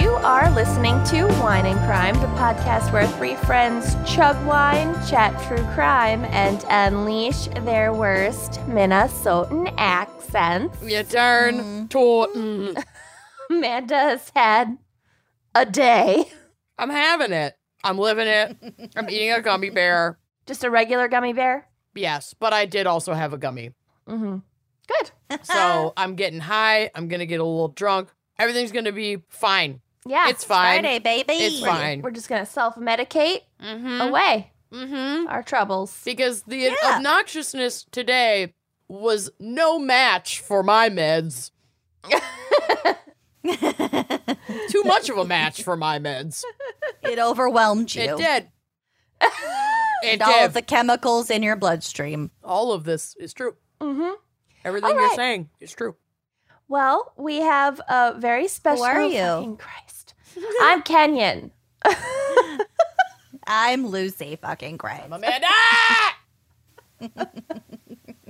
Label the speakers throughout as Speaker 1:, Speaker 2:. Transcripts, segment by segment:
Speaker 1: You are listening to Wine and Crime, the podcast where three friends chug wine, chat true crime, and unleash their worst Minnesotan accents.
Speaker 2: You mm, darn
Speaker 1: Mm.
Speaker 2: tootin'.
Speaker 1: Amanda has had a day.
Speaker 2: I'm having it. I'm living it. I'm eating a gummy bear.
Speaker 1: Just a regular gummy bear.
Speaker 2: Yes, but I did also have a gummy.
Speaker 1: Mm-hmm. Good.
Speaker 2: So I'm getting high. I'm going to get a little drunk. Everything's going to be fine.
Speaker 1: Yeah.
Speaker 2: it's fine.
Speaker 3: Friday, baby.
Speaker 2: It's fine.
Speaker 1: We're just going to self medicate
Speaker 2: Mm
Speaker 1: away
Speaker 2: hmm. Mm hmm.
Speaker 1: our troubles.
Speaker 2: Because the
Speaker 3: Yeah.
Speaker 2: obnoxiousness today was no match for my meds. Too much of a match for my meds.
Speaker 3: It overwhelmed you.
Speaker 2: It did. It
Speaker 3: And all
Speaker 2: did.
Speaker 3: of the chemicals in your bloodstream.
Speaker 2: all of this is true.
Speaker 1: Mm-hmm.
Speaker 2: Everything
Speaker 1: right.
Speaker 2: you're saying is true.
Speaker 1: Well, we have a very special.
Speaker 3: are
Speaker 1: oh,
Speaker 3: you?
Speaker 1: fucking Christ. I'm Kenyon.
Speaker 3: I'm Lucy fucking Gray.
Speaker 2: Amanda!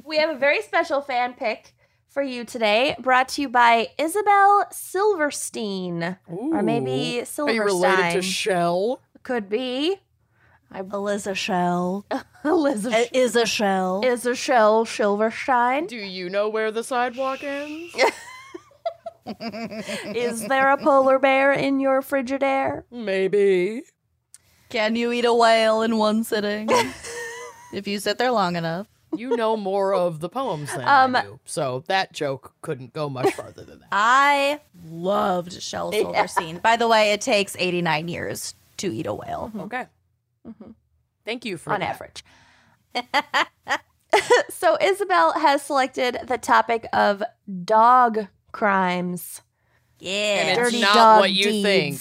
Speaker 1: We have a very special fan pick for you today, brought to you by Isabel Silverstein, or maybe
Speaker 2: Are
Speaker 1: Silverstein.
Speaker 2: you related to Shell?
Speaker 1: Could be.
Speaker 3: Eliza Shell.
Speaker 2: Oh,
Speaker 1: Elizabeth
Speaker 3: Is a shell.
Speaker 1: is a shell Silverstein.
Speaker 2: Eh. Do you know where the sidewalk ends?
Speaker 1: Is there a polar bear in your Frigidaire?
Speaker 2: Maybe.
Speaker 3: Can you eat a whale in one sitting? if you sit there long enough.
Speaker 2: You know more of the poems than
Speaker 1: Um,
Speaker 2: I do, so that joke couldn't go much farther than that.
Speaker 3: I loved Shell Silverstein. By the way, it takes 89 years to eat a whale.
Speaker 2: Okay. Thank you for
Speaker 1: Mm-hmm. on
Speaker 2: that.
Speaker 1: average. so Isabel has selected the topic of dog crimes,
Speaker 2: And
Speaker 3: Yeah.
Speaker 2: it's-
Speaker 1: dirty
Speaker 2: not
Speaker 1: dog
Speaker 2: what you
Speaker 1: deeds.
Speaker 2: think.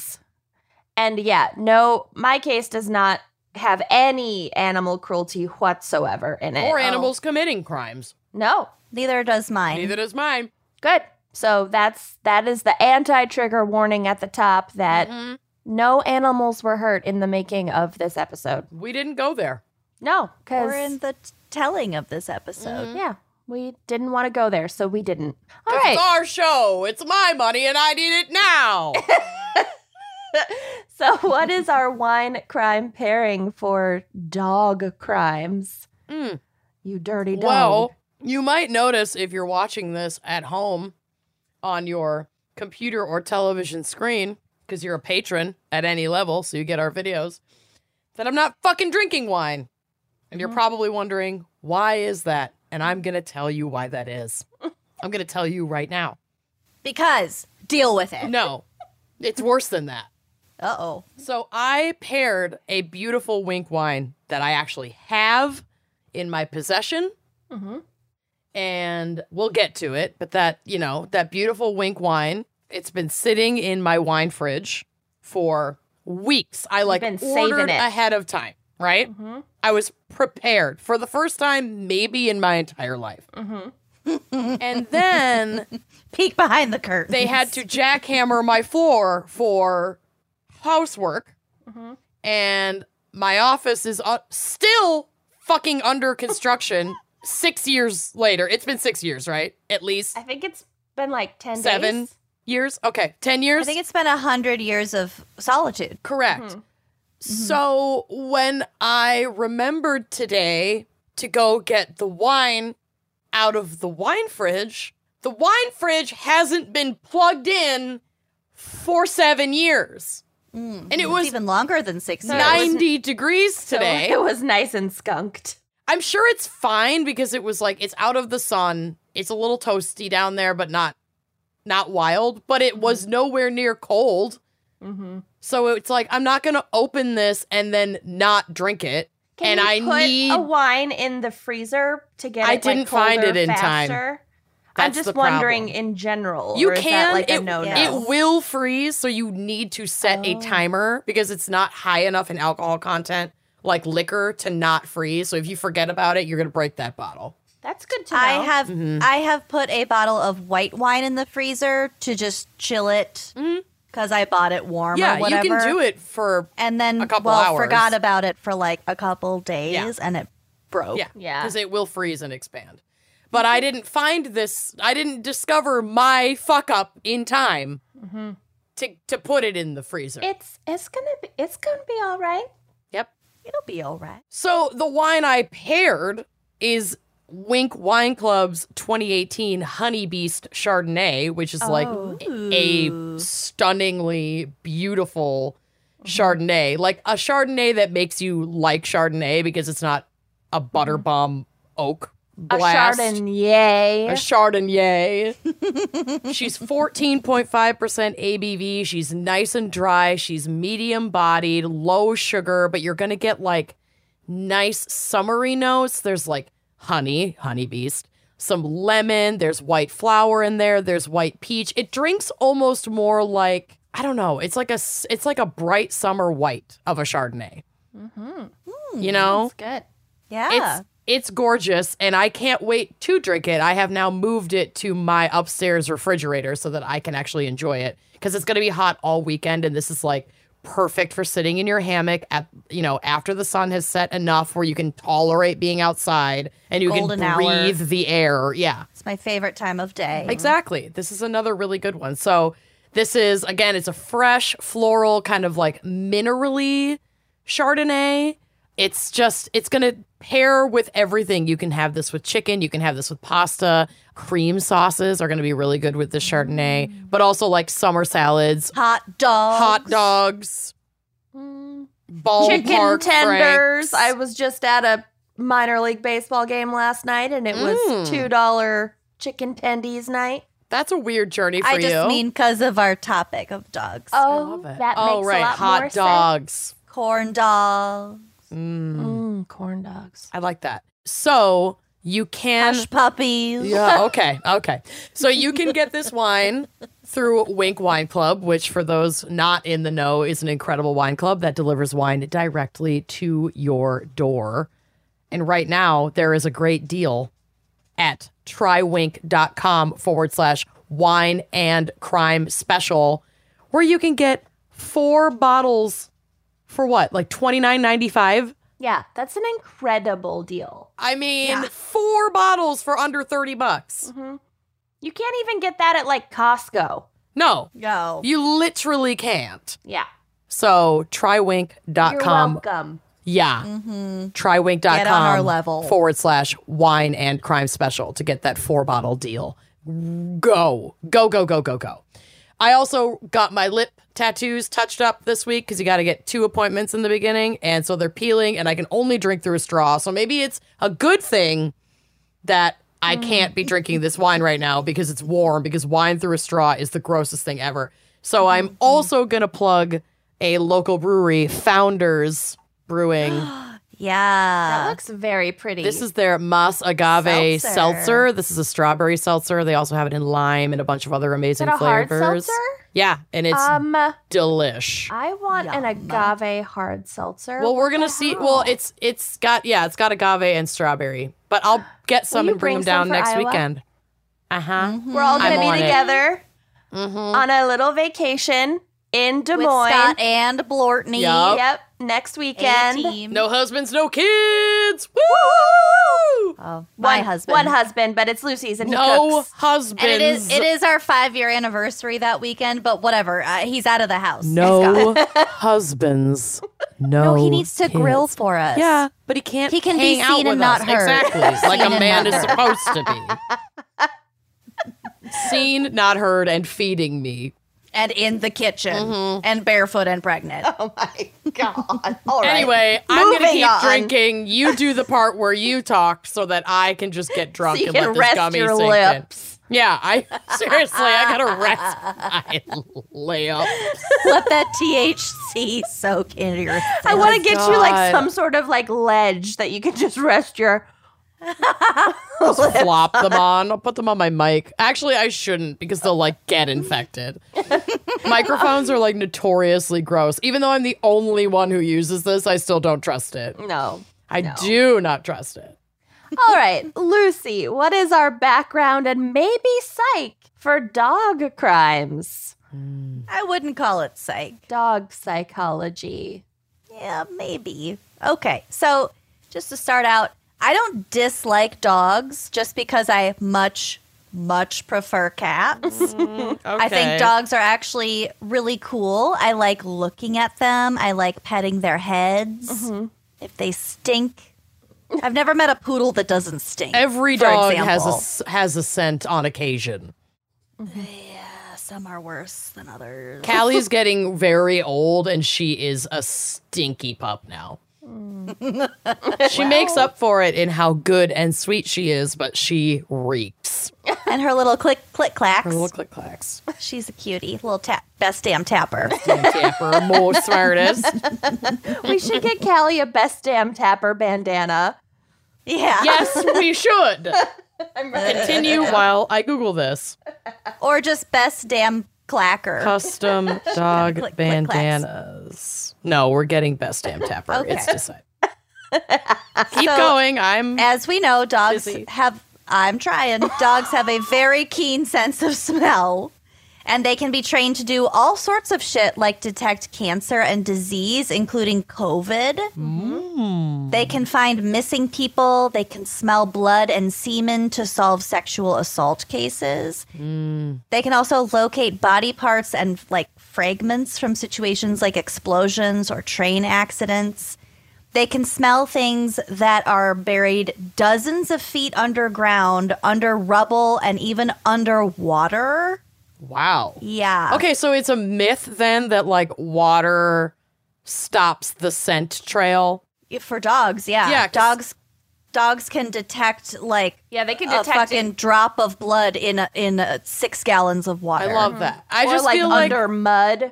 Speaker 1: And yeah, no, my case does not have any animal cruelty whatsoever in it.
Speaker 2: Or animals committing crimes.
Speaker 1: No,
Speaker 3: Neither does mine.
Speaker 2: Neither does mine.
Speaker 1: good. So that's that is the anti-trigger warning at the top that
Speaker 2: Mhm.
Speaker 1: no animals were hurt in the making of this episode.
Speaker 2: We didn't go there.
Speaker 1: No, because
Speaker 3: Or in the t- telling of this
Speaker 2: Mm-hmm.
Speaker 3: episode.
Speaker 1: yeah, we didn't want to go there, so we didn't. All
Speaker 2: 'Cause
Speaker 1: right.
Speaker 2: It's our show. It's my money, and I need it now.
Speaker 1: So, what is our wine crime pairing for dog crimes?
Speaker 2: Mm.
Speaker 1: You dirty dog.
Speaker 2: Well, you might notice if you're watching this at home on your computer or television screen, because you're a patron at any level, so you get our videos, that I'm not fucking drinking wine. And you're probably wondering, why is that? And I'm going to tell you why that is. I'm going to tell you right now.
Speaker 3: Because deal with it.
Speaker 2: No, it's worse than that.
Speaker 3: Uh oh.
Speaker 2: So I paired a beautiful wink wine that I actually have in my possession.
Speaker 1: Mhm.
Speaker 2: And we'll get to it, but that, you know, that beautiful wink wine, it's been sitting in my wine fridge for weeks. I like
Speaker 1: been saving
Speaker 2: ordered
Speaker 1: it.
Speaker 2: ahead of time, right?
Speaker 1: Mhm.
Speaker 2: I was prepared for the first time maybe in my entire life.
Speaker 1: Mhm.
Speaker 2: and then
Speaker 3: Peek behind the curtain.
Speaker 2: they had to jackhammer my floor for housework
Speaker 3: Mm-hmm.
Speaker 1: Mhm.
Speaker 2: and my office is uh, still fucking under construction six years later it's been six years right at least
Speaker 1: I think it's been like 10
Speaker 2: Seven.
Speaker 1: days.
Speaker 2: years okay 10
Speaker 3: I
Speaker 2: years
Speaker 3: think it's been a hundred years of solitude.
Speaker 2: correct so when i remembered today to go get the wine out of the wine fridge the wine fridge hasn't been plugged in for seven years
Speaker 3: Mm.
Speaker 2: and it
Speaker 3: It's
Speaker 2: was
Speaker 3: even longer than six
Speaker 1: So it
Speaker 3: years.
Speaker 1: was-
Speaker 2: 90 degrees
Speaker 1: So
Speaker 2: today
Speaker 1: it was nice and skunked.
Speaker 2: I'm sure it's fine because it was like it's out of the sun. It's a little toasty down there, but not not wild. But it was nowhere near cold.
Speaker 1: Mm-hmm.
Speaker 2: So it's like I'm not gonna open this and then not drink it.
Speaker 1: Can
Speaker 2: and
Speaker 1: you
Speaker 2: I
Speaker 1: put
Speaker 2: need
Speaker 1: a wine in the freezer to get
Speaker 2: I
Speaker 1: it, like,
Speaker 2: didn't find
Speaker 1: colder
Speaker 2: it in time.
Speaker 1: faster? I'm
Speaker 2: That's
Speaker 1: just
Speaker 2: the problem.
Speaker 1: wondering in general.
Speaker 2: you
Speaker 1: or is that,
Speaker 2: can
Speaker 1: like, a
Speaker 2: it,
Speaker 1: no-no? Oh.
Speaker 2: it will freeze, so you need to set a timer because it's not high enough in alcohol content like liquor to not freeze. So if you forget about it, you're gonna break that bottle.
Speaker 1: That's good to know.
Speaker 3: I have I have put a bottle of white wine in the freezer to just chill it because I bought it warm.
Speaker 2: Mm-hmm. yeah,
Speaker 3: or whatever.
Speaker 2: you can do it for
Speaker 3: And then
Speaker 2: a couple
Speaker 3: well,
Speaker 2: hours.
Speaker 3: forgot about it for like a couple days, and it broke.
Speaker 2: Yeah.
Speaker 1: Yeah.
Speaker 2: Because it will freeze and expand. But I didn't find this, I didn't discover my fuck up in time
Speaker 1: Mm-hmm.
Speaker 2: to, to put it in the freezer.
Speaker 1: It's it's gonna be it's gonna be all right.
Speaker 2: yep.
Speaker 3: It'll be all right.
Speaker 2: So the wine I paired is Wink Wine Club's 2018 Honey Beast Chardonnay, which is like
Speaker 1: Oh.
Speaker 2: a stunningly beautiful Chardonnay,
Speaker 1: Mm-hmm.
Speaker 2: like a Chardonnay that makes you like Chardonnay because it's not a butter bomb oak blast.
Speaker 1: Mm-hmm. A Chardonnay.
Speaker 2: a Chardonnay. She's 14.5% ABV. She's nice and dry. She's medium bodied, low sugar, but you're going to get like nice summery notes. There's like honey, honey beast, some lemon, there's white flower in there, there's white peach. It drinks almost more like I don't know. It's like a s- it's like a bright summer white of a Chardonnay. You know,
Speaker 1: It's good.
Speaker 3: Yeah.
Speaker 2: it's it's gorgeous and I can't wait to drink it. I have now moved it to my upstairs refrigerator so that I can actually enjoy it cuz it's going to be hot all weekend and this is like perfect for sitting in your hammock at you know after the sun has set enough where you can tolerate being outside and you
Speaker 3: Golden
Speaker 2: can
Speaker 3: hour.
Speaker 2: breathe the air. Yeah.
Speaker 3: It's my favorite time of day.
Speaker 1: Mm-hmm.
Speaker 2: Exactly. This is another really good one. So this is again, it's a fresh floral kind of like minerally Chardonnay. It's just it's gonna pair with everything. You can have this with chicken. You can have this with pasta. Cream sauces are gonna be really good with this Chardonnay,
Speaker 1: Mm.
Speaker 2: but also like summer salads,
Speaker 3: Hot dog.
Speaker 2: hot dogs, ballpark
Speaker 1: Mm. Chicken tenders.
Speaker 2: franks.
Speaker 1: I was just at a minor league baseball game last night, and it
Speaker 2: Mm.
Speaker 1: was two dollar chicken tendies night.
Speaker 2: That's a weird journey for
Speaker 3: I
Speaker 2: you.
Speaker 3: just mean because of our topic of dogs.
Speaker 1: Oh,
Speaker 2: Love it.
Speaker 1: that
Speaker 2: oh
Speaker 1: makes
Speaker 2: right,
Speaker 1: a lot
Speaker 2: hot
Speaker 1: more
Speaker 2: dogs.
Speaker 3: Corn dog.
Speaker 1: sense. Mm, corn dogs.
Speaker 2: I like that. So you can.
Speaker 3: Hush puppies.
Speaker 2: Yeah, okay, okay. So you can get this wine through Wink Wine Club, which, for those not in the know, is an incredible wine club that delivers wine directly to your door. And right now, there is a great deal at trywink.com forward slash wine and crime special, where you can get four bottles for what, like twenty nine ninety five.
Speaker 1: Yeah, that's an incredible deal.
Speaker 2: I mean, four bottles for under 30 bucks.
Speaker 3: Mm-hmm.
Speaker 1: You can't even get that at like Costco.
Speaker 2: No,
Speaker 3: No.
Speaker 2: you literally can't.
Speaker 1: Yeah,
Speaker 2: So
Speaker 1: you're
Speaker 2: trywink.com.
Speaker 1: welcome.
Speaker 2: Yeah. Trywink.com.
Speaker 3: Mm-hmm. Get on our level.
Speaker 2: Forward slash wine and crime special to get that four bottle deal. Go, go, go, go, go, go. I also got my lip tattoos touched up this week because you got to get two appointments in the beginning. And so they're peeling, and I can only drink through a straw. So maybe it's a good thing that I
Speaker 1: Mm.
Speaker 2: can't be drinking this wine right now because it's warm, because wine through a straw is the grossest thing ever. So
Speaker 1: Mm-hmm.
Speaker 2: I'm also going to plug a local brewery, Founders Brewing.
Speaker 3: Yeah.
Speaker 1: That looks very pretty.
Speaker 2: This is their Mas Agave seltzer.
Speaker 3: Seltzer.
Speaker 2: This is a strawberry seltzer. They also have it in lime and a bunch of other amazing
Speaker 1: it a hard
Speaker 2: flavors.
Speaker 1: seltzer?
Speaker 2: Yeah, and it's
Speaker 1: um.
Speaker 2: delish.
Speaker 1: I want an agave hard seltzer.
Speaker 2: Well, we're
Speaker 1: What
Speaker 2: gonna
Speaker 1: the
Speaker 2: see.
Speaker 1: hell?
Speaker 2: Well, it's it's got yeah, it's got agave and strawberry. But I'll get some
Speaker 1: you
Speaker 2: and bring
Speaker 1: bring some
Speaker 2: them down
Speaker 1: for
Speaker 2: next
Speaker 1: Iowa? Mm-hmm.
Speaker 2: weekend. Uh huh.
Speaker 1: we're all gonna
Speaker 2: I'm on
Speaker 1: be
Speaker 2: it. Mm-hmm.
Speaker 1: together on a little vacation in Des
Speaker 3: With
Speaker 1: Moines.
Speaker 3: Scott and Blortney.
Speaker 2: Yup.
Speaker 1: Yep, next
Speaker 3: A
Speaker 1: weekend.
Speaker 3: team.
Speaker 2: No husbands, no kids. Woo!
Speaker 3: Oh, my
Speaker 1: one,
Speaker 3: husband.
Speaker 1: One husband, but it's Lucy's and he
Speaker 2: No
Speaker 1: cooks.
Speaker 2: husbands.
Speaker 3: And it is it is our five year anniversary that weekend, but whatever. Uh, he's out of the house.
Speaker 2: no husbands. No.
Speaker 3: No, he needs to
Speaker 2: kids.
Speaker 3: grill for us.
Speaker 2: Yeah, but he can't.
Speaker 3: He can be
Speaker 2: hang out
Speaker 3: seen and
Speaker 2: with
Speaker 3: not
Speaker 2: us.
Speaker 3: heard.
Speaker 2: Exactly, like
Speaker 3: Seen
Speaker 2: a
Speaker 3: and
Speaker 2: man is
Speaker 3: not heard.
Speaker 2: supposed to be. seen, not heard, and feeding me.
Speaker 3: And in the kitchen
Speaker 2: Mm-hmm.
Speaker 3: and barefoot and pregnant.
Speaker 1: Oh my god! All
Speaker 2: Anyway, I'm gonna
Speaker 1: Moving
Speaker 2: keep
Speaker 1: on.
Speaker 2: drinking. You do the part where you talk, so that I can just get drunk
Speaker 1: you
Speaker 2: and
Speaker 1: can
Speaker 2: let this
Speaker 1: rest
Speaker 2: gummy
Speaker 1: your
Speaker 2: sink in.
Speaker 1: lips.
Speaker 2: Yeah, I seriously, I gotta rest my lips.
Speaker 3: Let that THC soak into your
Speaker 1: I want to
Speaker 2: my
Speaker 1: get you like
Speaker 2: God.
Speaker 1: some sort of like ledge that you can just rest your
Speaker 2: Just flop them on. I'll put them on my mic. Actually, I shouldn't because they'll like get infected. Microphones are like notoriously gross. Even though I'm the only one who uses this, I still don't trust it.
Speaker 1: No.
Speaker 2: I do not trust it.
Speaker 1: All right, Lucy, what is our background and maybe psych for dog crimes?
Speaker 3: I wouldn't call it psych.
Speaker 1: Dog psychology.
Speaker 3: Yeah, maybe. Okay, so just to start out, I don't dislike dogs just because I much, much prefer cats.
Speaker 2: Mm,
Speaker 3: I think dogs are actually really cool. I like looking at them, I like petting their heads.
Speaker 2: Mm-hmm.
Speaker 3: If they stink, I've never met a poodle that doesn't stink.
Speaker 2: Every
Speaker 3: for
Speaker 2: dog has a
Speaker 3: example.
Speaker 2: s- has a scent on occasion.
Speaker 3: Uh, Some are worse than others.
Speaker 2: Callie's getting very old and she is a stinky pup now. she makes up for it in how good and sweet she is, but she reeks.
Speaker 3: And her little click, click, clacks.
Speaker 2: click clacks.
Speaker 3: She's a cutie. Little tap, best damn tapper.
Speaker 2: Tapper, more smartest.
Speaker 1: We should get Callie a best damn tapper bandana.
Speaker 3: Yeah.
Speaker 2: Yes, we should. Continue while I Google this.
Speaker 3: Or just best damn clacker.
Speaker 2: Custom dog
Speaker 3: click clacks.
Speaker 2: bandanas. No, we're getting best damn tapper.
Speaker 3: Okay.
Speaker 2: It's decided. Keep
Speaker 3: So-
Speaker 2: going. I'm
Speaker 3: As we know, dogs
Speaker 2: Busy.
Speaker 3: have, I'm trying, dogs have a very keen sense of smell. And they can be trained to do all sorts of shit like detect cancer and disease, including COVID.
Speaker 2: Mm-hmm.
Speaker 3: They can find missing people. They can smell blood and semen to solve sexual assault cases.
Speaker 2: Mm.
Speaker 3: They can also locate body parts and like fragments from situations like explosions or train accidents. They can smell things that are buried dozens of feet underground, under rubble, and even underwater.
Speaker 2: wow.
Speaker 3: Yeah.
Speaker 2: Okay, so it's a myth then that like water stops the scent trail.
Speaker 3: For dogs, yeah.
Speaker 2: Yeah, 'cause-
Speaker 3: Dogs dogs can detect like
Speaker 1: Yeah, they can
Speaker 3: a
Speaker 1: detect
Speaker 3: fucking drop of blood in a, in uh 6 gallons of
Speaker 2: I
Speaker 3: water.
Speaker 2: love that. I
Speaker 1: or
Speaker 2: just
Speaker 1: like
Speaker 2: feel like
Speaker 1: under Mm-hmm. mud.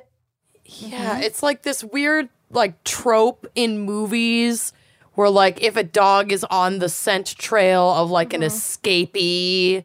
Speaker 2: yeah, it's like this weird like trope in movies where like if a dog is on the scent trail of like an escapee,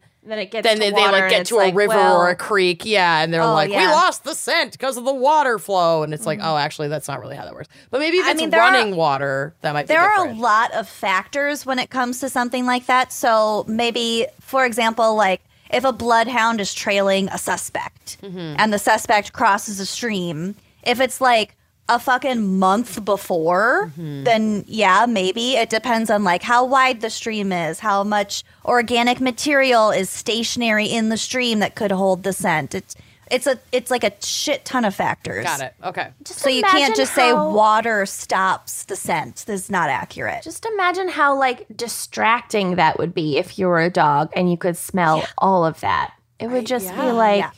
Speaker 1: Mm-hmm. Then it gets
Speaker 2: then
Speaker 1: to
Speaker 2: they, they
Speaker 1: water
Speaker 2: like
Speaker 1: and
Speaker 2: get
Speaker 1: it's
Speaker 2: to a
Speaker 1: like,
Speaker 2: river
Speaker 1: well,
Speaker 2: or a creek, yeah, and they're
Speaker 3: Oh,
Speaker 2: like we
Speaker 3: yeah.
Speaker 2: lost the scent because of the water flow, and it's like
Speaker 1: Mm-hmm.
Speaker 2: oh actually that's not really how that works. But maybe if
Speaker 3: I
Speaker 2: it's
Speaker 3: mean, there are-
Speaker 2: running water, that might be
Speaker 3: There are a
Speaker 2: different.
Speaker 3: lot of factors when it comes to something like that. So maybe, for example, like if a bloodhound is trailing a suspect
Speaker 2: Mm-hmm.
Speaker 3: and the suspect crosses a stream, if it's like a fucking month before,
Speaker 2: Mm-hmm.
Speaker 3: then yeah, maybe it depends on like how wide the stream is, how much organic material is stationary in the stream that could hold the scent. It's it's a it's like a shit ton of factors.
Speaker 2: Got it. Okay.
Speaker 1: Just
Speaker 3: So you can't
Speaker 1: imagine
Speaker 3: just say
Speaker 1: how-
Speaker 3: water stops the scent. This is not accurate.
Speaker 1: Just imagine how like distracting that would be if you were a dog and you could smell all of that. It would just be like
Speaker 3: Yeah.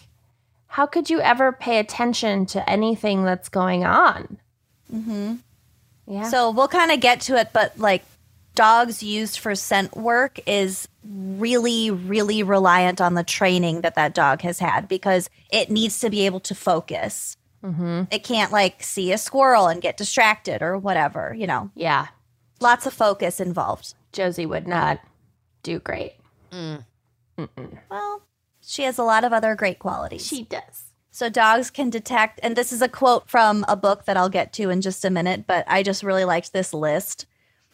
Speaker 1: how could you ever pay attention to anything that's going on? Mhm. Yeah.
Speaker 3: Mm-hmm. So we'll kind of get to it, but like dogs used for scent work is really, really reliant on the training that that dog has had because it needs to be able to focus.
Speaker 1: Mm-hmm.
Speaker 3: It can't like see a squirrel and get distracted or whatever, you know,
Speaker 1: yeah.
Speaker 3: lots of focus involved.
Speaker 1: Josie would not do great.
Speaker 3: Well, she has a lot of other great qualities.
Speaker 1: does.
Speaker 3: So dogs can detect, and this is a quote from a book that I'll get to in just a minute, but I just really liked this list.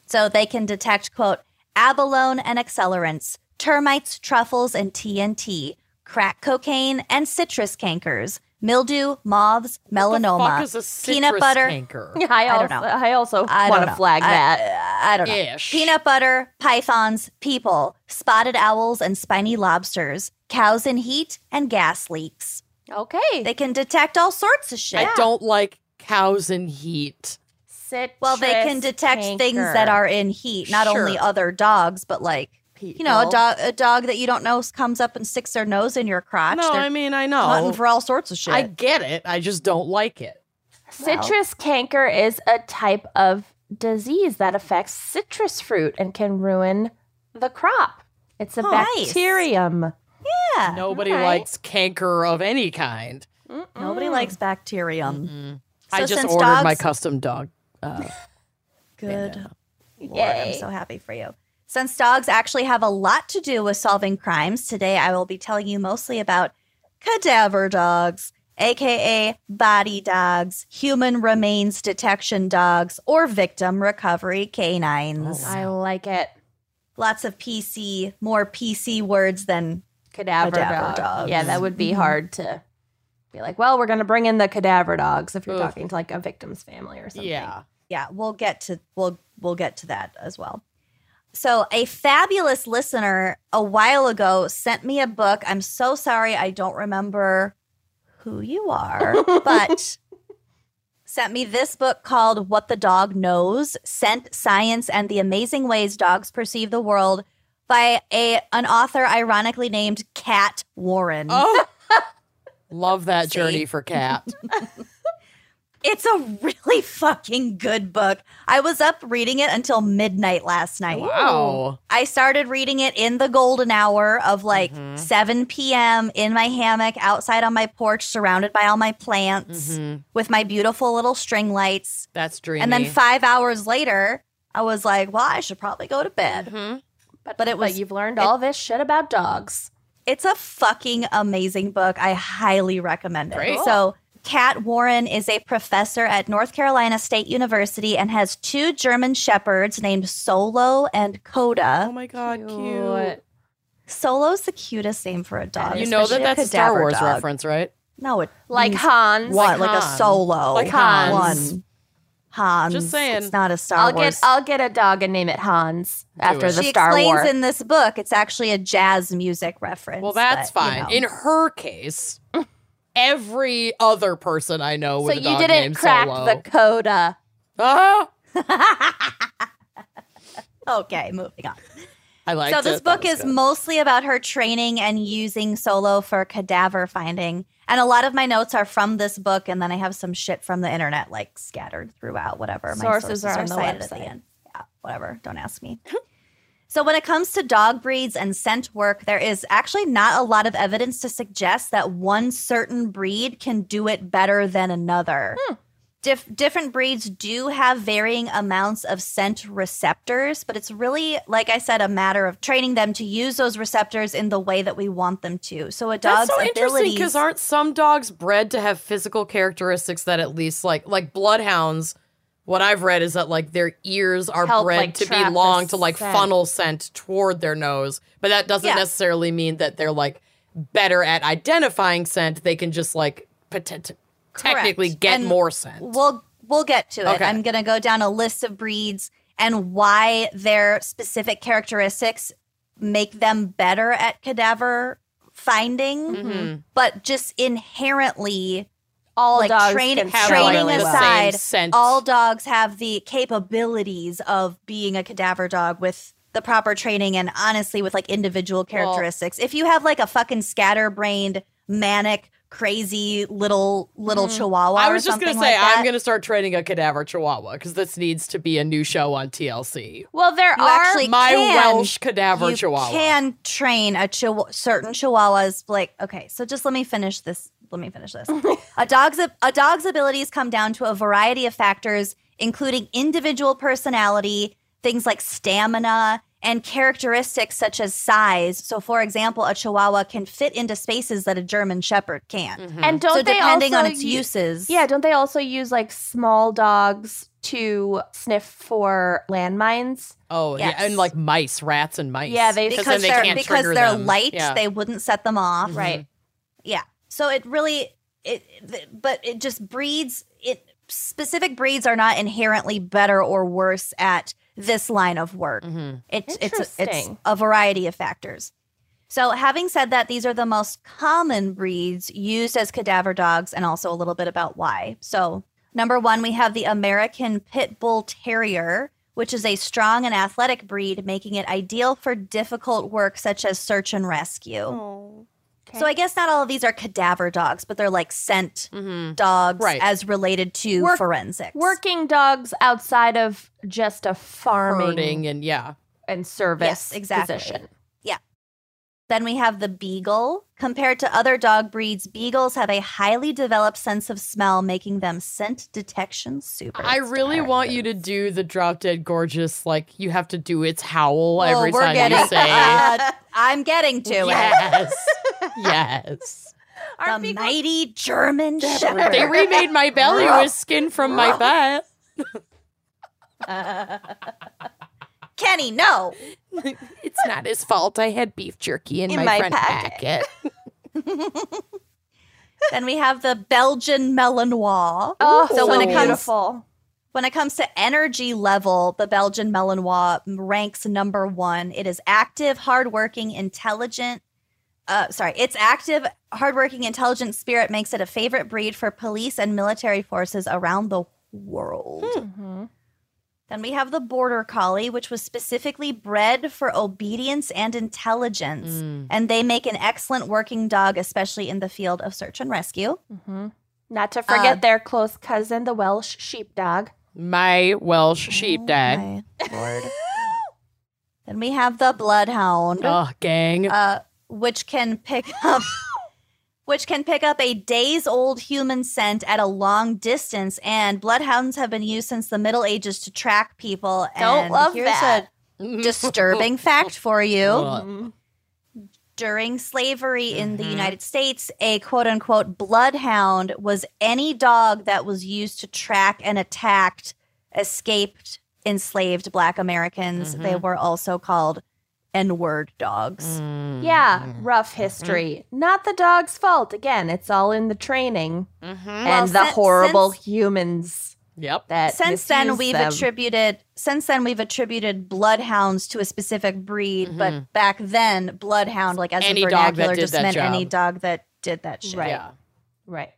Speaker 3: So they can detect, quote, abalone and accelerants, termites, truffles, and TNT, crack cocaine, and citrus cankers, mildew, moths, melanoma,
Speaker 2: What the fuck is a citrus
Speaker 3: Oh, peanut butter.
Speaker 2: canker?
Speaker 1: I
Speaker 3: don't
Speaker 1: also
Speaker 3: know.
Speaker 1: I also
Speaker 3: I
Speaker 1: want
Speaker 3: don't
Speaker 1: to
Speaker 3: know.
Speaker 1: flag
Speaker 3: I-
Speaker 1: that.
Speaker 3: I don't know.
Speaker 2: Ish.
Speaker 3: Peanut butter, pythons, people, spotted owls, and spiny lobsters, cows in heat, and gas leaks.
Speaker 1: Okay.
Speaker 3: uh, They can detect all sorts of shit.
Speaker 2: I don't like cows in heat.
Speaker 1: Citrus
Speaker 3: Well, they can detect things that
Speaker 1: canker.
Speaker 3: are in heat, not only
Speaker 2: Sure.
Speaker 3: other dogs, but like you know, a
Speaker 1: People.
Speaker 3: dog a dog that you don't know comes up and sticks their nose in your crotch.
Speaker 2: No,
Speaker 3: They're
Speaker 2: I mean I
Speaker 3: hunting
Speaker 2: know.
Speaker 3: for all sorts of shit.
Speaker 2: I get it. I just don't like it.
Speaker 1: Citrus canker is a type of disease that affects citrus fruit and can ruin the crop. It's a
Speaker 3: Oh, nice.
Speaker 1: bacterium.
Speaker 3: yeah,
Speaker 2: Nobody
Speaker 1: all right.
Speaker 2: likes canker of any kind.
Speaker 3: nobody likes bacterium.
Speaker 2: I
Speaker 3: So
Speaker 2: just
Speaker 3: since
Speaker 2: ordered my
Speaker 3: dogs-
Speaker 2: custom dog. Uh,
Speaker 3: Good. Lord, I'm so happy for you. Since dogs actually have a lot to do with solving crimes, today I will be telling you mostly about cadaver dogs, aka body dogs, human remains detection dogs, or victim recovery canines.
Speaker 1: I like it.
Speaker 3: Lots of PC, more PC words than
Speaker 1: Cadaver, Mm-hmm.
Speaker 3: Cadaver
Speaker 1: dog.
Speaker 3: dogs.
Speaker 1: Yeah, that would be hard to be like, well, we're going to bring in the cadaver dogs if you're
Speaker 2: Oof.
Speaker 1: talking to like a victim's family or something.
Speaker 2: Yeah.
Speaker 3: yeah we'll get to we'll we'll get to that as well so a fabulous listener a while ago sent me a book i'm so sorry i don't remember who you are but sent me this book called what the dog knows scent science and the amazing ways dogs perceive the world by a an author ironically named kat warren
Speaker 2: Oh, love that
Speaker 3: See?
Speaker 2: journey for Cat.
Speaker 3: It's a really fucking good book. I was up reading it until midnight last night.
Speaker 2: Wow.
Speaker 3: I started reading it in the golden hour of like
Speaker 2: Mhm.
Speaker 3: 7 p.m. in my hammock outside on my porch, surrounded by all my plants
Speaker 2: Mhm.
Speaker 3: with my beautiful little string lights.
Speaker 2: That's dreamy.
Speaker 3: And then five hours later, I was like, well, I should probably go to bed.
Speaker 2: Mhm.
Speaker 3: But it
Speaker 1: But
Speaker 3: was,
Speaker 1: you've learned all this shit about dogs.
Speaker 3: it's a fucking amazing book. I highly recommend it.
Speaker 2: Great.
Speaker 3: So, Kat Warren is a professor at North Carolina State University and has two German shepherds named Solo and Coda.
Speaker 2: Oh my God, cute.
Speaker 3: Solo's the cutest name for a dog.
Speaker 2: You know that
Speaker 3: especially a
Speaker 2: that's a Star
Speaker 3: cadaver
Speaker 2: Wars
Speaker 3: dog.
Speaker 2: reference, right?
Speaker 3: No, it
Speaker 1: Like
Speaker 3: means
Speaker 1: Hans.
Speaker 3: one, like, a
Speaker 2: Hans.
Speaker 3: solo,
Speaker 2: Like Hans.
Speaker 3: one. Hans.
Speaker 2: Just saying.
Speaker 3: it's not a Star
Speaker 1: I'll
Speaker 3: Wars.
Speaker 1: get I'll get a dog and name it Hans after
Speaker 2: it.
Speaker 1: the
Speaker 3: she
Speaker 1: Star
Speaker 3: explains
Speaker 1: War.
Speaker 3: in this book it's actually a jazz music reference.
Speaker 2: Well, that's
Speaker 3: but, you
Speaker 2: fine.
Speaker 3: know.
Speaker 2: In her case, every other person I know
Speaker 1: so
Speaker 2: with a
Speaker 1: you
Speaker 2: dog
Speaker 1: didn't
Speaker 2: named
Speaker 1: crack
Speaker 2: Solo.
Speaker 1: the coda.
Speaker 2: Ah,
Speaker 3: okay, moving on.
Speaker 2: I like.
Speaker 3: so this book is mostly about her training and using solo for cadaver finding and a lot of my notes are from this book and then i have some shit from the internet like scattered throughout whatever my
Speaker 1: Sources are on the
Speaker 3: cited at
Speaker 1: website.
Speaker 3: end. yeah whatever don't ask me so when it comes to dog breeds and scent work there is actually not a lot of evidence to suggest that one certain breed can do it better than another
Speaker 1: Hmm.
Speaker 3: Dif- different breeds do have varying amounts of scent receptors, but it's really, like I said, a matter of training them to use those receptors in the way that we want them to. So a dog's
Speaker 2: That's so interesting
Speaker 3: abilities,
Speaker 2: because aren't some dogs bred to have physical characteristics that at least like like bloodhounds? What I've read is that like their ears are
Speaker 1: Help,
Speaker 2: bred
Speaker 1: like,
Speaker 2: to be
Speaker 1: trap the
Speaker 2: long to like
Speaker 1: scent.
Speaker 2: funnel scent toward their nose, but that doesn't
Speaker 3: Yeah.
Speaker 2: necessarily mean that they're like better at identifying scent. They can just like potent- technically get
Speaker 3: And
Speaker 2: more scent.
Speaker 3: we'll we'll get to it.
Speaker 2: Okay.
Speaker 3: I'm going to go down a list of breeds and why their specific characteristics make them better at cadaver finding,
Speaker 2: Mhm.
Speaker 3: but just inherently
Speaker 1: All
Speaker 3: Like
Speaker 1: dogs
Speaker 3: train-
Speaker 1: can
Speaker 2: Have,
Speaker 1: smell
Speaker 3: training
Speaker 2: like, the
Speaker 1: well.
Speaker 3: aside,
Speaker 2: same scent.
Speaker 3: all dogs have the capabilities of being a cadaver dog with the proper training and honestly with like individual characteristics. if you have like a fucking scatterbrained, manic, crazy little little chihuahua,
Speaker 2: Mm-hmm. I
Speaker 3: or
Speaker 2: was just
Speaker 3: something
Speaker 2: gonna
Speaker 3: like
Speaker 2: say
Speaker 3: that,
Speaker 2: I'm gonna start training a cadaver chihuahua because this needs to be a new show on TLC.
Speaker 1: Well, there
Speaker 3: You
Speaker 1: are
Speaker 3: actually
Speaker 2: My
Speaker 3: can-
Speaker 2: Welsh cadaver
Speaker 3: you
Speaker 2: chihuahua.
Speaker 3: can train a chihu- certain
Speaker 1: Mm-hmm.
Speaker 3: chihuahuas like okay so just let me finish this let me finish this a dog's a dog's abilities come down to a variety of factors including individual personality things like stamina and characteristics such as size so for example a chihuahua can fit into spaces that a german shepherd can't
Speaker 2: Mm-hmm.
Speaker 1: and don't
Speaker 3: Mm. so
Speaker 1: they
Speaker 3: depending
Speaker 1: also
Speaker 3: on its
Speaker 1: u-
Speaker 3: uses
Speaker 1: Yeah, don't they also use like small dogs to sniff for landmines?
Speaker 2: Oh
Speaker 3: Yes.
Speaker 2: yeah, and like mice, rats, and mice.
Speaker 1: Yeah, they-
Speaker 3: because
Speaker 2: then they
Speaker 3: are
Speaker 2: can't
Speaker 3: because
Speaker 2: trigger
Speaker 3: they're
Speaker 2: them.
Speaker 3: light
Speaker 2: Yeah.
Speaker 3: they wouldn't set them off
Speaker 1: Right.
Speaker 3: Yeah. So it really it th- but it just breeds it specific breeds are not inherently better or worse at this line of work.
Speaker 2: Mhm.
Speaker 3: It, it's it's
Speaker 1: Interesting.
Speaker 3: a variety of factors. So having said that, these are the most common breeds used as cadaver dogs and also a little bit about why. So number 1, we have the American Pit Bull Terrier, which is a strong and athletic breed, making it ideal for difficult work such as search and rescue.
Speaker 2: Mm-hmm.
Speaker 3: So I guess not all of these are cadaver dogs, but they're like scent dogs
Speaker 2: Mm-hmm. Right.
Speaker 3: as related to
Speaker 1: Work-
Speaker 3: forensics.
Speaker 1: Working dogs outside of just a farming
Speaker 2: Herding and yeah.
Speaker 1: and service
Speaker 3: Yes, exactly.
Speaker 1: position.
Speaker 3: Then we have the beagle. Compared to other dog breeds, beagles have a highly developed sense of smell, making them scent detection super.
Speaker 2: I really want you to do the drop dead gorgeous, like you have to do its howl
Speaker 3: Oh,
Speaker 2: every
Speaker 3: we're
Speaker 2: time you
Speaker 3: getting-
Speaker 2: say
Speaker 3: I'm getting to it.
Speaker 2: yes, yes.
Speaker 3: The
Speaker 1: Aren't beagles-
Speaker 3: mighty German Shepherd.
Speaker 2: They remade my belly with skin from my butt.
Speaker 3: Kenny, no.
Speaker 2: It's not his fault. I had beef jerky in,
Speaker 3: In
Speaker 2: my,
Speaker 3: my
Speaker 2: front
Speaker 3: packet.
Speaker 2: packet.
Speaker 3: then we have the Belgian Malinois.
Speaker 1: Oh,
Speaker 3: so when it comes
Speaker 1: beautiful.
Speaker 3: When it comes to energy level, the Belgian Malinois ranks number one. It is active, hardworking, intelligent. Uh, sorry, its active, hardworking, intelligent spirit makes it a favorite breed for police and military forces around the world. Then we have the Border Collie, which was specifically bred for obedience and intelligence. And they make an excellent working dog, especially in the field of search and rescue.
Speaker 1: Not to forget
Speaker 3: Uh,
Speaker 1: their close cousin, the Welsh sheepdog.
Speaker 2: My Welsh
Speaker 3: Oh
Speaker 2: sheepdog.
Speaker 3: My lord. then we have the Bloodhound.
Speaker 2: Oh, gang.
Speaker 3: uh, which can pick up which can pick up a days old human scent at a long distance and bloodhounds have been used since the middle ages to track people
Speaker 1: Don't
Speaker 3: and
Speaker 1: love
Speaker 3: here's
Speaker 1: that.
Speaker 3: a disturbing fact for you
Speaker 2: Ugh.
Speaker 3: during slavery in
Speaker 2: Mm-hmm.
Speaker 3: the united states a quote unquote bloodhound was any dog that was used to track and attacked escaped enslaved black americans they
Speaker 2: Mm-hmm.
Speaker 3: were also called n-word dogs
Speaker 2: Mm,
Speaker 1: Yeah,
Speaker 3: Mm-hmm.
Speaker 1: rough history. Not the dog's fault. Again, it's all in the training and the
Speaker 3: since-
Speaker 1: horrible
Speaker 3: since-
Speaker 1: humans
Speaker 2: Yep.
Speaker 1: that
Speaker 3: Uh, since then
Speaker 1: misuse
Speaker 3: we've
Speaker 1: them.
Speaker 3: attributed since then we've attributed bloodhounds to a specific breed but back then bloodhound like as
Speaker 2: Mm-hmm. Any
Speaker 3: a
Speaker 2: dog that
Speaker 3: vernacular
Speaker 2: did
Speaker 3: just
Speaker 2: that
Speaker 3: meant any
Speaker 2: job.
Speaker 3: dog that did that shit
Speaker 1: Right.
Speaker 2: Yeah.
Speaker 1: right.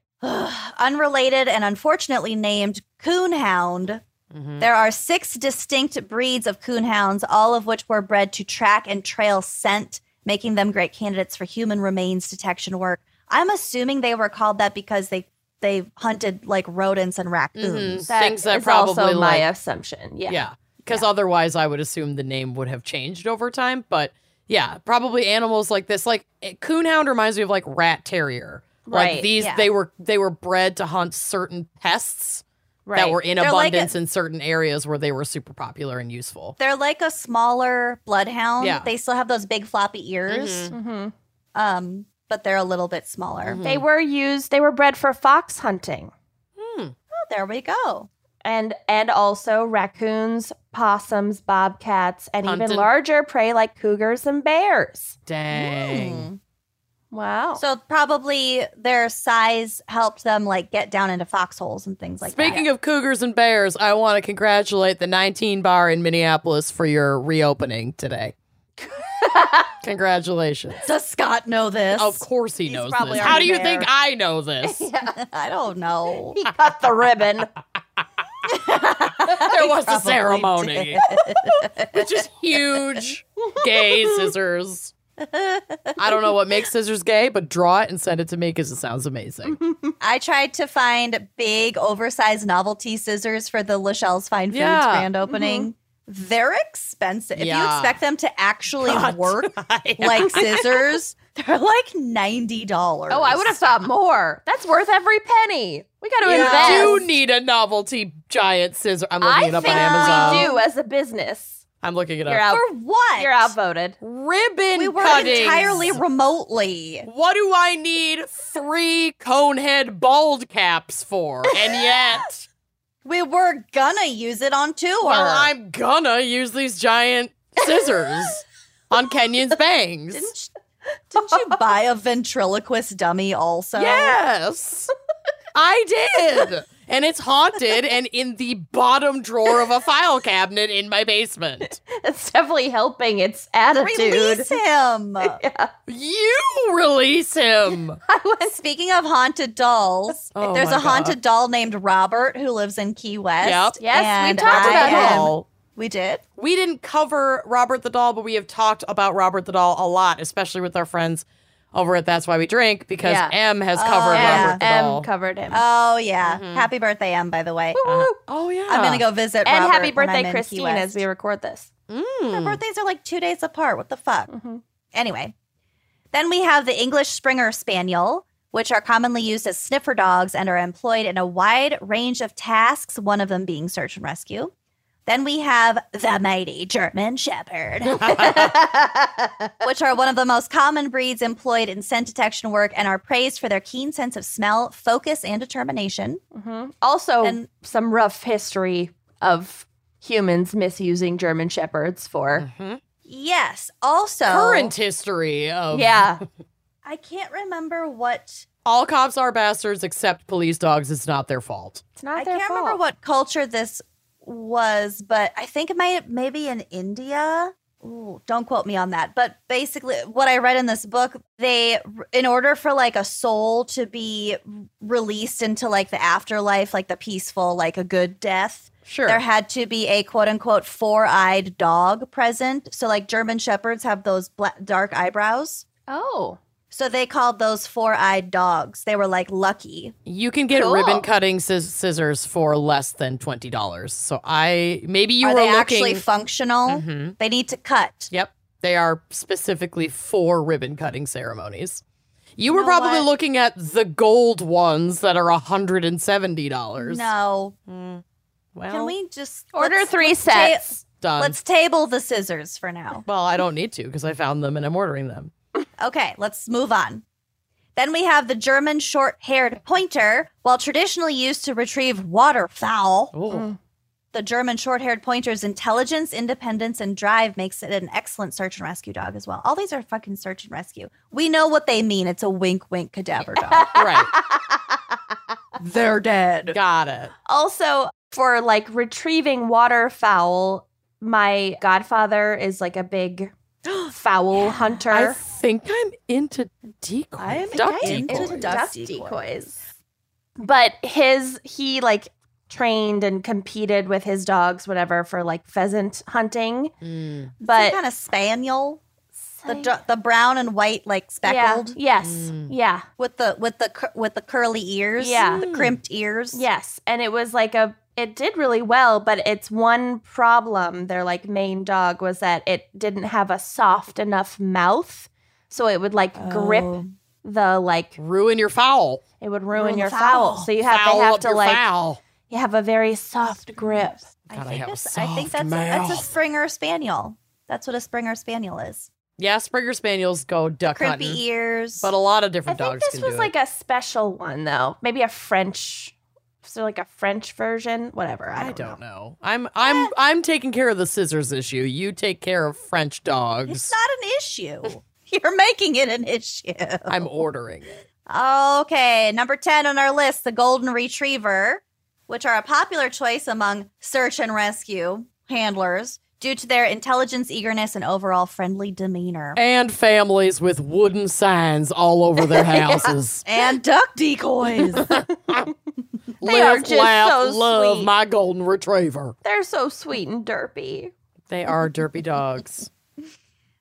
Speaker 3: unrelated and unfortunately named coonhound
Speaker 2: Mm-hmm.
Speaker 3: there are six distinct breeds of coonhounds all of which were bred to track and trail scent making them great candidates for human remains detection work i'm assuming they were called that because they they hunted like rodents and raccoons
Speaker 2: Mhm.
Speaker 1: That
Speaker 2: Things that
Speaker 1: is
Speaker 2: probably
Speaker 1: also my
Speaker 2: like-
Speaker 1: assumption. Yeah.
Speaker 2: Yeah. Because otherwise, I would assume the name would have changed over time. But yeah, probably animals like this, like eh, coonhound, reminds me of like rat terrier.
Speaker 1: Right,
Speaker 2: Like these,
Speaker 3: yeah.
Speaker 2: they were they were bred to hunt certain pests
Speaker 1: Right.
Speaker 2: that were in
Speaker 3: They're like
Speaker 2: abundance in certain areas where they were super popular and useful.
Speaker 3: They're like a smaller bloodhound.
Speaker 2: Yeah. Mm-hmm.
Speaker 3: They still have those big floppy ears,
Speaker 1: Mhm.
Speaker 3: um, but they're a little bit smaller.
Speaker 1: They were used. They were bred for fox hunting
Speaker 3: Oh, there we go.
Speaker 1: and and also raccoons, possums, bobcats, and even
Speaker 2: Hunted.
Speaker 1: larger prey like cougars and bears.
Speaker 2: Dang.
Speaker 3: Hmm.
Speaker 1: Wow.
Speaker 3: So probably their size helped them like get down into foxholes and things like
Speaker 2: Speaking of cougars and bears, I want to congratulate the 19 bar in Minneapolis for your reopening today. Congratulations.
Speaker 3: that. Does Scott know this?
Speaker 2: Of course he
Speaker 3: He's
Speaker 2: knows
Speaker 3: probably
Speaker 2: this. How do
Speaker 3: already
Speaker 2: you
Speaker 3: there.
Speaker 2: think I know this?
Speaker 3: I don't know.
Speaker 1: he cut the ribbon.
Speaker 2: there was a
Speaker 3: probably
Speaker 2: ceremony, which is huge. Gay scissors. I don't know what makes scissors gay, but draw it and send it to me because it sounds amazing.
Speaker 3: I tried to find big, oversized novelty scissors for the Lachelle's Fine Foods
Speaker 2: Yeah.
Speaker 3: grand opening. They're expensive. If you
Speaker 2: Yeah.
Speaker 3: expect them to actually
Speaker 2: God.
Speaker 3: work like scissors, they're like $90.
Speaker 1: Oh, I would have thought more. That's worth every penny. We got to
Speaker 3: Yeah.
Speaker 1: invest.
Speaker 2: do need a novelty giant scissor. I'm looking
Speaker 1: I
Speaker 2: it up
Speaker 1: think
Speaker 2: on Amazon.
Speaker 1: we do as a business.
Speaker 2: I'm looking it
Speaker 1: You're
Speaker 2: up.
Speaker 1: out.
Speaker 3: For what?
Speaker 1: You're outvoted.
Speaker 2: Ribbon
Speaker 3: We work
Speaker 2: cuttings.
Speaker 3: entirely remotely.
Speaker 2: What do I need three conehead bald caps for? And yet,
Speaker 3: We were gonna use it on tour.
Speaker 2: well, I'm gonna use these giant scissors on Kenyon's bangs.
Speaker 3: Didn't, you- didn't you buy a ventriloquist dummy also?
Speaker 2: Yes, I did. And it's haunted and in the bottom drawer of a file cabinet in my basement.
Speaker 1: It's definitely helping its attitude.
Speaker 3: Release him.
Speaker 2: You release him.
Speaker 3: Speaking of haunted dolls,
Speaker 2: Oh
Speaker 3: there's
Speaker 2: my
Speaker 3: a haunted doll named Robert who lives in Key West.
Speaker 2: Yep.
Speaker 1: Yes, we
Speaker 3: and
Speaker 1: talked
Speaker 3: I
Speaker 1: about him.
Speaker 3: am-
Speaker 2: Doll.
Speaker 3: We did.
Speaker 2: We didn't cover Robert the Doll, but we have talked about Robert the Doll a lot, especially with our friends over at That's Why We Drink, because
Speaker 1: Yeah.
Speaker 2: M has covered
Speaker 3: yeah.
Speaker 2: Robert the
Speaker 1: M
Speaker 2: Doll.
Speaker 1: covered him.
Speaker 3: Oh yeah.
Speaker 1: Mm-hmm.
Speaker 3: Happy birthday, Em. By the way,
Speaker 2: Uh, oh, yeah.
Speaker 3: I'm gonna go visit.
Speaker 1: and
Speaker 3: Robert
Speaker 1: happy
Speaker 3: when I'm in
Speaker 1: birthday,
Speaker 3: Key
Speaker 1: Christine,
Speaker 3: West.
Speaker 1: as we record this.
Speaker 3: Their birthdays are like two days apart. What the fuck? Anyway, Then we have the English Springer Spaniel, which are commonly used as sniffer dogs and are employed in a wide range of tasks, one of them being search and rescue. Then we have the mighty German Shepherd, which are one of the most common breeds employed in scent detection work and are praised for their keen sense of smell, focus, and determination.
Speaker 1: Mm-hmm. Also,
Speaker 3: And-
Speaker 1: some rough history of humans misusing German shepherds for.
Speaker 3: Yes. Also,
Speaker 2: Mm-hmm. Current history of
Speaker 1: Yeah.
Speaker 3: I can't remember what
Speaker 2: all cops are bastards except police dogs. It's not their fault.
Speaker 1: It's not
Speaker 3: I
Speaker 1: their
Speaker 3: can't remember
Speaker 1: fault.
Speaker 3: what culture this was, but I think it may maybe in India. Ooh, don't quote me on that. But basically, what I read in this book, they in order for like a soul to be released into like the afterlife, like the peaceful, like a good death,
Speaker 2: Sure.
Speaker 3: there had to be a quote unquote four eyed dog present. So like German shepherds have those black, dark eyebrows.
Speaker 1: Oh.
Speaker 3: So they called those four eyed dogs. They were like lucky
Speaker 2: you can get
Speaker 1: Cool.
Speaker 2: ribbon cutting scis- scissors for less than twenty dollars. So I maybe you
Speaker 3: are
Speaker 2: were
Speaker 3: they
Speaker 2: looking.
Speaker 3: actually functional?
Speaker 2: Mhm.
Speaker 3: They need to cut.
Speaker 2: Yep, they are specifically for ribbon cutting ceremonies. You were
Speaker 3: know
Speaker 2: probably
Speaker 3: what?
Speaker 2: looking at the gold ones that are hundred and seventy dollars.
Speaker 3: No.
Speaker 2: well,
Speaker 3: Can we just
Speaker 1: Order
Speaker 3: let's-
Speaker 1: three
Speaker 3: let's ta-
Speaker 1: sets.
Speaker 2: done.
Speaker 3: let's table the scissors for now.
Speaker 2: well, I don't need to because I found them and I'm ordering them.
Speaker 3: Okay, let's move on. Then we have the German short-haired pointer, while traditionally used to retrieve waterfowl.
Speaker 2: Oh,
Speaker 3: The German short haired pointer's intelligence, independence, and drive makes it an excellent search and rescue dog as well. All these are fucking search and rescue. We know what they mean. It's a wink, wink cadaver dog.
Speaker 2: right,
Speaker 1: They're dead.
Speaker 2: got it.
Speaker 1: Also, for like retrieving waterfowl, my godfather is like a big fowl hunter.
Speaker 2: I think I'm into decoys.
Speaker 3: I am
Speaker 2: duck
Speaker 3: into
Speaker 2: decoys.
Speaker 3: duck decoys.
Speaker 1: But his he like trained and competed with his dogs, whatever, for like pheasant hunting.
Speaker 2: Mm.
Speaker 1: But
Speaker 3: Some kind of spaniel. The, dr- the brown and white like speckled
Speaker 1: Yeah. Yes.
Speaker 2: Mm.
Speaker 1: Yeah.
Speaker 3: with the with the cur- with the curly ears,
Speaker 1: Yeah.
Speaker 3: the crimped ears.
Speaker 1: Yes. And it was like a it did really well, but it's one problem their like main dog was that it didn't have a soft enough mouth. So it would like grip
Speaker 3: Oh.
Speaker 1: the like
Speaker 2: Ruin your foul.
Speaker 1: it would ruin,
Speaker 3: Ruin the
Speaker 1: your fowl.
Speaker 3: fowl.
Speaker 1: So you have
Speaker 2: foul
Speaker 1: to have
Speaker 2: up
Speaker 1: to
Speaker 2: your
Speaker 1: like
Speaker 2: foul.
Speaker 1: you have a very soft grip.
Speaker 3: I
Speaker 2: God, I
Speaker 3: think
Speaker 2: have a
Speaker 3: that's, I think
Speaker 2: soft
Speaker 3: that's a, that's a
Speaker 2: mouth.
Speaker 3: Springer spaniel. That's what a Springer spaniel is.
Speaker 2: Yeah, Springer Spaniels go duck
Speaker 3: Crimpy
Speaker 2: hunting,
Speaker 3: ears.
Speaker 2: but a lot of
Speaker 1: I
Speaker 2: different
Speaker 1: think
Speaker 2: dogs
Speaker 1: this
Speaker 2: can
Speaker 1: was
Speaker 2: do
Speaker 1: like
Speaker 2: it.
Speaker 1: a special one though. Maybe a French so like a French version, whatever. I
Speaker 2: I
Speaker 1: don't, Eh.
Speaker 2: don't know. I'm I'm I'm taking care of the scissors issue. You take care of French
Speaker 3: it's
Speaker 2: dogs.
Speaker 3: not an issue. You're making it an issue.
Speaker 2: I'm ordering it.
Speaker 3: Okay, number 10 on our list, the Golden Retriever, which are a popular choice among search and rescue handlers due to their intelligence, eagerness, and overall friendly demeanor.
Speaker 2: And families with wooden signs all over their houses.
Speaker 3: And duck decoys.
Speaker 1: are
Speaker 2: Live,
Speaker 1: just
Speaker 2: laugh,
Speaker 1: so
Speaker 2: love
Speaker 1: sweet.
Speaker 2: my golden retriever.
Speaker 1: They're so sweet and derpy.
Speaker 2: They are derpy dogs.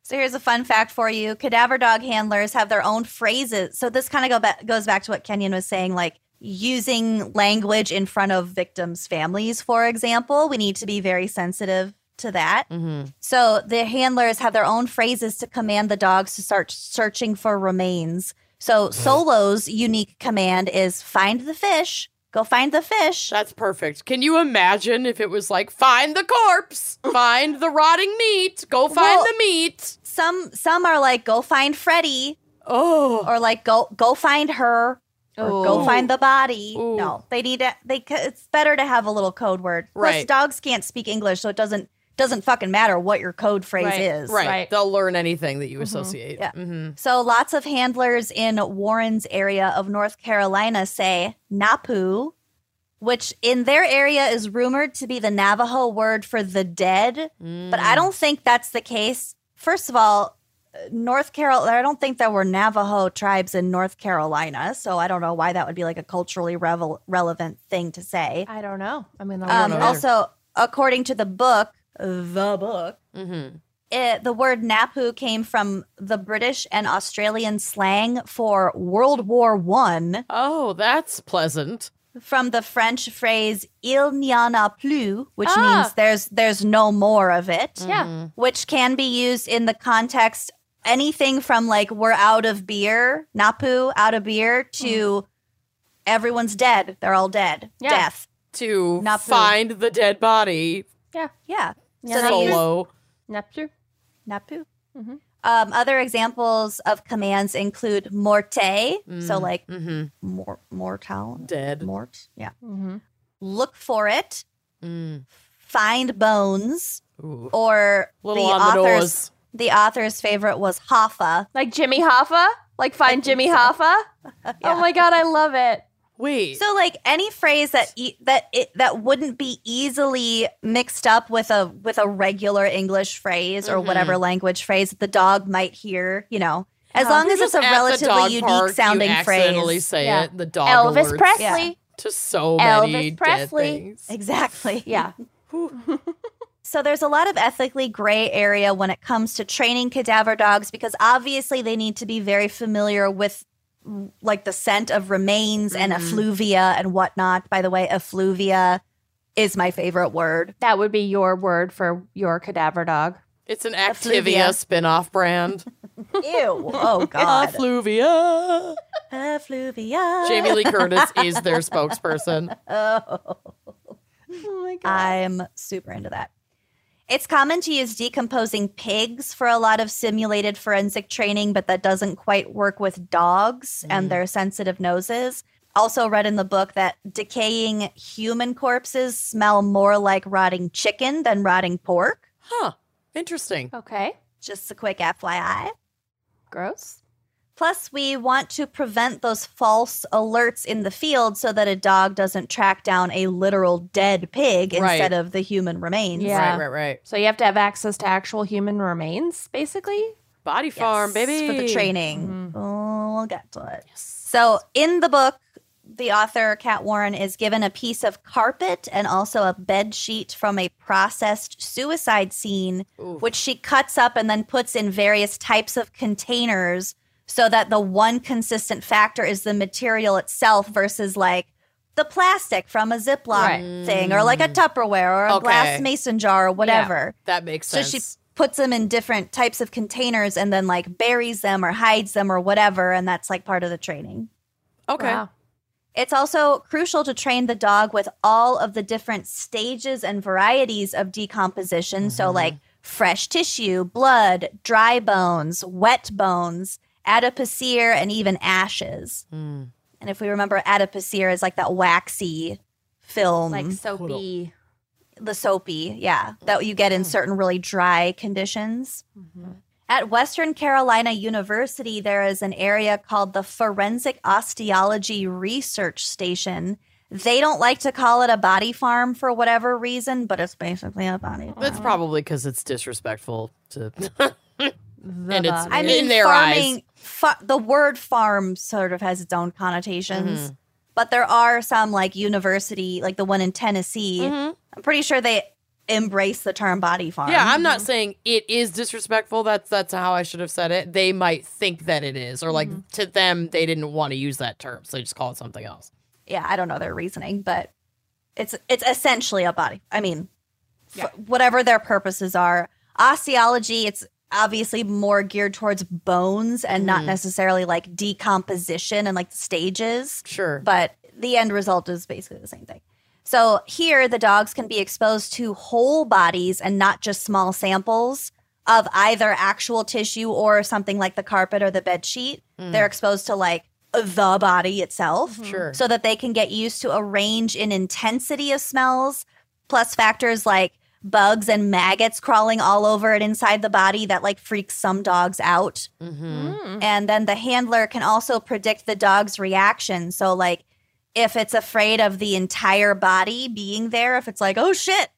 Speaker 3: so here's a fun fact for you cadaver dog handlers have their own phrases. So this kind of go ba- goes back to what Kenyon was saying, like using language in front of victims' families, for example. We need to be very sensitive to that.
Speaker 2: hmm
Speaker 3: So the handlers have their own phrases to command the dogs to start searching for remains. So Solo's unique command is find the fish, go find the fish.
Speaker 2: That's perfect. Can you imagine if it was like find the corpse, find the rotting meat, go find
Speaker 3: Well-
Speaker 2: the meat?
Speaker 3: Some some are like go find Freddy
Speaker 2: Oh,
Speaker 3: or like go go find her or go
Speaker 1: Ooh.
Speaker 3: find the body.
Speaker 2: Ooh.
Speaker 3: No, they need to they c- it's better to have a little code word. Plus
Speaker 2: Right.
Speaker 3: dogs can't speak English, so it doesn't doesn't fucking matter what your code phrase
Speaker 1: Right,
Speaker 3: is.
Speaker 1: Right.
Speaker 2: right.
Speaker 1: Mm-hmm.
Speaker 2: They'll learn anything that you associate.
Speaker 3: Yeah.
Speaker 2: hmm
Speaker 3: So lots of handlers in Warren's area of North Carolina say Napu, which in their area is rumored to be the Navajo word for the dead, but I don't think that's the case. First of all, uh, North Carolina, I don't think there were Navajo tribes in North Carolina, so I don't know why that would be like a culturally revel- relevant thing to say.
Speaker 1: I don't know. I mean,
Speaker 3: Um,
Speaker 2: know either.
Speaker 3: also, according to the book, the book,
Speaker 2: Mm-hmm.
Speaker 3: it, the word Napu came from the British and Australian slang for World War One,
Speaker 2: Oh, that's pleasant.
Speaker 3: from the French phrase "il n'y en a plus," which
Speaker 1: Ah. Mm-hmm.
Speaker 2: Mm-hmm.
Speaker 3: means there's there's no more of it,
Speaker 1: yeah.
Speaker 3: which can be used in the context anything from like we're out of beer, Napu out of beer, to everyone's dead. They're all dead.
Speaker 1: Mm. Yeah.
Speaker 3: Death.
Speaker 2: to
Speaker 3: Not food.
Speaker 2: find the dead body
Speaker 1: Yeah.
Speaker 3: Yeah.
Speaker 1: Yeah,
Speaker 3: they use-
Speaker 2: solo.
Speaker 1: Neptune.
Speaker 3: Napu.
Speaker 2: Mm-hmm.
Speaker 1: Mhm.
Speaker 3: Um, other examples of commands include morte, so like
Speaker 2: Mm-hmm.
Speaker 3: mor- mortal,
Speaker 2: Dead.
Speaker 3: mort, yeah.
Speaker 1: Mm-hmm.
Speaker 3: Look for it,
Speaker 2: Mm.
Speaker 3: find bones,
Speaker 2: Ooh.
Speaker 3: or
Speaker 2: Little
Speaker 3: the
Speaker 2: on the
Speaker 3: author's
Speaker 2: nose.
Speaker 3: the author's favorite was Hoffa.
Speaker 1: Like Jimmy Hoffa? Like find Jimmy Hoffa? Oh
Speaker 3: Yeah.
Speaker 1: my god, I love it.
Speaker 2: Wait.
Speaker 3: So like any phrase that e- that it, that wouldn't be easily mixed up with a with a regular English phrase
Speaker 2: Mm-hmm.
Speaker 3: or whatever language phrase that the dog might hear, you know, as long as it's
Speaker 2: Just
Speaker 3: a
Speaker 2: at the dog
Speaker 3: relatively unique
Speaker 2: park,
Speaker 3: sounding
Speaker 2: you accidentally
Speaker 3: phrase.
Speaker 2: say
Speaker 1: Yeah.
Speaker 2: it. The dog
Speaker 1: Elvis
Speaker 2: alerts
Speaker 1: Presley.
Speaker 2: to so
Speaker 1: Elvis
Speaker 2: many dead
Speaker 1: Presley.
Speaker 2: things.
Speaker 3: Exactly.
Speaker 1: Yeah.
Speaker 3: So there's a lot of ethically gray area when it comes to training cadaver dogs because obviously they need to be very familiar with like the scent of remains and effluvia and whatnot. By the way, effluvia is my favorite word.
Speaker 1: That would be your word for your cadaver dog.
Speaker 2: It's an
Speaker 3: Effluvia.
Speaker 2: Activia spin-off brand.
Speaker 3: Ew. Oh God.
Speaker 2: Effluvia.
Speaker 3: effluvia.
Speaker 2: Jamie Lee Curtis is their spokesperson.
Speaker 3: Oh.
Speaker 1: Oh my
Speaker 3: I'm super into that. It's common to use decomposing pigs for a lot of simulated forensic training, but that doesn't quite work with dogs and their sensitive noses. Also, read in the book that decaying human corpses smell more like rotting chicken than rotting pork.
Speaker 2: Huh. Interesting.
Speaker 1: Okay.
Speaker 3: Just a quick FYI.
Speaker 1: Gross.
Speaker 3: Plus, we want to prevent those false alerts in the field so that a dog doesn't track down a literal dead pig
Speaker 2: Right.
Speaker 3: instead of the human remains.
Speaker 1: Yeah.
Speaker 2: Right, right, right.
Speaker 1: So you have to have access to actual human remains, basically.
Speaker 2: Body
Speaker 3: Yes,
Speaker 2: farm, baby. Mm-hmm.
Speaker 3: for the training. Oh, we'll get to it. So in the book, the author Kat Warren is given a piece of carpet and also a bed sheet from a processed suicide scene,
Speaker 2: Oof.
Speaker 3: which she cuts up and then puts in various types of containers, so that the one consistent factor is the material itself versus like. The plastic from a Ziploc
Speaker 1: Right.
Speaker 3: thing, or like a
Speaker 2: Mm.
Speaker 3: Tupperware, or a
Speaker 2: Okay.
Speaker 3: glass mason jar, or whatever.
Speaker 2: That makes
Speaker 3: So
Speaker 2: sense.
Speaker 3: she puts them in different types of containers and then like buries them or hides them or whatever. And that's like part of the training.
Speaker 2: okay.
Speaker 1: Wow.
Speaker 3: It's also crucial to train the dog with all of the different stages and varieties of decomposition. So, like fresh tissue, blood, dry bones, wet bones, adipocere, and even ashes.
Speaker 2: Mm.
Speaker 3: And if we remember, adipocere is like that waxy film,
Speaker 2: Mm-hmm.
Speaker 1: Like soapy.
Speaker 3: the soapy, yeah, that you get
Speaker 2: Mm.
Speaker 3: in certain really dry conditions.
Speaker 2: Mm-hmm.
Speaker 3: At Western Carolina University, there is an area called the Forensic Osteology Research Station. They don't like to call it a body farm for whatever reason, but it's basically a body farm.
Speaker 2: That's probably because it's disrespectful to.
Speaker 1: The
Speaker 2: And it's-
Speaker 1: body.
Speaker 3: I
Speaker 2: in
Speaker 3: mean,
Speaker 2: their
Speaker 3: farming, fa- the word farm sort of has its own connotations.
Speaker 2: Mm-hmm.
Speaker 3: But there are some like university, like the one in Tennessee. I'm pretty sure they embrace the term body farm.
Speaker 2: Mm-hmm. yeah, I'm not saying it is disrespectful. That's that's how I should have said it. They might think that it is, or like
Speaker 3: Mm-hmm.
Speaker 2: to them, they didn't want to use that term, so they just call it something else.
Speaker 3: yeah, I don't know their reasoning, but it's it's essentially a body. I mean, f- whatever their purposes are, osteology. It's obviously more geared towards bones and not necessarily like decomposition and like the stages,
Speaker 2: Sure.
Speaker 3: but the end result is basically the same thing. So here, the dogs can be exposed to whole bodies and not just small samples of either actual tissue or something like the carpet or the bed sheet. They're exposed to like the body itself
Speaker 2: Sure.
Speaker 3: so that they can get used to a range in intensity of smells, plus factors like bugs and maggots crawling all over and inside the body that like freaks some dogs out.
Speaker 2: mm-hmm.
Speaker 1: Mm.
Speaker 3: And then the handler can also predict the dog's reaction. So, like, if it's afraid of the entire body being there, if it's like, oh shit,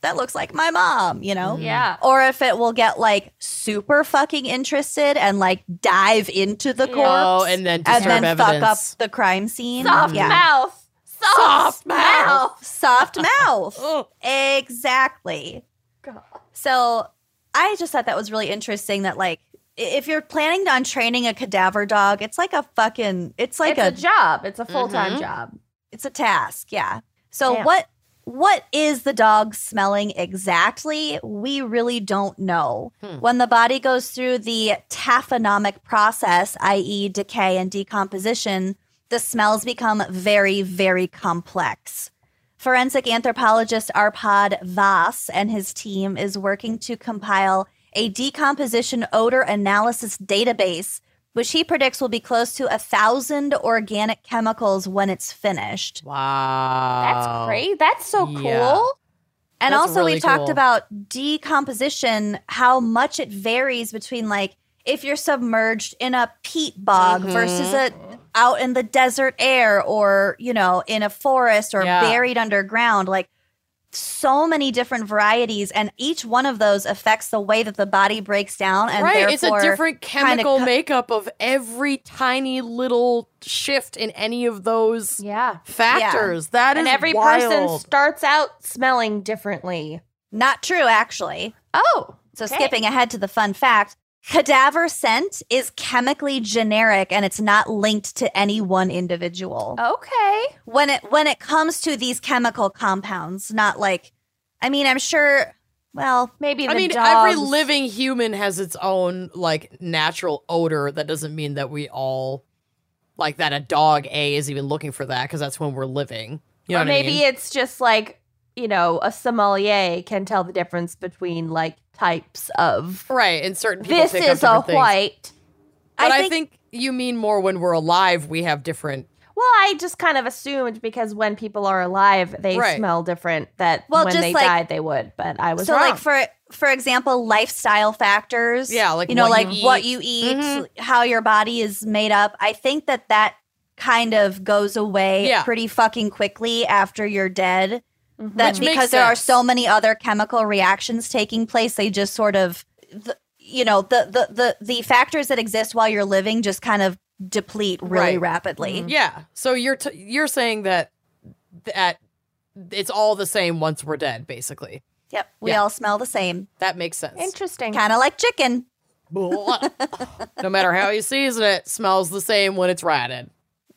Speaker 3: that looks like my mom, you know?
Speaker 1: Mm. Yeah.
Speaker 3: Or if it will get like super fucking interested and like dive into the
Speaker 1: Yeah.
Speaker 3: corpse
Speaker 2: Oh, and then disturb
Speaker 3: and then fuck up
Speaker 2: evidence.
Speaker 3: the crime scene.
Speaker 1: Soft
Speaker 3: Yeah.
Speaker 1: mouth. Soft, mouth.
Speaker 3: Soft mouth.
Speaker 2: Oh,
Speaker 3: exactly.
Speaker 1: God.
Speaker 3: So I just thought that was really interesting that like i- if you're planning on training a cadaver dog, it's like a fucking it's like
Speaker 1: it's a,
Speaker 3: a,
Speaker 2: Mm-hmm.
Speaker 1: job. It's a full time job.
Speaker 3: it's a task, yeah. So
Speaker 1: Yeah.
Speaker 3: what what is the dog smelling exactly? We really don't know.
Speaker 1: Hmm.
Speaker 3: When the body goes through the taphonomic process, i.e., decay and decomposition, the smells become very, very complex. Forensic anthropologist Arpad Voss and his team is working to compile a decomposition odor analysis database, which he predicts will be close to a thousand organic chemicals when it's finished.
Speaker 2: Wow.
Speaker 1: That's great. That's so cool.
Speaker 2: Yeah.
Speaker 3: And
Speaker 2: That's
Speaker 3: also,
Speaker 2: really
Speaker 3: we talked
Speaker 2: cool.
Speaker 3: about decomposition, how much it varies between like if you're submerged in a peat bog
Speaker 2: Mm-hmm.
Speaker 3: versus a out in the desert air, or you know, in a forest or
Speaker 2: Yeah.
Speaker 3: buried underground. Like so many different varieties, and each one of those affects the way that the body breaks down, and
Speaker 2: right. It's a
Speaker 3: therefore
Speaker 2: different
Speaker 3: kinda
Speaker 2: chemical
Speaker 3: cut-
Speaker 2: makeup of every tiny little shift in any of those
Speaker 1: Yeah.
Speaker 2: factors. That is
Speaker 1: And every person
Speaker 2: wild.
Speaker 1: starts out smelling differently.
Speaker 3: Not true, actually.
Speaker 1: Oh.
Speaker 3: So
Speaker 1: Okay.
Speaker 3: skipping ahead to the fun fact, cadaver scent is chemically generic and it's not linked to any one individual.
Speaker 1: Okay.
Speaker 3: When it when it comes to these chemical compounds, not like I mean, I'm sure well,
Speaker 1: Maybe the
Speaker 2: I mean,
Speaker 1: dogs.
Speaker 2: every living human has its own like natural odor. That doesn't mean that we all like that. A dog A is even looking for that because that's when we're living. You know
Speaker 1: or
Speaker 2: what I
Speaker 1: maybe
Speaker 2: mean?
Speaker 1: it's just like, you know, a sommelier can tell the difference between like types of
Speaker 2: right. And certain people
Speaker 1: this
Speaker 2: pick up
Speaker 1: is a
Speaker 2: different things.
Speaker 1: white.
Speaker 2: But
Speaker 3: I
Speaker 2: I
Speaker 3: think-
Speaker 2: think, you mean more when we're alive, we have different.
Speaker 1: Well, I just kind of assumed because when people are alive, they
Speaker 2: Right.
Speaker 1: smell different. That
Speaker 3: Well,
Speaker 1: when
Speaker 3: just
Speaker 1: they
Speaker 3: like-
Speaker 1: died, they would. But I was
Speaker 3: so
Speaker 1: wrong.
Speaker 3: like for for example, lifestyle factors.
Speaker 2: Yeah, like
Speaker 3: you know,
Speaker 2: what
Speaker 3: like
Speaker 2: you eat.
Speaker 3: what you eat,
Speaker 2: Mhm.
Speaker 3: how your body is made up. I think that that kind of goes away
Speaker 2: Yeah. Mm-hmm.
Speaker 3: pretty fucking quickly after you're dead. That
Speaker 2: Which makes
Speaker 3: because there are
Speaker 2: sense.
Speaker 3: so many other chemical reactions taking place, they just sort of, the, you know, the, the the the factors that exist while you're living just kind of deplete really
Speaker 2: Right. Mm-hmm.
Speaker 3: rapidly.
Speaker 1: Mm-hmm.
Speaker 2: Yeah. So you're t- you're saying that that it's all the same once we're dead, basically.
Speaker 3: Yep, we
Speaker 2: Yeah.
Speaker 3: all smell the same,
Speaker 2: That makes sense.
Speaker 1: Interesting.
Speaker 3: kind of like chicken.
Speaker 2: no matter how you season it, smells the same when it's ratted.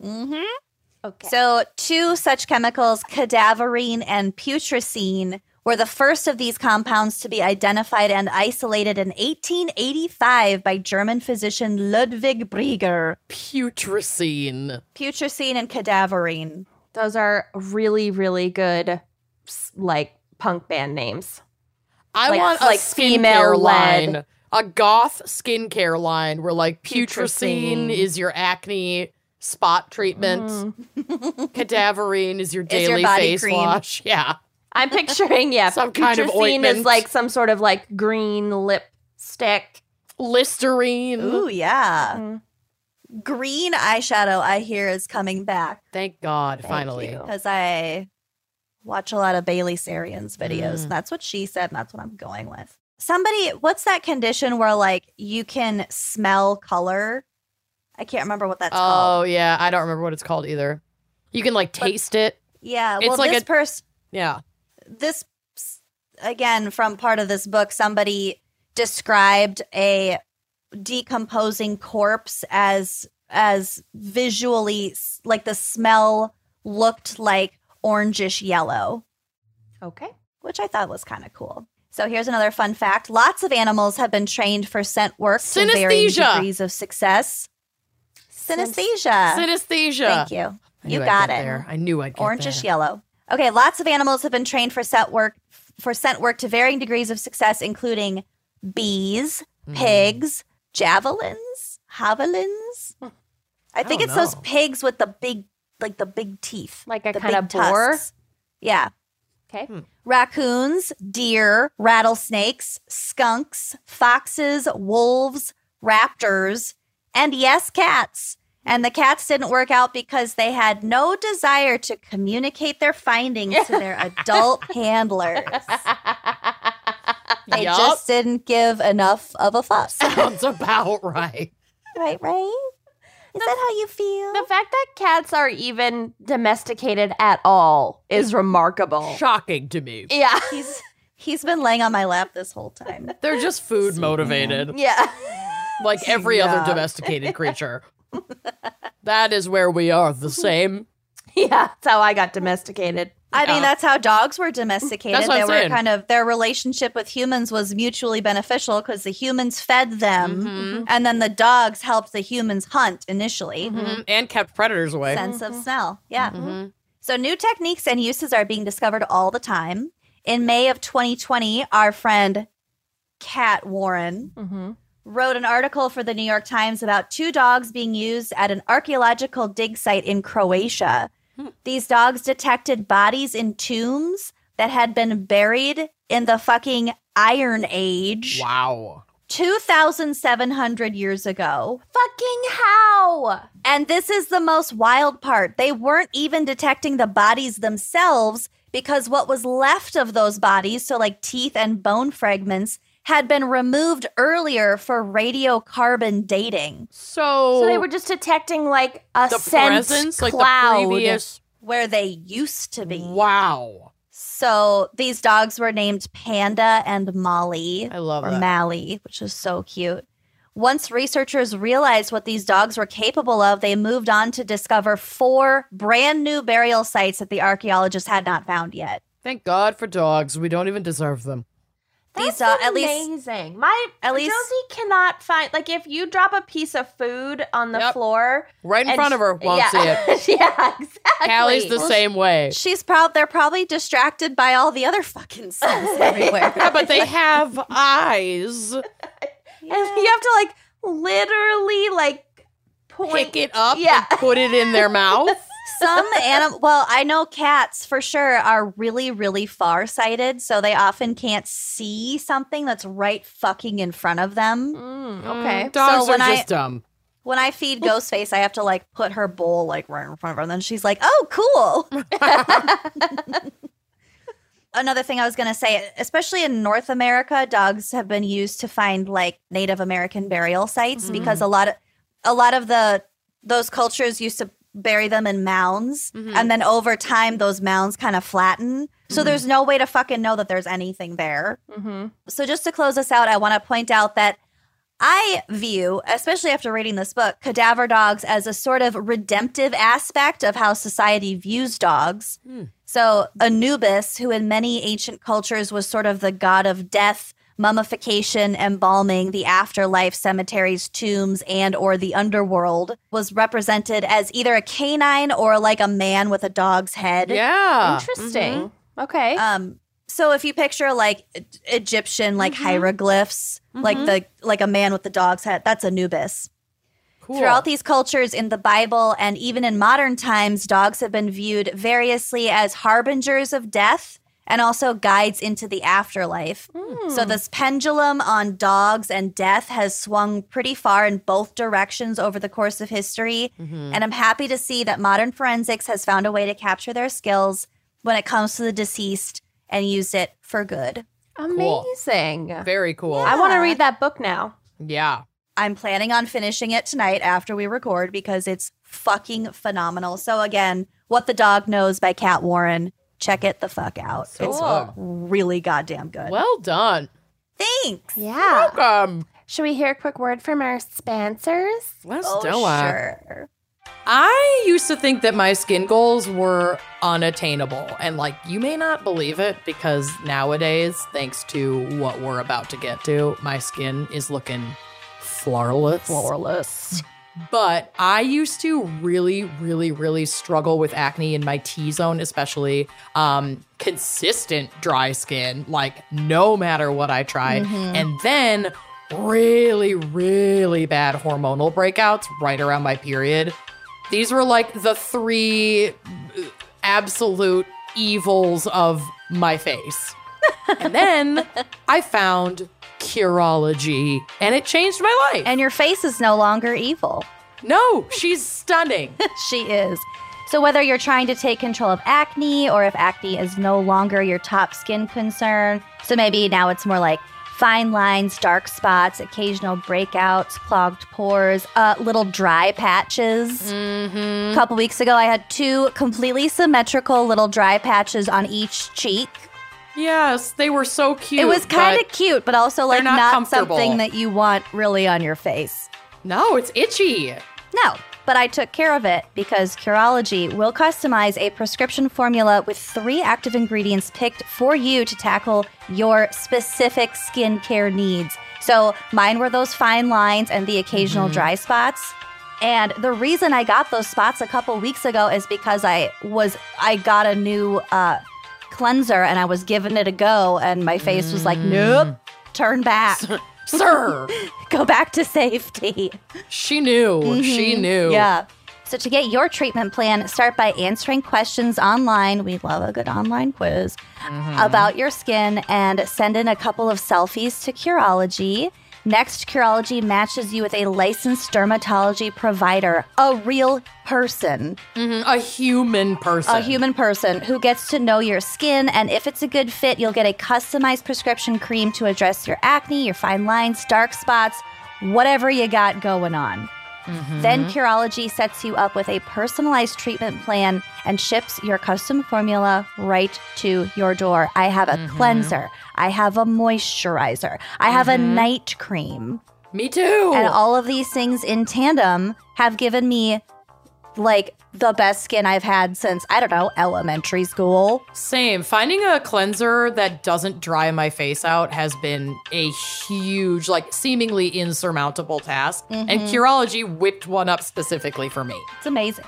Speaker 1: Okay.
Speaker 3: So, two such chemicals, cadaverine and putrescine, were the first of these compounds to be identified and isolated in 1885 by German physician Ludwig Brieger.
Speaker 2: Putrescine.
Speaker 3: Putrescine and cadaverine.
Speaker 1: Those are really, really good, s- like punk band names.
Speaker 2: I
Speaker 1: Like-
Speaker 2: want a
Speaker 1: like
Speaker 2: skincare
Speaker 1: female-led.
Speaker 2: line, a goth skincare line where like putrescine
Speaker 1: Putrescine.
Speaker 2: is your acne spot treatment,
Speaker 1: Mm.
Speaker 2: cadaverine is your
Speaker 3: Mm-hmm. Is your
Speaker 2: daily
Speaker 3: body
Speaker 2: face
Speaker 3: cream.
Speaker 2: wash. Yeah.
Speaker 1: I'm picturing, yeah,
Speaker 2: Some kind of
Speaker 1: putrescine is
Speaker 2: ointment.
Speaker 1: like some sort of like green lipstick.
Speaker 2: Listerine.
Speaker 3: Ooh, yeah.
Speaker 1: Mhm.
Speaker 3: Green eyeshadow, I hear, is coming back
Speaker 2: Thank God,
Speaker 1: Thank
Speaker 2: finally.
Speaker 1: you.
Speaker 3: because I watch a lot of Bailey Sarian's videos.
Speaker 2: Mm.
Speaker 3: and That's what she said, and that's what I'm going with. Somebody, what's that condition where like you can smell color? I can't remember what that's called.
Speaker 2: Oh yeah, I don't remember what it's called either. You can like taste it.
Speaker 3: Yeah,
Speaker 2: It's
Speaker 3: well,
Speaker 2: like
Speaker 3: this
Speaker 2: a-
Speaker 3: person,
Speaker 2: Yeah.
Speaker 3: this s- again from part of this book, somebody described a decomposing corpse as as visually s- like the smell looked like orangish yellow,
Speaker 1: Okay.
Speaker 3: which I thought was kind of cool. So here's another fun fact: lots of animals have been trained for scent work to varying
Speaker 2: Synesthesia.
Speaker 3: degrees of success. Synesthesia.
Speaker 2: Synesthesia.
Speaker 3: Thank you.
Speaker 2: I
Speaker 3: You
Speaker 2: knew I'd
Speaker 3: got
Speaker 2: get
Speaker 3: it.
Speaker 2: There. I knew I'd get
Speaker 3: Orangish
Speaker 2: there.
Speaker 3: yellow. Okay, lots of animals have been trained for scent work for scent work to varying degrees of success, including bees,
Speaker 2: Hmm.
Speaker 3: pigs, javelins, javelins. I think
Speaker 2: don't
Speaker 3: it's those
Speaker 2: know.
Speaker 3: pigs with the big, like the big teeth,
Speaker 1: Like a
Speaker 3: the
Speaker 1: kind of
Speaker 3: big
Speaker 1: boar?
Speaker 3: tusks. Yeah,
Speaker 1: Okay.
Speaker 3: raccoons, deer, rattlesnakes, skunks, foxes, wolves, raptors, and yes, cats. And the cats didn't work out because they had no desire to communicate their findings to their adult handlers. They
Speaker 2: Yup.
Speaker 3: just didn't give enough of a fuss.
Speaker 2: Sounds about right.
Speaker 3: right, right? Is that how you feel?
Speaker 1: The fact that cats are even domesticated at all is remarkable.
Speaker 2: Shocking to me.
Speaker 1: Yeah.
Speaker 3: He's he's been laying on my lap this whole time.
Speaker 2: They're just food motivated,
Speaker 1: Yeah.
Speaker 2: like every other
Speaker 1: Yeah.
Speaker 2: domesticated creature. that is where we are the same.
Speaker 1: Yeah. That's how I got domesticated.
Speaker 3: I mean,
Speaker 2: Yeah.
Speaker 3: that's how dogs were domesticated.
Speaker 2: That's what
Speaker 3: they
Speaker 2: I'm
Speaker 3: were
Speaker 2: saying.
Speaker 3: kind of their relationship with humans was mutually beneficial because the humans fed them,
Speaker 2: Mm-hmm.
Speaker 3: and then the dogs helped the humans hunt initially.
Speaker 2: Mhm. and kept predators away.
Speaker 3: Sense of smell, yeah. So new techniques and uses are being discovered all the time. In May of 2020, our friend Cat Warren wrote an article for the New York Times about two dogs being used at an archaeological dig site in Croatia. These dogs detected bodies in tombs that had been buried in the fucking Iron Age
Speaker 2: Wow.
Speaker 3: 2,700 years ago.
Speaker 1: Fucking how?
Speaker 3: And this is the most wild part. They weren't even detecting the bodies themselves because what was left of those bodies, so like teeth and bone fragments, had been removed earlier for radiocarbon dating,
Speaker 2: So,
Speaker 1: So they were just detecting like a
Speaker 2: Oh. the
Speaker 1: scent
Speaker 2: presence, like
Speaker 1: cloud.
Speaker 2: the previous.
Speaker 3: where they used to be.
Speaker 2: Wow.
Speaker 3: So these dogs were named Panda and Molly.
Speaker 2: I love
Speaker 3: or
Speaker 2: that.
Speaker 3: Mally, which is so cute. Once researchers realized what these dogs were capable of, they moved on to discover four brand new burial sites that the archaeologists had not found yet.
Speaker 2: Thank God for dogs. We don't even deserve them.
Speaker 3: These
Speaker 1: That's
Speaker 3: dog- at least
Speaker 1: amazing. My
Speaker 3: at least-
Speaker 1: Josie cannot find like if you drop a piece of food on the
Speaker 2: Yep.
Speaker 1: floor
Speaker 2: Right in
Speaker 1: and
Speaker 2: front
Speaker 1: sh-
Speaker 2: of her, won't
Speaker 1: yeah.
Speaker 2: see it.
Speaker 1: yeah, exactly.
Speaker 2: Callie's the same way.
Speaker 3: she's proud they're probably distracted by all the other fucking cells everywhere.
Speaker 2: Yeah, but they have eyes.
Speaker 1: And you have to like literally like point
Speaker 2: Pick it up
Speaker 1: Yeah.
Speaker 2: and put it in their mouth.
Speaker 3: Some animal, well, I know cats for sure are really, really farsighted, so they often can't see something that's right fucking in front of them.
Speaker 1: Mm, okay.
Speaker 2: Dogs are
Speaker 3: when I-
Speaker 2: just dumb.
Speaker 3: When I feed Ghostface, I have to like put her bowl like right in front of her. And then she's like, oh, cool. Another thing I was going to say, especially in North America, dogs have been used to find like Native American burial sites because a lot of a lot of the those cultures used to bury them in mounds and then over time those mounds kind of flatten. So there's no way to fucking know that there's anything there. So, just to close us out, I want to point out that I view, especially after reading this book, cadaver dogs as a sort of redemptive aspect of how society views dogs. So, Anubis, who in many ancient cultures was sort of the god of death, mummification, embalming, the afterlife, cemeteries, tombs, and or the underworld, was represented as either a canine or like a man with a dog's head.
Speaker 2: Yeah.
Speaker 1: Interesting. Okay.
Speaker 3: Um, so if you picture like E- Egyptian like hieroglyphs, like the like a man with the dog's head, that's Anubis.
Speaker 2: Mm-hmm. Cool.
Speaker 3: Throughout these cultures in the Bible and even in modern times, dogs have been viewed variously as harbingers of death and also guides into the afterlife. So this pendulum on dogs and death has swung pretty far in both directions over the course of history, and I'm happy to see that modern forensics has found a way to capture their skills when it comes to the deceased and use it for good.
Speaker 1: Amazing.
Speaker 2: Very cool.
Speaker 1: I want to read that book now.
Speaker 2: Yeah.
Speaker 3: I'm planning on finishing it tonight after we record because it's fucking phenomenal. So again, What the Dog Knows by Kat Warren. Check it the fuck out. It's
Speaker 2: Cool.
Speaker 3: really goddamn good.
Speaker 2: Well done.
Speaker 3: Thanks.
Speaker 1: Yeah.
Speaker 2: Um,
Speaker 1: Should we hear a quick word from our sponsors?
Speaker 2: let's
Speaker 3: Oh,
Speaker 2: do it.
Speaker 3: sure.
Speaker 2: I used to think that my skin goals were unattainable. And, like, you may not believe it because nowadays, thanks to what we're about to get to, my skin is looking flawless.
Speaker 1: Flawless.
Speaker 2: But I used to really, really, really struggle with acne in my T zone, especially um, consistent dry skin, like no matter what I tried. And then really, really bad hormonal breakouts right around my period. These were like the three uh, absolute evils of my face. and then I found Curology and it changed my life.
Speaker 3: And your face is no longer evil.
Speaker 2: No, she's stunning.
Speaker 3: she is. So, whether you're trying to take control of acne or if acne is no longer your top skin concern, so maybe now it's more like fine lines, dark spots, occasional breakouts, clogged pores, uh, little dry patches.
Speaker 2: Mm-hmm.
Speaker 3: A couple weeks ago, I had two completely symmetrical little dry patches on each cheek.
Speaker 2: yes, they were so cute.
Speaker 3: it was kind of
Speaker 2: but
Speaker 3: cute, but also like
Speaker 2: not
Speaker 3: not
Speaker 2: comfortable.
Speaker 3: something that you want really on your face.
Speaker 2: No, it's itchy.
Speaker 3: No. but I took care of it because Curology will customize a prescription formula with three active ingredients picked for you to tackle your specific skincare needs. So mine were those fine lines and the occasional dry spots. And the reason I got those spots a couple weeks ago is because I was I got a new uh, cleanser and I was giving it a go, and my face was like, nope, turn back,
Speaker 2: Sir,
Speaker 3: go back to safety.
Speaker 2: she knew. She knew.
Speaker 3: Mm-hmm. Yeah. So to get your treatment plan, start by answering questions online. We love a good online quiz about your skin and send in a couple of selfies to Curology. Next, Curology matches you with a licensed dermatology provider, a real person,
Speaker 2: Mhm, A human person.
Speaker 3: a human person who gets to know your skin. And if it's a good fit, you'll get a customized prescription cream to address your acne, your fine lines, dark spots, whatever you got going on. Then Curology sets you up with a personalized treatment plan and ships your custom formula right to your door. I have a cleanser, I have a moisturizer, I have a night cream.
Speaker 2: Me too.
Speaker 3: And all of these things in tandem have given me like the best skin I've had since, I don't know, elementary school.
Speaker 2: Same. Finding a cleanser that doesn't dry my face out has been a huge, like, seemingly insurmountable task. And
Speaker 3: Mm-hmm.
Speaker 2: Curology whipped one up specifically for me.
Speaker 3: It's amazing.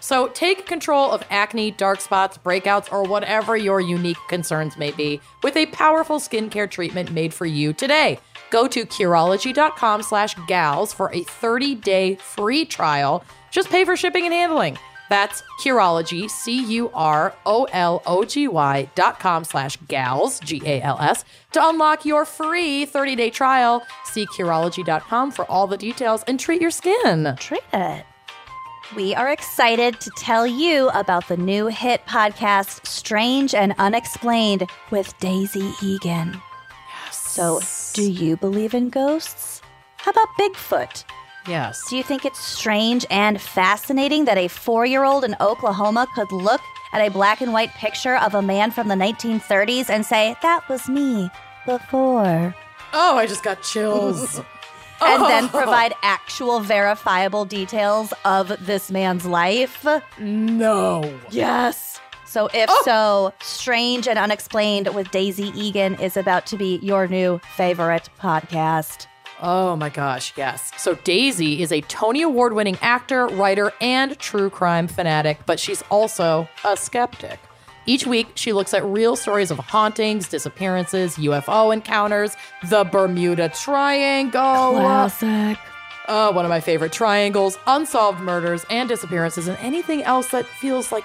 Speaker 2: So take control of acne, dark spots, breakouts, or whatever your unique concerns may be with a powerful skincare treatment made for you today. Go to Curology.com slash gals for a 30-day free trial. Just pay for shipping and handling. That's Curology, C-U-R-O-L-O-G-Y dot com slash gals, G-A-L-S. To unlock your free 30-day trial, see Curology.com for all the details and treat your skin.
Speaker 3: Treat it. We are excited to tell you about the new hit podcast, Strange and Unexplained, with Daisy Egan. So, do you believe in ghosts? How about Bigfoot?
Speaker 2: Yes.
Speaker 3: Do you think it's strange and fascinating that a four year old in Oklahoma could look at a black and white picture of a man from the 1930s and say, That was me before?
Speaker 2: Oh, I just got chills.
Speaker 3: and then provide actual verifiable details of this man's life?
Speaker 2: no.
Speaker 3: Yes. So, if so, Strange and Unexplained with Daisy Egan is about to be your new favorite podcast.
Speaker 2: Oh my gosh, yes. So Daisy is a Tony Award winning actor, writer, and true crime fanatic, but she's also a skeptic. Each week, she looks at real stories of hauntings, disappearances, UFO encounters, the Bermuda Triangle. Uh, one of my favorite triangles, unsolved murders and disappearances, and anything else that feels like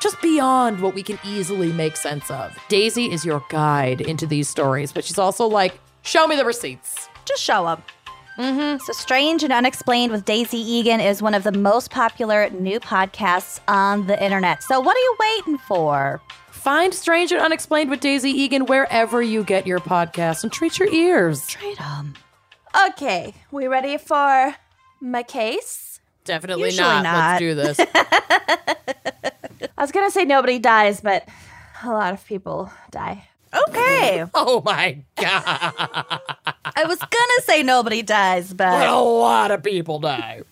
Speaker 2: just beyond what we can easily make sense of. Daisy is your guide into these stories, but she's also like, show me the receipts.
Speaker 3: Just show up. Mm-hmm. So, Strange and Unexplained with Daisy Egan is one of the most popular new podcasts on the internet. So, what are you waiting for?
Speaker 2: Find Strange and Unexplained with Daisy Egan wherever you get your podcast and treat your ears.
Speaker 3: Freedom.
Speaker 1: Okay, we ready for my case?
Speaker 2: Definitely
Speaker 3: Usually not. not. Let's
Speaker 2: do this.
Speaker 1: I was gonna say nobody dies, but a lot of people die.
Speaker 3: Okay.
Speaker 2: oh my God.
Speaker 3: I was going to say nobody dies, but
Speaker 2: A lot of people die.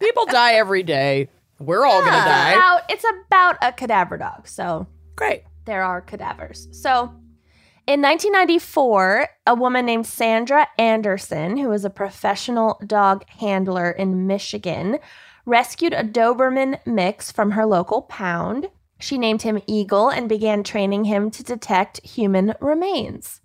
Speaker 2: people die every day. We're all going to die.
Speaker 1: About, it's about a cadaver dog, so
Speaker 2: Great.
Speaker 1: there are cadavers. So, in 1994, a woman named Sandra Anderson, who was a professional dog handler in Michigan, rescued a Doberman mix from her local pound. She named him Eagle and began training him to detect human remains.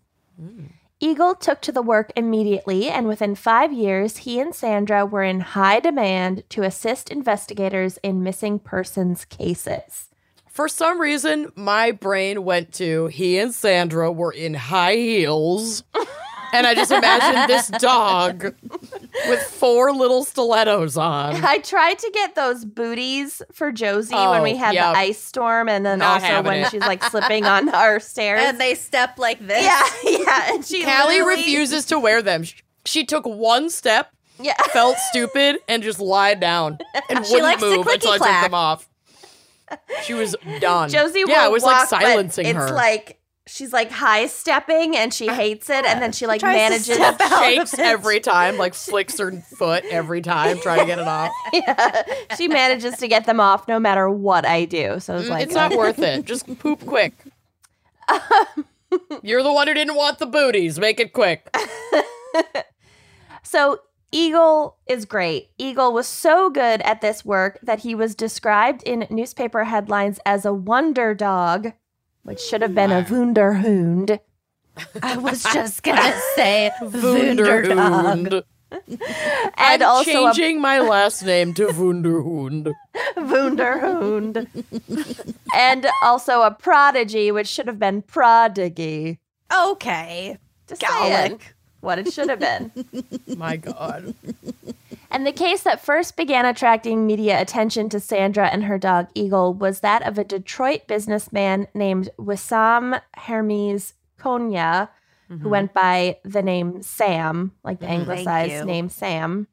Speaker 1: Eagle took to the work immediately, and within five years, he and Sandra were in high demand to assist investigators in missing persons cases.
Speaker 2: For some reason, my brain went to he and Sandra were in high heels. And I just imagined this dog with four little stilettos on.
Speaker 1: I tried to get those booties for Josie
Speaker 2: Oh,
Speaker 1: when we had
Speaker 2: yeah.
Speaker 1: the ice storm, and then
Speaker 2: Not
Speaker 1: also
Speaker 2: having
Speaker 1: when
Speaker 2: it.
Speaker 1: she's like slipping on our stairs.
Speaker 3: and they step like this.
Speaker 1: yeah, yeah. And she
Speaker 2: Callie
Speaker 1: literally-
Speaker 2: refuses to wear them. She- She took one step,
Speaker 1: Yeah,
Speaker 2: felt stupid, and just lied down and
Speaker 3: She likes
Speaker 2: wouldn't
Speaker 3: to
Speaker 2: move until I
Speaker 3: clicky-clack.
Speaker 2: took them off. She was done.
Speaker 1: Josie.
Speaker 2: yeah,
Speaker 1: will
Speaker 2: it was
Speaker 1: walk,
Speaker 2: like
Speaker 1: but
Speaker 2: silencing her.
Speaker 1: It's like she's like high stepping and she hates it and then she like
Speaker 3: tries to
Speaker 1: manages
Speaker 3: step out. of
Speaker 2: Shakes
Speaker 3: it.
Speaker 2: every time, like flicks her foot every time, trying to get it off.
Speaker 1: she manages to get them off no matter what I do. So it's
Speaker 2: Mm,
Speaker 1: like uh,
Speaker 2: it's not worth it. Just poop quick. You're the one who didn't want the booties. Make it quick.
Speaker 1: So Eagle is great. Eagle was so good at this work that he was described in newspaper headlines as a wonder dog, which should have been a wunderhund.
Speaker 3: I was just gonna say Wunderhund.
Speaker 2: Wunderhund.
Speaker 1: And
Speaker 2: I'm
Speaker 1: also a
Speaker 2: changing my last name to Wunderhund.
Speaker 1: wunderhund. and also a prodigy, which should have been prodigy.
Speaker 3: Okay.
Speaker 1: Just
Speaker 3: Gollick.
Speaker 1: saying What it should have been.
Speaker 2: My God.
Speaker 1: And the case that first began attracting media attention to Sandra and her dog Eagle was that of a Detroit businessman named Wissam Hermes Konya, who went by the name Sam, like the anglicized
Speaker 3: you.
Speaker 1: name Sam.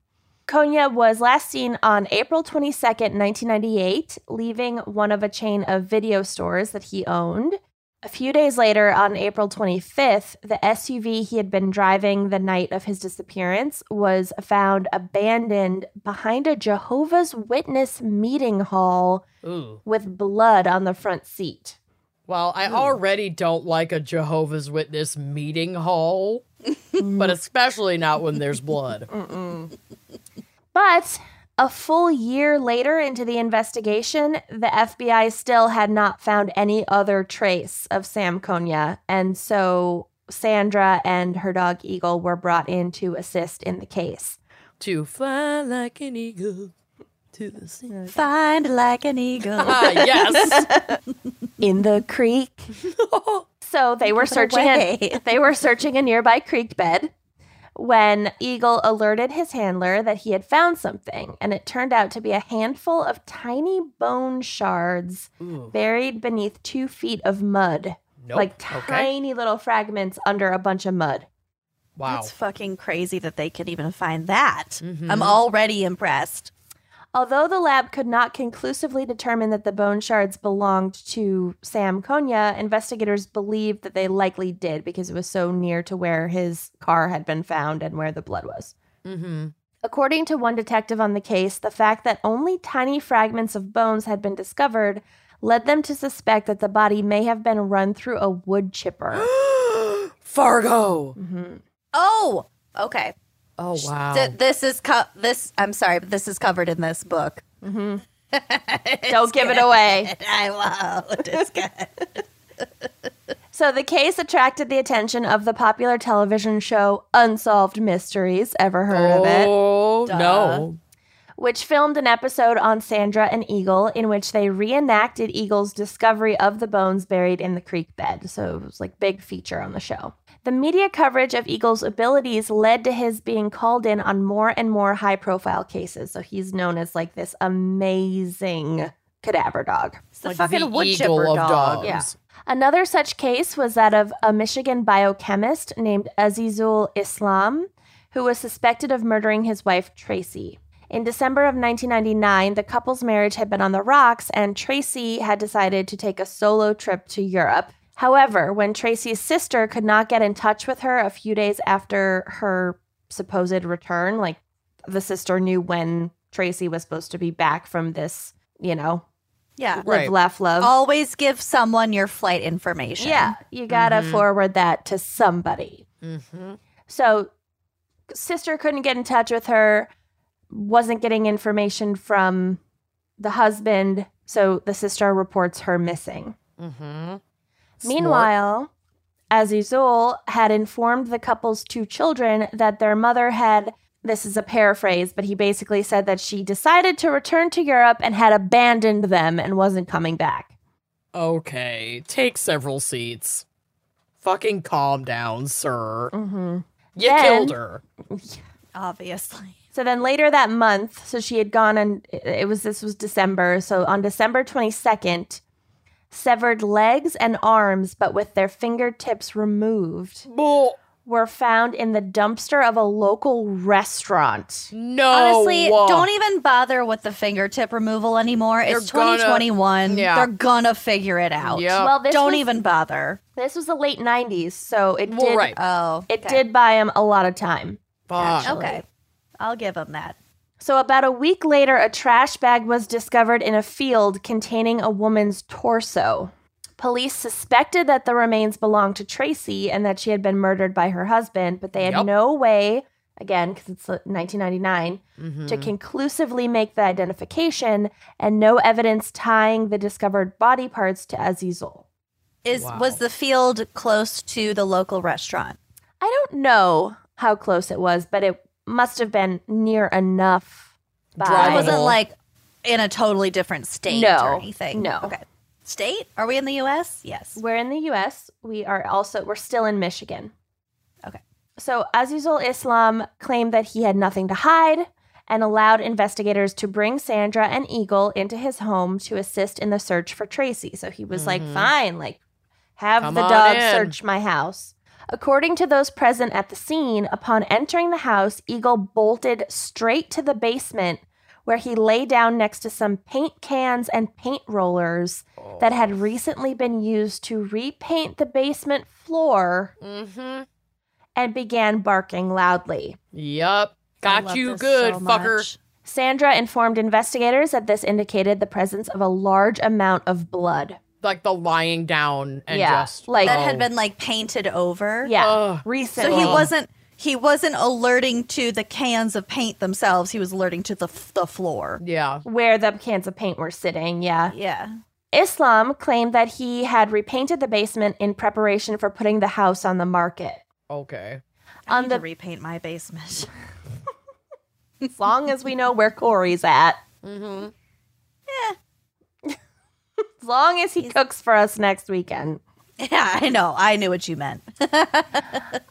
Speaker 1: Konya was last seen on April 22nd, 1998, leaving one of a chain of video stores that he owned. A few days later, on April 25th, the SUV he had been driving the night of his disappearance was found abandoned behind a Jehovah's Witness meeting hall
Speaker 2: Ooh.
Speaker 1: with blood on the front seat.
Speaker 2: Well,
Speaker 3: Hmm.
Speaker 2: I already don't like a Jehovah's Witness meeting hall, but especially not when there's blood.
Speaker 3: Mm.
Speaker 1: But a full year later into the investigation, the FBI still had not found any other trace of Sam Konya. And so Sandra and her dog Eagle were brought in to assist in the case.
Speaker 2: to fly like an eagle to the sea.
Speaker 3: Find like an eagle.
Speaker 2: Ah, yes.
Speaker 1: in the creek. so they were searching
Speaker 3: away.
Speaker 1: a, they were searching a nearby creek bed when Eagle alerted his handler that he had found something and it turned out to be a handful of tiny bone shards
Speaker 2: Ooh,
Speaker 1: buried beneath 2 feet of mud.
Speaker 2: nope.
Speaker 1: Like
Speaker 2: okay.
Speaker 1: tiny little fragments under a bunch of mud.
Speaker 2: Wow.
Speaker 3: That's fucking crazy that they could even find that.
Speaker 2: Mhm.
Speaker 3: I'm already impressed.
Speaker 1: Although the lab could not conclusively determine that the bone shards belonged to Sam Konya, investigators believed that they likely did because it was so near to where his car had been found and where the blood was.
Speaker 2: Mhm.
Speaker 1: According to one detective on the case, the fact that only tiny fragments of bones had been discovered led them to suspect that the body may have been run through a wood chipper.
Speaker 2: Fargo.
Speaker 3: Oh, okay.
Speaker 2: Oh wow.
Speaker 3: Th- this is co- this. I'm sorry, but this is covered in this book.
Speaker 1: Don't give it away.
Speaker 3: I won't. It's good.
Speaker 1: So the case attracted the attention of the popular television show Unsolved Mysteries. Ever heard of it?
Speaker 2: oh no.
Speaker 1: Which filmed an episode on Sandra and Eagle in which they reenacted Eagle's discovery of the bones buried in the creek bed. So it was like big feature on the show. The media coverage of Eagle's abilities led to his being called in on more and more high profile cases. So he's known as like this amazing cadaver dog.
Speaker 3: It's the
Speaker 2: Like
Speaker 3: fucking
Speaker 2: the
Speaker 3: wood
Speaker 2: eagle
Speaker 3: chipper
Speaker 2: of
Speaker 3: dog.
Speaker 2: dogs.
Speaker 3: Yeah.
Speaker 1: Another such case was that of a Michigan biochemist named Azizul Islam, who was suspected of murdering his wife, Tracy. In December of 1999, the couple's marriage had been on the rocks, and Tracy had decided to take a solo trip to Europe. However, when Tracy's sister could not get in touch with her a few days after her supposed return, like the sister knew when Tracy was supposed to be back from this, you know,
Speaker 3: Yeah.
Speaker 1: live,
Speaker 2: Right.
Speaker 1: laugh, love.
Speaker 3: Always give someone your flight information.
Speaker 1: Yeah, you gotta forward that to somebody.
Speaker 2: Mhm.
Speaker 1: So, sister couldn't get in touch with her, wasn't getting information from the husband. So, the sister reports her missing.
Speaker 2: Mhm.
Speaker 1: Meanwhile, Azizul had informed the couple's two children that their mother had. This is a paraphrase, but he basically said that she decided to return to Europe and had abandoned them and wasn't coming back.
Speaker 2: Okay. Take several seats. Fucking calm down, sir.
Speaker 1: Mm-hmm.
Speaker 2: You
Speaker 1: Then-
Speaker 2: killed her.
Speaker 3: Obviously.
Speaker 1: So then later that month, so she had gone and it was this was December. So on December 22nd, severed legs and arms, but with their fingertips removed,
Speaker 2: Bull.
Speaker 1: were found in the dumpster of a local restaurant.
Speaker 2: No.
Speaker 3: Honestly,
Speaker 2: uh,
Speaker 3: don't even bother with the fingertip removal anymore. It's
Speaker 2: They're gonna-
Speaker 3: 2021.
Speaker 2: Yeah.
Speaker 3: They're gonna figure it out.
Speaker 2: Yep.
Speaker 1: Well, this
Speaker 3: don't
Speaker 1: was-
Speaker 3: even bother.
Speaker 1: This was the late 90s, so it
Speaker 2: Well,
Speaker 1: did
Speaker 2: right.
Speaker 3: Oh,
Speaker 1: it
Speaker 3: okay.
Speaker 1: did buy him a lot of time.
Speaker 3: e-
Speaker 2: Fuck.
Speaker 1: actually.
Speaker 3: Okay, I'll give him that.
Speaker 1: So about a week later, a trash bag was discovered in a field containing a woman's torso. Police suspected that the remains belonged to Tracy and that she had been murdered by her husband, but they had
Speaker 2: Yep.
Speaker 1: no way, again, because it's uh, 1999,
Speaker 2: Mhm.
Speaker 1: to conclusively make the identification and no evidence tying the discovered body parts to Azizel.
Speaker 3: Is
Speaker 2: Wow.
Speaker 3: was the field close to the local restaurant?
Speaker 1: I don't know how close it was, but it must have been near enough. by-
Speaker 3: It
Speaker 2: Drivable.
Speaker 3: wasn't like in a totally different state or
Speaker 1: No.
Speaker 3: anything.
Speaker 1: No.
Speaker 3: Okay. State? Are we in the U.S.? Yes.
Speaker 1: We're in the U.S. We are also we're still in Michigan.
Speaker 3: Okay.
Speaker 1: So Azizul Islam claimed that he had nothing to hide and allowed investigators to bring Sandra and Eagle into his home to assist in the search for Tracy. So he was like, "Fine, like have
Speaker 2: Mm-hmm. Come
Speaker 1: the
Speaker 2: on
Speaker 1: dog
Speaker 2: in."
Speaker 1: search my house." According to those present at the scene, upon entering the house, Eagle bolted straight to the basement where he lay down next to some paint cans and paint rollers that
Speaker 2: Oh.
Speaker 1: had recently been used to repaint the basement floor
Speaker 2: Mhm.
Speaker 1: and began barking loudly.
Speaker 2: Yep.
Speaker 3: I
Speaker 2: Got
Speaker 3: love
Speaker 2: you
Speaker 3: this
Speaker 2: good,
Speaker 3: so
Speaker 2: fucker.
Speaker 3: much.
Speaker 1: Sandra informed investigators that this indicated the presence of a large amount of blood.
Speaker 2: Like the lying down and
Speaker 1: Yeah,
Speaker 2: just
Speaker 1: like-
Speaker 3: That
Speaker 2: oh.
Speaker 3: had been like painted over.
Speaker 1: Yeah,
Speaker 2: Ugh.
Speaker 3: So
Speaker 1: recently.
Speaker 3: he wasn't he wasn't alerting to the cans of paint themselves. He was alerting to the f- the floor.
Speaker 2: oh, Yeah.
Speaker 1: where the cans of paint were sitting, yeah.
Speaker 3: Yeah.
Speaker 1: Islam claimed that he had repainted the basement in preparation for putting the house on the market.
Speaker 2: Okay.
Speaker 3: I
Speaker 1: On
Speaker 3: need
Speaker 1: the-
Speaker 3: to repaint my basement.
Speaker 1: As long as we know where Corey's at. Eh.
Speaker 2: Mm-hmm.
Speaker 1: As long as he cooks for us next weekend.
Speaker 3: yeah, I know. I knew what you meant.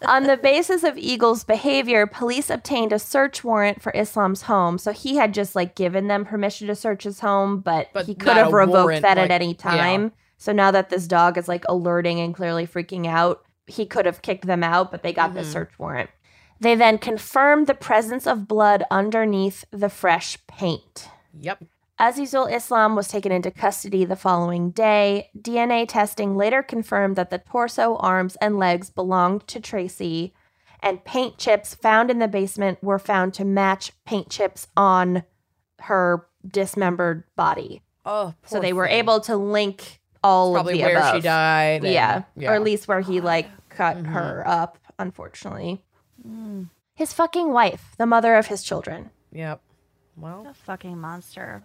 Speaker 1: On the basis of Eagle's behavior, police obtained a search warrant for Islam's home. So he had just like given them permission to search his home, but,
Speaker 2: But
Speaker 1: he could
Speaker 2: not
Speaker 1: have
Speaker 2: a
Speaker 1: revoked
Speaker 2: warrant,
Speaker 1: that at
Speaker 2: like-
Speaker 1: any time. So now that this dog is like alerting and clearly freaking out, he could have kicked them out, but they got
Speaker 2: Mm-hmm.
Speaker 1: the search warrant. They then confirmed the presence of blood underneath the fresh paint.
Speaker 2: Yep.
Speaker 1: Azizul Islam was taken into custody the following day. DNA testing later confirmed that the torso, arms, and legs belonged to Tracy, and paint chips found in the basement were found to match paint chips on her dismembered body.
Speaker 2: Oh,
Speaker 1: so
Speaker 2: poor
Speaker 1: they were
Speaker 2: thing.
Speaker 1: able to link all
Speaker 2: probably
Speaker 1: of the
Speaker 2: where
Speaker 1: above.
Speaker 2: she died. and-
Speaker 1: Yeah.
Speaker 2: yeah. Mm-hmm.
Speaker 1: Or at least where he like cut her up, unfortunately.
Speaker 2: Mm.
Speaker 1: His fucking wife, the mother of his children.
Speaker 2: Yep. Well,
Speaker 3: A fucking monster.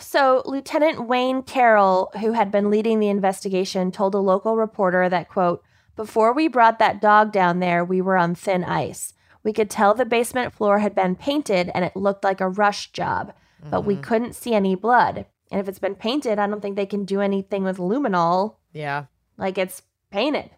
Speaker 1: So, Lieutenant Wayne Carroll, who had been leading the investigation, told a local reporter that, quote, before we brought that dog down there, we were on thin ice. We could tell the basement floor had been painted and it looked like a rush job, but we couldn't see any blood. And if it's been painted, I don't think they can do anything with luminol.
Speaker 2: yeah.
Speaker 1: Like it's painted.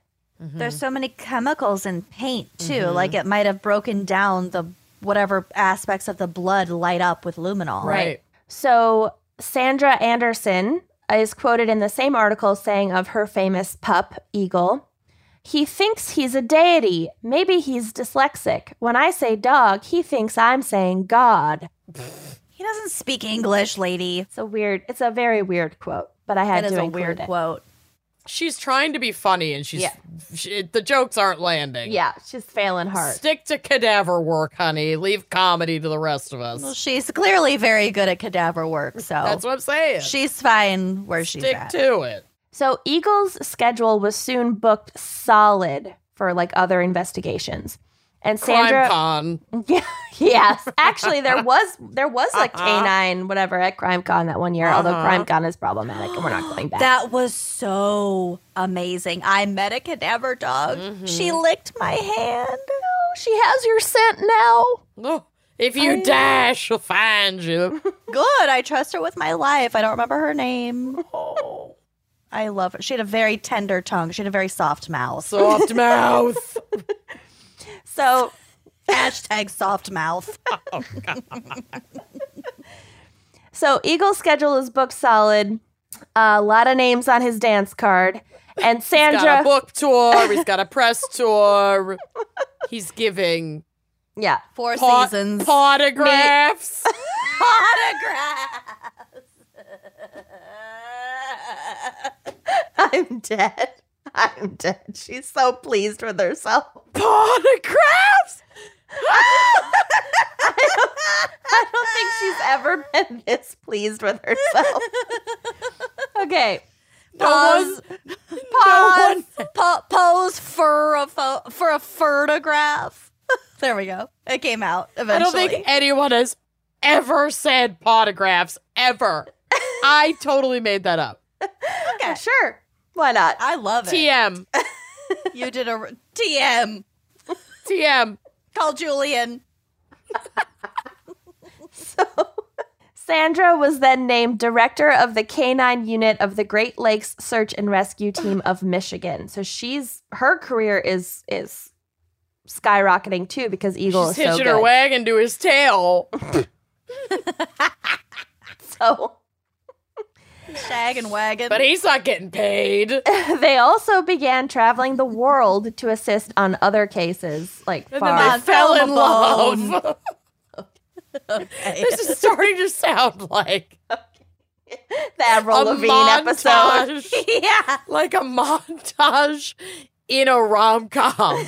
Speaker 2: Mm-hmm.
Speaker 3: There's so many chemicals in paint too. Like it might have broken down the whatever aspects of the blood light up with luminol.
Speaker 2: Right.
Speaker 1: So, Sandra Anderson is quoted in the same article saying of her famous pup, Eagle, he thinks he's a deity. Maybe he's dyslexic. When I say dog, he thinks I'm saying God.
Speaker 3: He doesn't speak English, lady.
Speaker 1: It's a weird, it's a very weird quote, but I had
Speaker 3: That is
Speaker 1: to
Speaker 3: a
Speaker 1: include
Speaker 3: weird
Speaker 1: it.
Speaker 3: quote.
Speaker 2: She's trying to be funny, and she's she, the jokes aren't landing.
Speaker 1: Yeah, she's failing hard.
Speaker 2: Stick to cadaver work, honey. Leave comedy to the rest of us.
Speaker 3: Well, she's clearly very good at cadaver work, so
Speaker 2: That's what I'm saying.
Speaker 3: she's fine where she's
Speaker 2: Stick
Speaker 3: at.
Speaker 2: to it.
Speaker 1: So Eagle's schedule was soon booked solid for like other investigations. And Sandra
Speaker 2: Crime con.
Speaker 1: Yeah, yes. Actually, there was there was
Speaker 2: Uh-huh.
Speaker 1: a canine whatever at CrimeCon that one year. Although CrimeCon is problematic, and we're not going back.
Speaker 3: that was so amazing. I met a cadaver dog. She licked my hand.
Speaker 1: oh, she has your scent now.
Speaker 2: Oh, if you dash, she'll find you.
Speaker 3: Good. I trust her with my life. I don't remember her name. I love her. She had a very tender tongue. She had a very soft mouth.
Speaker 2: Soft mouth.
Speaker 1: So
Speaker 3: Hashtag soft mouth.
Speaker 1: so Eagle's schedule is booked solid. A lot of names on his dance card, And
Speaker 2: He's got a
Speaker 1: Sandra,
Speaker 2: book tour. He's got a press tour. He's giving
Speaker 1: yeah,
Speaker 3: Four
Speaker 2: pot-
Speaker 3: seasons.
Speaker 2: autographs.
Speaker 1: I'm dead. I'm dead. She's so pleased with herself.
Speaker 2: Autographs.
Speaker 1: I don't think she's ever been this pleased with herself. Okay. Um,
Speaker 3: Pause. Pause. Po- pose for a pho- for a photograph. There we go. It came out
Speaker 2: I don't
Speaker 3: eventually.
Speaker 2: think anyone has ever said autographs ever. I totally made that up.
Speaker 3: Okay.
Speaker 1: Sure. Why not?
Speaker 3: I love it.
Speaker 2: TM.
Speaker 3: You did a r- TM.
Speaker 2: TM.
Speaker 3: Call Julian.
Speaker 1: Sandra was then named director of the Canine Unit of the Great Lakes Search and Rescue Team of Michigan. So she's her career is is skyrocketing too because Eagle
Speaker 2: She's
Speaker 1: is Oh, so
Speaker 2: hitching
Speaker 1: good.
Speaker 2: her wagon to his tail.
Speaker 1: So
Speaker 3: Shag and wagon.
Speaker 2: But he's not getting paid.
Speaker 1: they also began traveling the world to assist on other cases like
Speaker 2: And then
Speaker 1: farm-
Speaker 2: they
Speaker 3: on,
Speaker 2: fell
Speaker 3: throw
Speaker 2: in
Speaker 3: him a bone.
Speaker 2: love.
Speaker 3: Okay.
Speaker 2: this is starting to sound like
Speaker 1: the Avril
Speaker 2: a
Speaker 1: Lavigne episode.
Speaker 2: montage.
Speaker 3: yeah.
Speaker 2: like a montage in a rom com.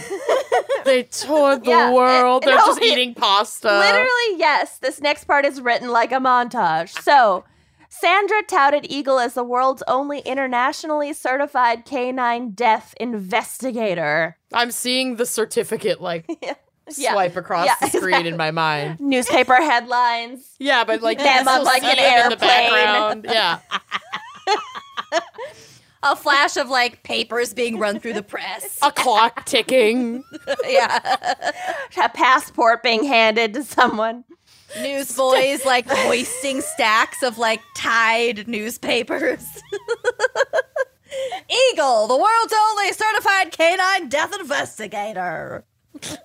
Speaker 2: they toured the
Speaker 1: Yeah,
Speaker 2: world.
Speaker 1: it-
Speaker 2: They're
Speaker 1: no,
Speaker 2: just
Speaker 1: it-
Speaker 2: eating pasta.
Speaker 1: Literally, yes. This next part is written like a montage. So, Sandra touted Eagle as the world's only internationally certified canine death investigator.
Speaker 2: I'm seeing the certificate like
Speaker 1: Yeah.
Speaker 2: swipe across
Speaker 1: Yeah,
Speaker 2: the screen in my mind.
Speaker 1: Newspaper headlines.
Speaker 2: Yeah, but like you
Speaker 1: Them
Speaker 2: can
Speaker 1: on,
Speaker 2: still
Speaker 1: like,
Speaker 2: see
Speaker 1: an
Speaker 2: them in the
Speaker 1: airplane.
Speaker 2: background. Yeah,
Speaker 3: A flash of like papers being run through the press.
Speaker 2: a clock ticking.
Speaker 3: yeah.
Speaker 1: A passport being handed to someone.
Speaker 2: Oh,
Speaker 3: Newsboys like hoisting stacks of like tied newspapers. Eagle, the world's only certified canine death investigator.
Speaker 1: It's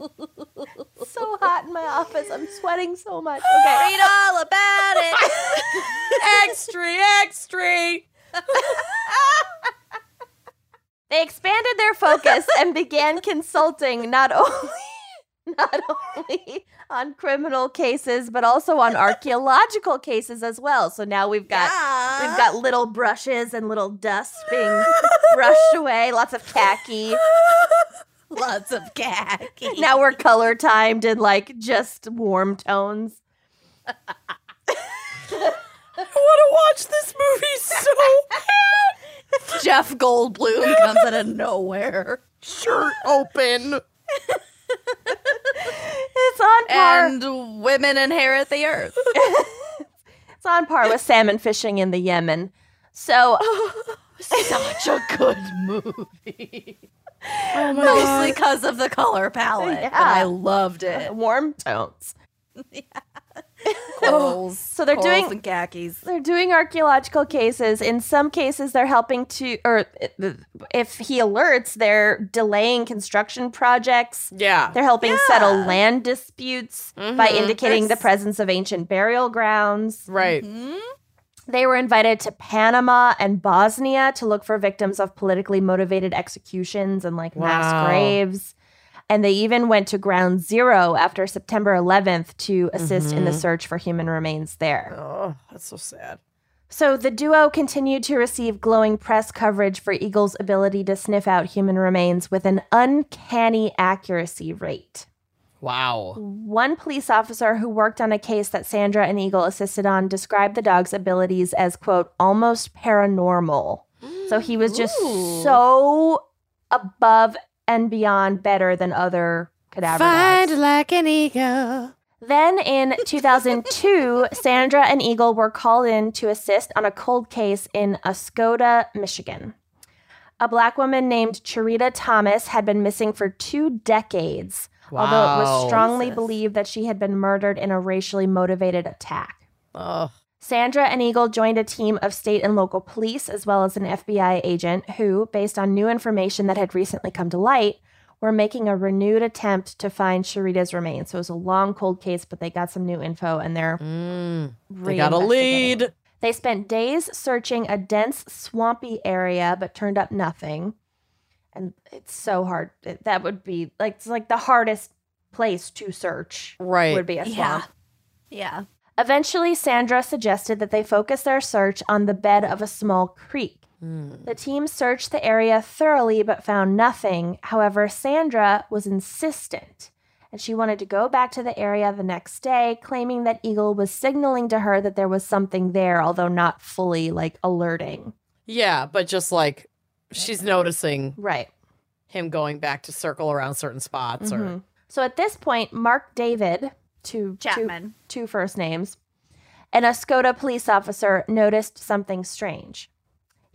Speaker 1: so hot in my office. I'm sweating so much. Okay.
Speaker 3: Read all about it.
Speaker 2: extra, extra.
Speaker 1: They expanded their focus and began consulting not only not only on criminal cases but also on archaeological cases as well. So now we've got We've got little brushes and little dust being brushed away, lots of khaki.
Speaker 3: lots of khaki.
Speaker 1: Now we're color timed in like just warm tones.
Speaker 2: I want to watch this movie so
Speaker 3: Jeff Goldblum comes out of nowhere.
Speaker 2: shirt open.
Speaker 1: It's on par.
Speaker 3: And women inherit the earth.
Speaker 1: it's on par with salmon fishing in the Yemen. So
Speaker 3: Such a good
Speaker 2: Movie. Oh my
Speaker 3: mostly because of the color palette.
Speaker 1: Yeah.
Speaker 3: And I loved it.
Speaker 1: warm tones.
Speaker 3: Corals.
Speaker 1: So they're
Speaker 3: corals
Speaker 1: doing-
Speaker 3: and khakis.
Speaker 1: They're doing archaeological cases. In some cases, they're helping to, or uh, if he alerts, they're delaying construction projects.
Speaker 2: Yeah.
Speaker 1: They're helping
Speaker 3: Yeah. Mm-hmm.
Speaker 1: settle land disputes by
Speaker 2: Mhm.
Speaker 1: indicating the
Speaker 3: There's-
Speaker 1: presence of ancient burial grounds.
Speaker 2: Right.
Speaker 3: Hmm?
Speaker 1: They were invited to Panama and Bosnia to look for victims of politically motivated executions and like mass
Speaker 2: Wow.
Speaker 1: graves. And they even went to ground zero after September 11th to assist in
Speaker 3: Mm-hmm.
Speaker 1: the
Speaker 2: Mhm.
Speaker 1: search for human remains there.
Speaker 2: Oh, that's so sad.
Speaker 1: So the duo continued to receive glowing press coverage for Eagle's ability to sniff out human remains with an uncanny accuracy rate.
Speaker 2: Wow.
Speaker 1: One police officer who worked on a case that Sandra and Eagle assisted on described the dog's abilities as, quote, almost paranormal. So he was just
Speaker 3: Ooh.
Speaker 1: so above and beyond better than other cadaver dogs.
Speaker 2: like an eagle.
Speaker 1: Then in 2002, Sandra and Eagle were called in to assist on a cold case in Oscoda, Michigan. A black woman named Charita Thomas had been missing for two decades, although it was
Speaker 2: Wow.
Speaker 1: strongly
Speaker 3: Jesus.
Speaker 1: believed that she had been murdered in a racially motivated attack.
Speaker 2: Oh,
Speaker 1: Sandra and Eagle joined a team of state and local police, as well as an FBI agent, who, based on new information that had recently come to light, were making a renewed attempt to find Sharita's remains. So it was a long cold case, but they got some new info and they're
Speaker 2: Mm. They got a
Speaker 1: reinvestigating.
Speaker 2: lead.
Speaker 1: They spent days searching a dense, swampy area, but turned up nothing. And it's so hard. It- that would be like it's like the hardest place to search.
Speaker 2: Right.
Speaker 1: Would be a swamp.
Speaker 3: Yeah.
Speaker 1: Eventually, Sandra suggested that they focus their search on the bed of a small creek.
Speaker 2: Mm.
Speaker 1: The team searched the area thoroughly but found nothing. However, Sandra was insistent and she wanted to go back to the area the next day, claiming that Eagle was signaling to her that there was something there, although not fully like alerting.
Speaker 2: Yeah, but just like she's noticing
Speaker 1: Right.
Speaker 2: him going back to circle around certain spots or
Speaker 1: Mhm. So at this point, Mark David, two, two
Speaker 3: Chapman.
Speaker 1: two first names, an Escoda police officer noticed something strange.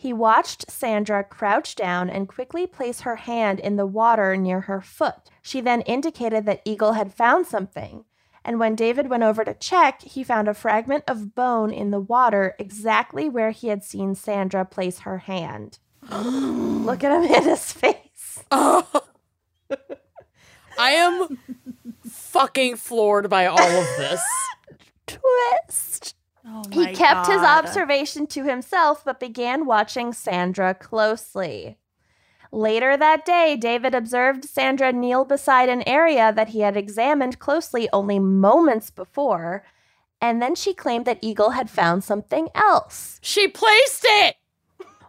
Speaker 1: He watched Sandra crouch down and quickly place her hand in the water near her foot. She then indicated that Eagle had found something, and when David went over to check, he found a fragment of bone in the water exactly where he had seen Sandra place her hand. Look at him in his face.
Speaker 2: I am fucking floored by all of this.
Speaker 1: Twist. He kept his observation to himself, but began watching Sandra closely. Later that day, David observed Sandra kneel beside an area that he had examined closely only moments before, and then she claimed that Eagle had found something else.
Speaker 2: she placed it.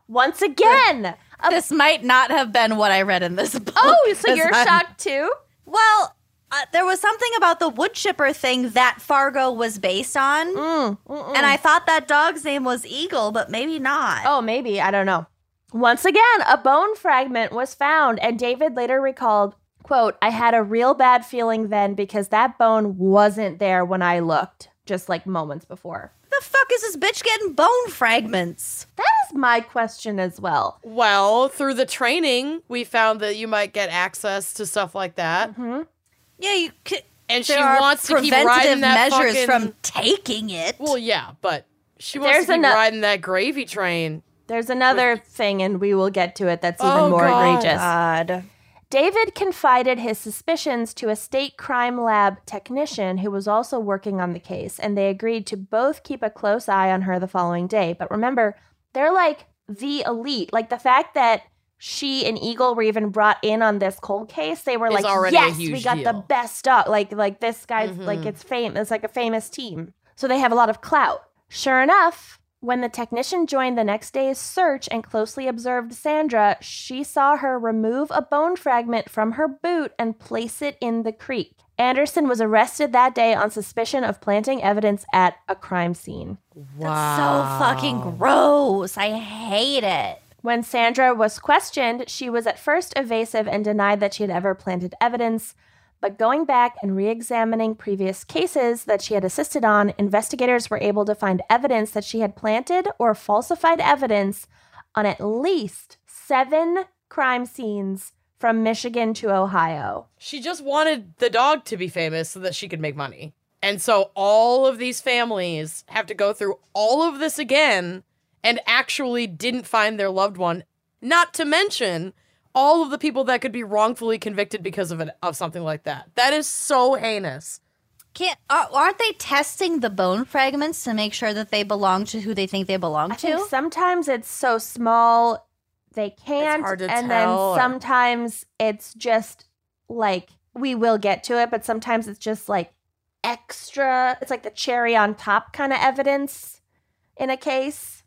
Speaker 1: Once again! a-
Speaker 3: This might not have been what I read in this book.
Speaker 1: oh, so
Speaker 3: 'cause
Speaker 1: you're
Speaker 3: I'm-
Speaker 1: shocked too?
Speaker 3: Well, uh, there was something about the wood chipper thing that Fargo was based on,
Speaker 1: Mm, mm-mm.
Speaker 3: and I thought that dog's name was Eagle, but maybe not.
Speaker 1: Oh, maybe. I don't know. Once again, a bone fragment was found, and David later recalled, quote, I had a real bad feeling then because that bone wasn't there when I looked, just like moments before.
Speaker 3: The fuck is this bitch getting bone fragments?
Speaker 1: That is my question as well.
Speaker 2: Well, through the training, we found that you might get access to stuff like that.
Speaker 3: Yeah, you could.
Speaker 2: And
Speaker 3: There
Speaker 2: she
Speaker 3: are
Speaker 2: wants to keep riding
Speaker 3: preventative
Speaker 2: that fucking-
Speaker 3: measures from taking it.
Speaker 2: Well, yeah, but she wants
Speaker 1: There's
Speaker 2: to keep
Speaker 1: ano-
Speaker 2: riding that gravy train.
Speaker 1: There's another thing, and we will get to it, that's even
Speaker 2: Oh,
Speaker 1: more
Speaker 2: God.
Speaker 1: egregious.
Speaker 3: God.
Speaker 1: David confided his suspicions to a state crime lab technician who was also working on the case, and they agreed to both keep a close eye on her the following day. But remember, they're like the elite. Like the fact that she and Eagle were even brought in on this cold case, they were
Speaker 2: Is
Speaker 1: like,
Speaker 2: already a
Speaker 1: "Yes, we
Speaker 2: huge
Speaker 1: got the
Speaker 2: deal."
Speaker 1: best dog." Like, like this guy's
Speaker 2: Mhm.
Speaker 1: like it's fame. It's like a famous team, so they have a lot of clout. Sure enough, when the technician joined the next day's search and closely observed Sandra, she saw her remove a bone fragment from her boot and place it in the creek. Anderson was arrested that day on suspicion of planting evidence at a crime scene.
Speaker 3: So fucking gross. I hate it.
Speaker 1: When Sandra was questioned, she was at first evasive and denied that she had ever planted evidence. But going back and re examining previous cases that she had assisted on, investigators were able to find evidence that she had planted or falsified evidence on at least seven crime scenes from Michigan to Ohio.
Speaker 2: She just wanted the dog to be famous so that she could make money. And so all of these families have to go through all of this again and actually didn't find their loved one, not to mention all of the people that could be wrongfully convicted because of it of something like that. That is so heinous.
Speaker 3: Can't, are, aren't they testing the bone fragments to make sure that they belong to who they think they belong
Speaker 1: I
Speaker 3: to?
Speaker 1: think sometimes it's so small they can't,
Speaker 2: hard to
Speaker 1: and
Speaker 2: tell, or-
Speaker 1: then sometimes it's just like we will get to it, but sometimes it's just like extra. It's like the cherry on top kind of evidence in a case.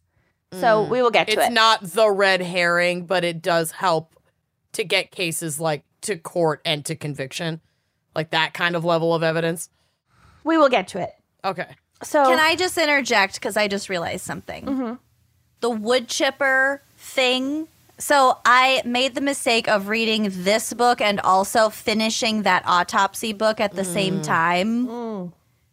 Speaker 1: So
Speaker 2: Mm.
Speaker 1: we will get to
Speaker 2: It's
Speaker 1: it.
Speaker 2: not the red herring, but it does help to get cases like to court and to conviction. Like that kind of level of evidence.
Speaker 1: we will get to it.
Speaker 2: Okay.
Speaker 1: So
Speaker 3: Can I just interject because I just realized something? The wood chipper thing. So I made the mistake of reading this book and also finishing that autopsy book at the same time.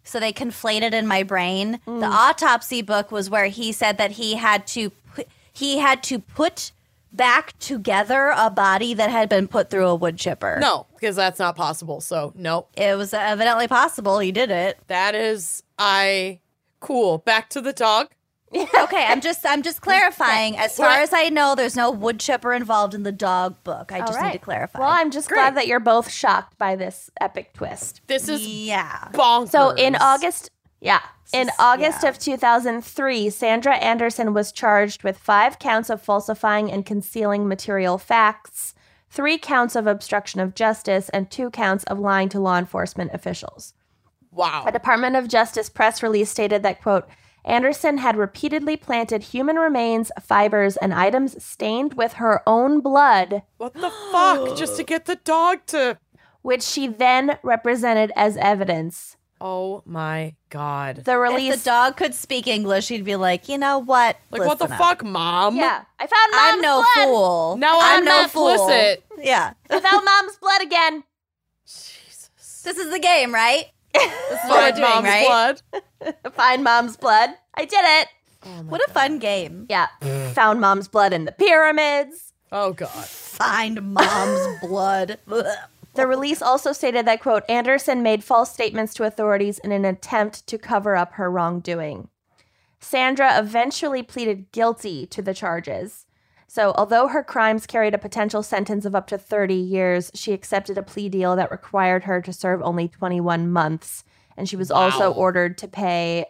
Speaker 3: So they conflated in my brain. The autopsy book was where he said that he had to pu- he had to put back together a body that had been put through a wood chipper.
Speaker 2: No, because that's not possible. So nope.
Speaker 3: It was evidently possible. He did it.
Speaker 2: That is I cool. Back to the dog.
Speaker 3: okay, I'm just I'm just clarifying. As far as I know, there's no wood chipper involved in the dog book. I just need to clarify.
Speaker 1: Well, I'm just glad that you're both shocked by this epic twist.
Speaker 2: This is
Speaker 3: yeah.
Speaker 2: bonkers.
Speaker 1: So in August Yeah. In August of 2003, Sandra Anderson was charged with five counts of falsifying and concealing material facts, three counts of obstruction of justice, and two counts of lying to law enforcement officials. A
Speaker 2: Wow.
Speaker 1: Department of Justice press release stated that, quote, Anderson had repeatedly planted human remains, fibers, and items stained with her own blood,
Speaker 2: What the fuck? Just to get the dog to.
Speaker 1: which she then represented as evidence.
Speaker 2: Oh my god.
Speaker 1: The release.
Speaker 3: If the dog could speak English, he'd be like, you know what?
Speaker 2: Like what the
Speaker 3: Listen up.
Speaker 2: fuck, mom?
Speaker 1: yeah, I found mom's
Speaker 3: I'm no
Speaker 1: blood.
Speaker 3: fool.
Speaker 2: Now I'm,
Speaker 3: no
Speaker 2: not explicit.
Speaker 3: fool. Yeah.
Speaker 1: I found mom's blood again.
Speaker 2: Jesus.
Speaker 3: This is the game, right? This is what we're
Speaker 2: Find
Speaker 3: doing,
Speaker 2: mom's
Speaker 3: right?
Speaker 2: blood.
Speaker 1: Find mom's blood. I did it.
Speaker 2: Oh
Speaker 3: What a fun game.
Speaker 1: Yeah, found mom's blood in the pyramids.
Speaker 2: Oh god.
Speaker 3: Find mom's blood.
Speaker 1: The release also stated that, quote, Anderson made false statements to authorities in an attempt to cover up her wrongdoing. Sandra eventually pleaded guilty to the charges. So, although her crimes carried a potential sentence of up to 30 years, she accepted a plea deal that required her to serve only 21 months. And she was also
Speaker 2: Wow.
Speaker 1: ordered to pay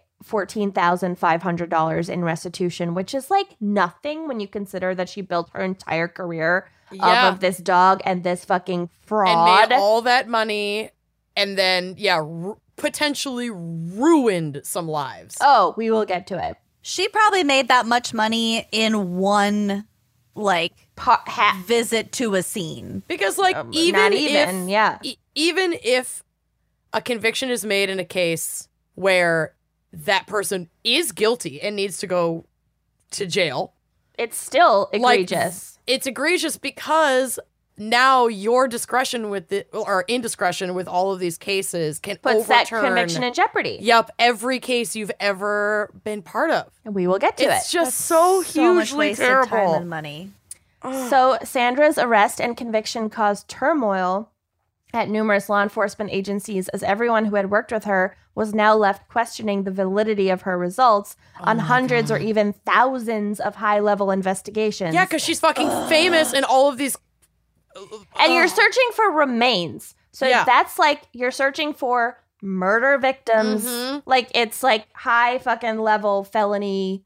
Speaker 1: $14,500 in restitution, which is like nothing when you consider that she built her entire career
Speaker 2: Yeah.
Speaker 1: up of this dog and this fucking fraud.
Speaker 2: and made all that money and then yeah r- potentially ruined some lives
Speaker 1: oh, we will get to it.
Speaker 3: She probably made that much money in one like
Speaker 1: Pa- ha-
Speaker 3: visit to a scene.
Speaker 2: because like
Speaker 1: um,
Speaker 2: even,
Speaker 1: not even,
Speaker 2: if
Speaker 1: yeah.
Speaker 2: e- even if a conviction is made in a case where that person is guilty and needs to go to jail
Speaker 1: It's still
Speaker 2: Like-
Speaker 1: egregious.
Speaker 2: it's egregious because now your discretion with the or indiscretion with all of these cases can
Speaker 1: Puts that
Speaker 2: overturn
Speaker 1: conviction in jeopardy.
Speaker 2: yep every case you've ever been part of
Speaker 1: And we will get to
Speaker 2: it's
Speaker 1: it.
Speaker 2: just so
Speaker 3: so much
Speaker 2: hugely
Speaker 3: waste
Speaker 2: terrible
Speaker 3: of time and money.
Speaker 1: So Sandra's arrest and conviction caused turmoil at numerous law enforcement agencies as everyone who had worked with her was now left questioning the validity of her results on hundreds or even thousands of high-level investigations.
Speaker 2: Yeah, because she's fucking famous in all of these.
Speaker 1: and you're searching for remains. So
Speaker 2: Yeah.
Speaker 1: that's like you're searching for murder victims.
Speaker 2: Mhm.
Speaker 1: Like it's like high fucking level felony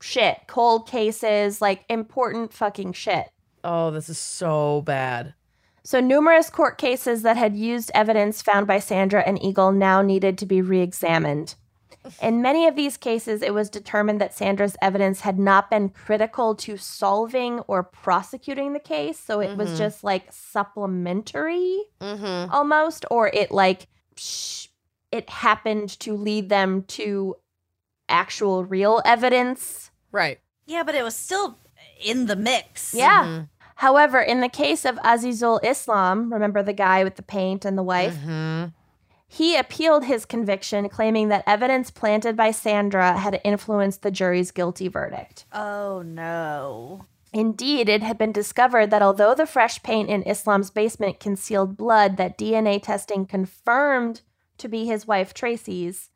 Speaker 1: shit, cold cases, like important fucking shit.
Speaker 2: Oh, this is so bad.
Speaker 1: So numerous court cases that had used evidence found by Sandra and Eagle now needed to be re-examined. In many of these cases, it was determined that Sandra's evidence had not been critical to solving or prosecuting the case, so it was just like supplementary.
Speaker 2: Mm-hmm.
Speaker 1: almost, or it like sh- it happened to lead them to actual real evidence.
Speaker 2: Right.
Speaker 3: Yeah, but it was still in the mix.
Speaker 1: Yeah. However, in the case of Azizul Islam, remember the guy with the paint and the wife,
Speaker 2: Mm-hmm.
Speaker 1: he appealed his conviction, claiming that evidence planted by Sandra had influenced the jury's guilty verdict.
Speaker 3: Oh no.
Speaker 1: Indeed, it had been discovered that although the fresh paint in Islam's basement concealed blood that DNA testing confirmed to be his wife Tracy's,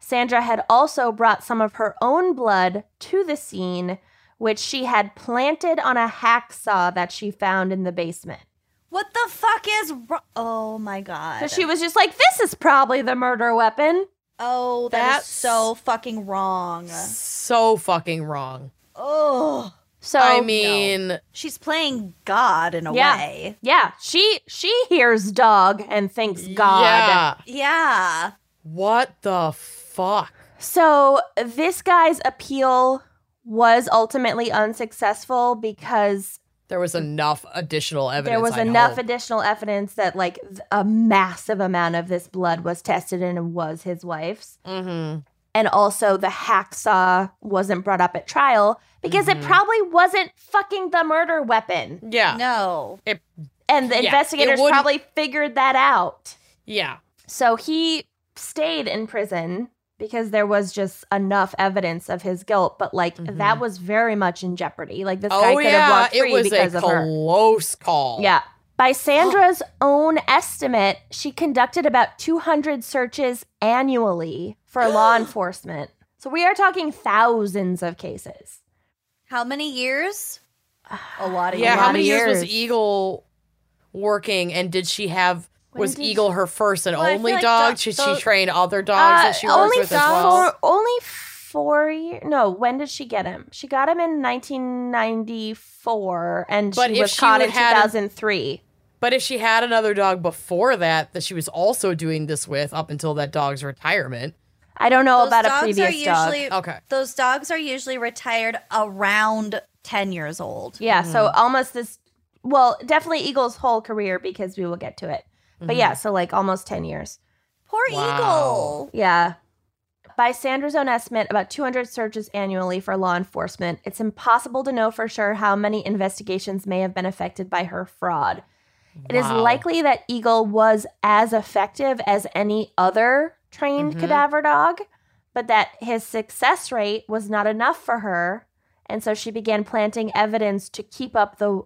Speaker 1: Sandra had also brought some of her own blood to the scene, which she had planted on a hacksaw that she found in the basement.
Speaker 3: What the fuck is ro- Oh my god.
Speaker 1: So she was just like, this is probably the murder weapon.
Speaker 3: Oh, that
Speaker 2: That's-
Speaker 3: is so fucking wrong.
Speaker 2: So fucking wrong.
Speaker 3: Oh.
Speaker 1: So
Speaker 2: I mean,
Speaker 3: She's playing God in a
Speaker 1: Yeah.
Speaker 3: way.
Speaker 1: yeah, she she hears dog and thinks God.
Speaker 2: yeah.
Speaker 3: Yeah.
Speaker 2: What the fuck?
Speaker 1: So this guy's appeal was ultimately unsuccessful because
Speaker 2: There was enough additional evidence.
Speaker 1: there was
Speaker 2: I'd
Speaker 1: enough
Speaker 2: hope.
Speaker 1: additional evidence that like th- a massive amount of this blood was tested and it was his wife's.
Speaker 2: Mhm.
Speaker 1: And also the hacksaw wasn't brought up at trial because
Speaker 2: Mm-hmm.
Speaker 1: it probably wasn't fucking the murder weapon.
Speaker 2: Yeah.
Speaker 3: No.
Speaker 1: And the
Speaker 2: Yeah, it
Speaker 1: investigators
Speaker 2: wouldn't-
Speaker 1: probably figured that out.
Speaker 2: Yeah.
Speaker 1: So he stayed in prison because there was just enough evidence of his guilt, but like
Speaker 2: Mhm.
Speaker 1: that was very much in jeopardy. Like this guy
Speaker 2: Oh
Speaker 1: could have
Speaker 2: yeah.
Speaker 1: walked free
Speaker 2: It was a
Speaker 1: because of her.
Speaker 2: close call.
Speaker 1: Yeah. By Sandra's own estimate, she conducted about 200 searches annually for law enforcement. So we are talking thousands of cases.
Speaker 3: How many years? A lot of
Speaker 2: Yeah.
Speaker 1: A
Speaker 3: years.
Speaker 1: lot
Speaker 2: How
Speaker 1: of
Speaker 2: many years was
Speaker 1: years.
Speaker 2: Eagle working, and did she have was
Speaker 1: did
Speaker 2: Eagle her first and
Speaker 1: I feel
Speaker 2: only
Speaker 1: like
Speaker 2: dog?
Speaker 1: dog-
Speaker 2: Should
Speaker 1: so-
Speaker 2: she train other dogs
Speaker 1: Uh,
Speaker 2: that she works
Speaker 1: only
Speaker 2: with as well?
Speaker 1: Four, only four years. No, when did she get him? She got him in 1994, and
Speaker 2: But
Speaker 1: she
Speaker 2: if
Speaker 1: was
Speaker 2: she
Speaker 1: caught
Speaker 2: would
Speaker 1: in
Speaker 2: had-
Speaker 1: 2003.
Speaker 2: But if she had another dog before that that she was also doing this with up until that dog's retirement,
Speaker 1: I don't know
Speaker 3: Those
Speaker 1: about a
Speaker 3: dogs
Speaker 1: previous
Speaker 3: are usually
Speaker 1: dog.
Speaker 2: Okay.
Speaker 3: those dogs are usually retired around ten years old.
Speaker 1: Yeah, so almost this. Well, definitely Eagle's whole career because we will get to it. But yeah, so like almost 10 years.
Speaker 3: Poor
Speaker 2: Wow.
Speaker 3: eagle.
Speaker 1: Yeah. By Sandra's own estimate, about 200 searches annually for law enforcement. It's impossible to know for sure how many investigations may have been affected by her fraud. It is
Speaker 2: Wow.
Speaker 1: likely that Eagle was as effective as any other trained
Speaker 2: Mhm.
Speaker 1: cadaver dog, but that his success rate was not enough for her. And so she began planting evidence to keep up the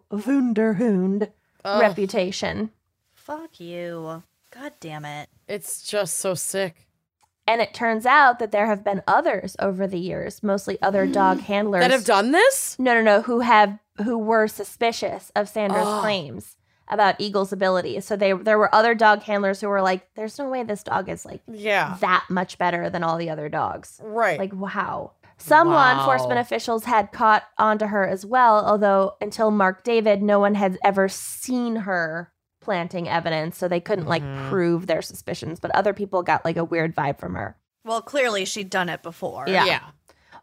Speaker 1: Wunderhund
Speaker 2: Ugh,
Speaker 1: reputation.
Speaker 3: Fuck you. God damn it.
Speaker 2: it's just so sick.
Speaker 1: And it turns out that there have been others over the years, mostly other dog handlers.
Speaker 2: That have done this?
Speaker 1: no, no, no, who have who were suspicious of Sandra's
Speaker 2: Oh.
Speaker 1: claims about Eagle's ability. So they there were other dog handlers who were like, "There's no way this dog is like
Speaker 2: Yeah.
Speaker 1: that much better than all the other dogs."
Speaker 2: Right.
Speaker 1: Like, wow. Some law
Speaker 2: Wow.
Speaker 1: enforcement officials had caught onto her as well, although until Mark David, no one had ever seen her planting evidence, so they couldn't like
Speaker 2: Mhm.
Speaker 1: prove their suspicions. But other people got like a weird vibe from her.
Speaker 3: Well, clearly she'd done it before.
Speaker 1: Yeah.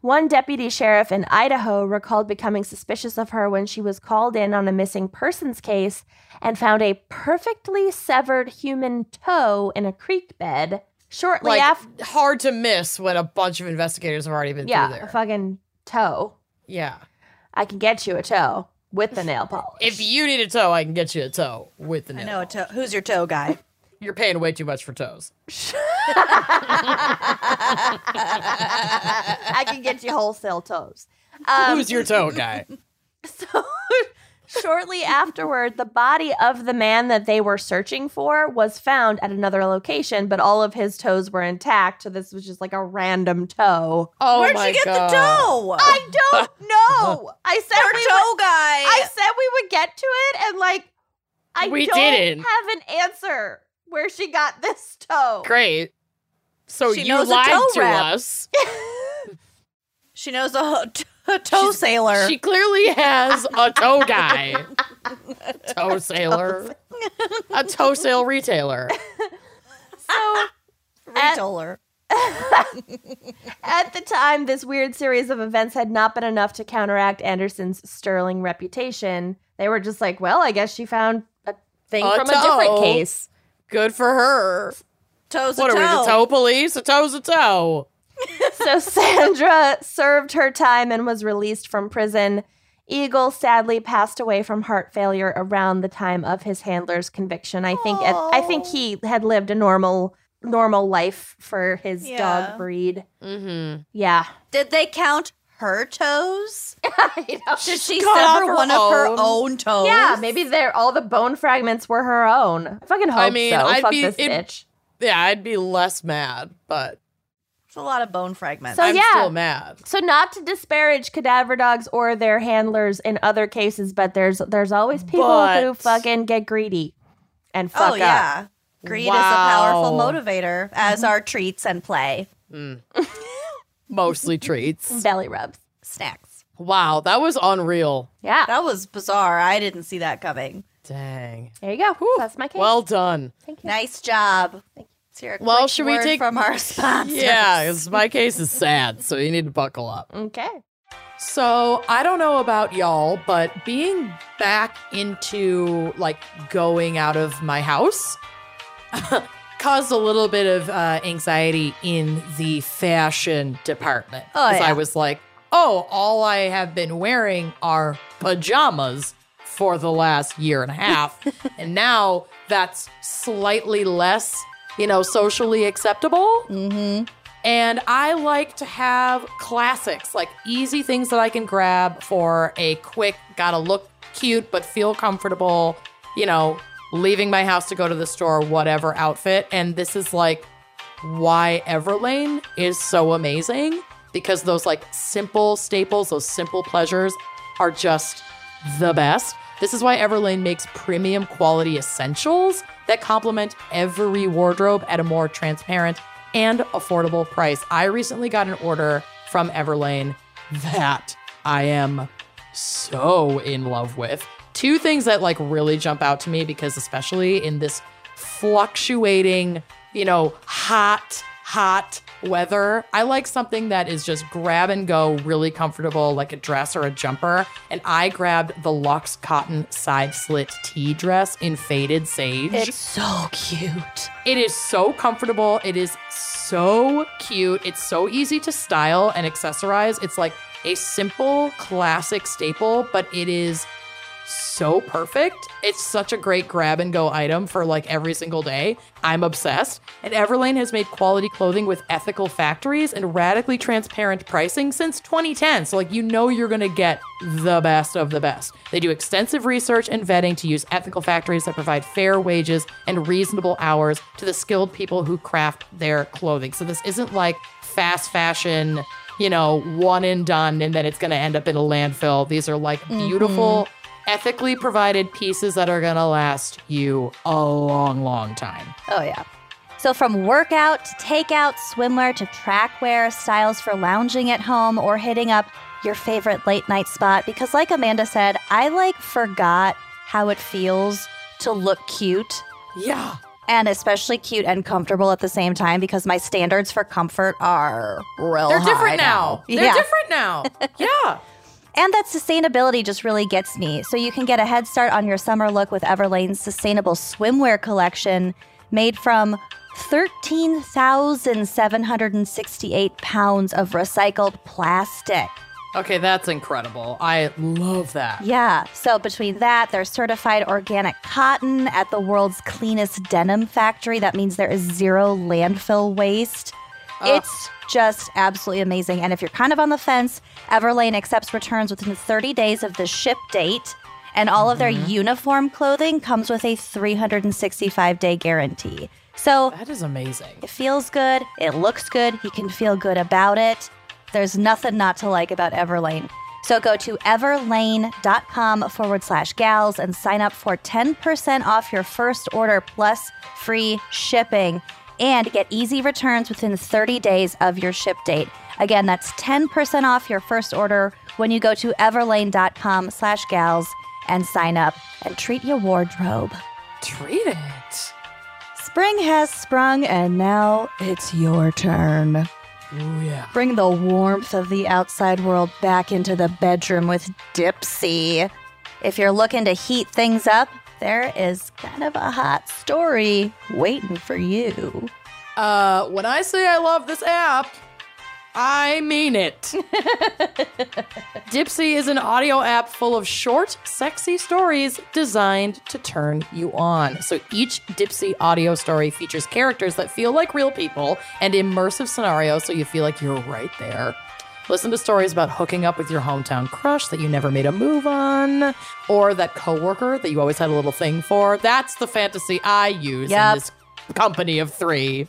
Speaker 1: One deputy sheriff in Idaho recalled becoming suspicious of her when she was called in on a missing persons case and found a perfectly severed human toe in a creek bed shortly
Speaker 2: Like
Speaker 1: after.
Speaker 2: hard to miss when a bunch of investigators have already been
Speaker 1: Yeah,
Speaker 2: through
Speaker 1: a
Speaker 2: there.
Speaker 1: fucking toe.
Speaker 2: yeah.
Speaker 1: I can get you a toe with the nail polish.
Speaker 2: If you need a toe, I can get you a toe with the
Speaker 3: I
Speaker 2: nail.
Speaker 3: know. A toe. Who's your toe guy?
Speaker 2: You're paying way too much for toes.
Speaker 1: I can get you wholesale toes. Um,
Speaker 2: Who's your toe guy?
Speaker 1: So shortly afterward, the body of the man that they were searching for was found at another location, but all of his toes were intact. So this was just like a random toe.
Speaker 2: Oh
Speaker 3: Where'd
Speaker 2: my
Speaker 3: you get
Speaker 2: God.
Speaker 3: the toe?
Speaker 1: I don't know. I said
Speaker 3: Our
Speaker 1: we
Speaker 3: toe
Speaker 1: would,
Speaker 3: guy.
Speaker 1: I said we would get to it, and like I
Speaker 2: We
Speaker 1: don't
Speaker 2: didn't.
Speaker 1: have an answer where she got this toe.
Speaker 2: Great. So
Speaker 3: She
Speaker 2: you
Speaker 3: knows a
Speaker 2: lied
Speaker 3: toe
Speaker 2: to
Speaker 3: rep.
Speaker 2: us.
Speaker 3: she knows a, ho- t- a toe
Speaker 2: She's-
Speaker 3: sailor.
Speaker 2: She clearly has a toe guy. toe sailor. A toe sale retailer.
Speaker 1: So
Speaker 3: Retailer.
Speaker 1: At the time, this weird series of events had not been enough to counteract Anderson's sterling reputation. They were just like, well, I guess she found a thing
Speaker 2: A
Speaker 1: from a different
Speaker 2: toe.
Speaker 1: case.
Speaker 2: Good for her.
Speaker 3: Toes a
Speaker 2: What
Speaker 3: toe.
Speaker 2: are we, the toe police? A toe's a toe.
Speaker 1: so Sandra served her time and was released from prison. Eagle sadly passed away from heart failure around the time of his handler's conviction. I think I think he had lived a normal normal life for his
Speaker 3: Yeah.
Speaker 1: dog breed.
Speaker 2: Mm-hmm.
Speaker 1: Yeah.
Speaker 3: Did they count her toes?
Speaker 1: I know.
Speaker 3: Did she
Speaker 2: cut off
Speaker 3: sever
Speaker 2: her
Speaker 3: one of her
Speaker 2: own.
Speaker 3: own toes?
Speaker 1: Yeah, maybe they're all the bone fragments were her own. I fucking hope
Speaker 2: I mean,
Speaker 1: so.
Speaker 2: I'd
Speaker 1: Fuck
Speaker 2: be-
Speaker 1: this
Speaker 2: it-
Speaker 1: bitch.
Speaker 2: Yeah, I'd be less mad, but
Speaker 3: It's a lot of bone fragments.
Speaker 1: So-
Speaker 2: I'm
Speaker 1: yeah.
Speaker 2: still mad.
Speaker 1: So not to disparage cadaver dogs or their handlers in other cases, but there's there's always people who
Speaker 2: But-
Speaker 1: fucking get greedy and fuck
Speaker 3: oh
Speaker 1: up.
Speaker 3: yeah. Greed is a powerful
Speaker 2: Wow.
Speaker 3: motivator, as
Speaker 1: Mm-hmm.
Speaker 3: are treats and play.
Speaker 2: Mostly treats.
Speaker 1: Belly rubs.
Speaker 3: Snacks.
Speaker 2: Wow, that was unreal.
Speaker 1: Yeah.
Speaker 3: That was bizarre. I didn't see that coming.
Speaker 2: Dang.
Speaker 1: There you go. That's my case.
Speaker 2: Well done.
Speaker 3: Nice job. Let's hear a
Speaker 2: Well,
Speaker 3: quick
Speaker 2: should we
Speaker 3: word
Speaker 2: take-
Speaker 3: from our sponsors?
Speaker 2: Yeah, 'cause my case is sad, so you need to buckle up.
Speaker 1: okay.
Speaker 2: So I don't know about y'all, but being back into like going out of my house caused a little bit of uh, anxiety in the fashion department.
Speaker 3: Oh, yeah.
Speaker 2: I was like, oh, all I have been wearing are pajamas for the last year and a half. and now that's slightly less, you know, socially acceptable.
Speaker 3: Mm-hmm.
Speaker 2: And I like to have classics, like easy things that I can grab for a quick, gotta look cute, but feel comfortable, you know, leaving my house to go to the store, whatever outfit. And this is like why Everlane is so amazing because those like simple staples, those simple pleasures are just the best. This is why Everlane makes premium quality essentials that complement every wardrobe at a more transparent and affordable price. I recently got an order from Everlane that I am so in love with. Two things that like really jump out to me because especially in this fluctuating, you know, hot, hot weather, I like something that is just grab and go, really comfortable, like a dress or a jumper. And I grabbed the Luxe Cotton Side Slit Tea Dress in Faded Sage.
Speaker 3: so cute.
Speaker 2: It is so comfortable. It is so cute. It's so easy to style and accessorize. It's like a simple classic staple, but it is so perfect. It's such a great grab and go item for like every single day. I'm obsessed. And Everlane has made quality clothing with ethical factories and radically transparent pricing since 2010. So, like, you know, you're going to get the best of the best. They do extensive research and vetting to use ethical factories that provide fair wages and reasonable hours to the skilled people who craft their clothing. So, this isn't like fast fashion you know, one and done, and then it's going to end up in a landfill. These are like beautiful, ethically provided pieces that are going to last you a long, long time.
Speaker 3: Oh, yeah. So, from workout to takeout, swimwear to trackwear, styles for lounging at home or hitting up your favorite late night spot. Because, like Amanda said, I like forgot how it feels to look cute
Speaker 2: Yeah.
Speaker 3: and especially cute and comfortable at the same time because my standards for comfort are real.
Speaker 2: They're
Speaker 3: high
Speaker 2: different now. They're
Speaker 3: Oh, yeah.
Speaker 2: different now. yeah.
Speaker 3: And that sustainability just really gets me. So you can get a head start on your summer look with Everlane's sustainable swimwear collection made from 13,768 pounds of recycled plastic.
Speaker 2: Okay, that's incredible. I love that.
Speaker 3: Yeah. So between that, there's certified organic cotton at the world's cleanest denim factory. That means there is zero landfill waste. It's just absolutely amazing. And if you're kind of on the fence, Everlane accepts returns within 30 days of the ship date. And all of their uniform clothing comes with a 365 day guarantee. So
Speaker 2: That is amazing.
Speaker 3: it feels good. It looks good. You can feel good about it. There's nothing not to like about Everlane. So go to everlane.com forward slash gals and sign up for 10% off your first order plus free shipping and get easy returns within 30 days of your ship date. Again, that's 10% off your first order when you go to everlane.com slash gals and sign up and treat your wardrobe.
Speaker 2: Treat it.
Speaker 3: Spring has sprung, and now it's your turn.
Speaker 2: Ooh, yeah.
Speaker 3: Bring the warmth of the outside world back into the bedroom with Dipsy. If you're looking to heat things up, there is kind of a hot story waiting for you.
Speaker 2: Uh, when I say I love this app, I mean it. Dipsy is an audio app full of short, sexy stories designed to turn you on. So each Dipsy audio story features characters that feel like real people and immersive scenarios so you feel like you're right there. Listen to stories about hooking up with your hometown crush that you never made a move on, or that coworker that you always had a little thing for. That's the fantasy I use
Speaker 3: Yep.
Speaker 2: in this company of three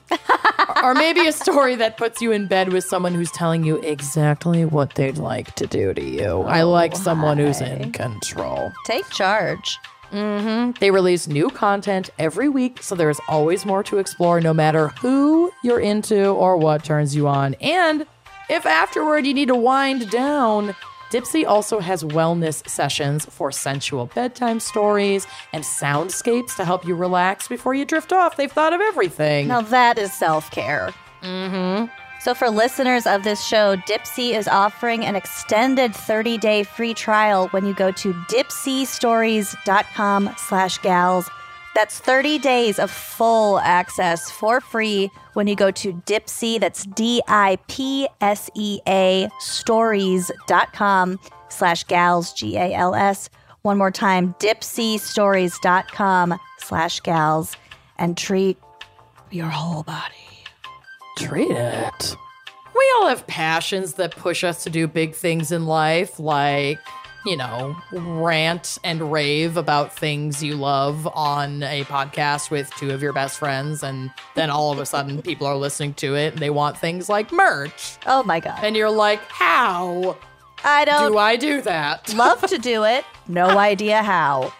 Speaker 2: or maybe a story that puts you in bed with someone who's telling you exactly what they'd like to do to you. I like someone who's in control.
Speaker 3: Take charge.
Speaker 2: They release new content every week, so there is always more to explore no matter who you're into or what turns you on. And if afterward you need to wind down, Dipsy also has wellness sessions for sensual bedtime stories and soundscapes to help you relax before you drift off. They've thought of everything.
Speaker 3: Now that is self care. Mm-hmm. So for listeners of this show, Dipsy is offering an extended 30-day free trial when you go to dipsystories.com slash gals. That's 30 days of full access for free when you go to Dipsy, that's E D-I-P-S-E-A stories.com slash gals, G-A-L-S. One more time, dipsystories.com slash gals and treat your whole body.
Speaker 2: Treat it. We all have passions that push us to do big things in life, like, you know, rant and rave about things you love on a podcast with two of your best friends. And then all of a sudden, people are listening to it and they want things like merch.
Speaker 3: Oh my god.
Speaker 2: And you're like, how?
Speaker 3: I don't
Speaker 2: Do I do that?
Speaker 3: love to do it. No idea how.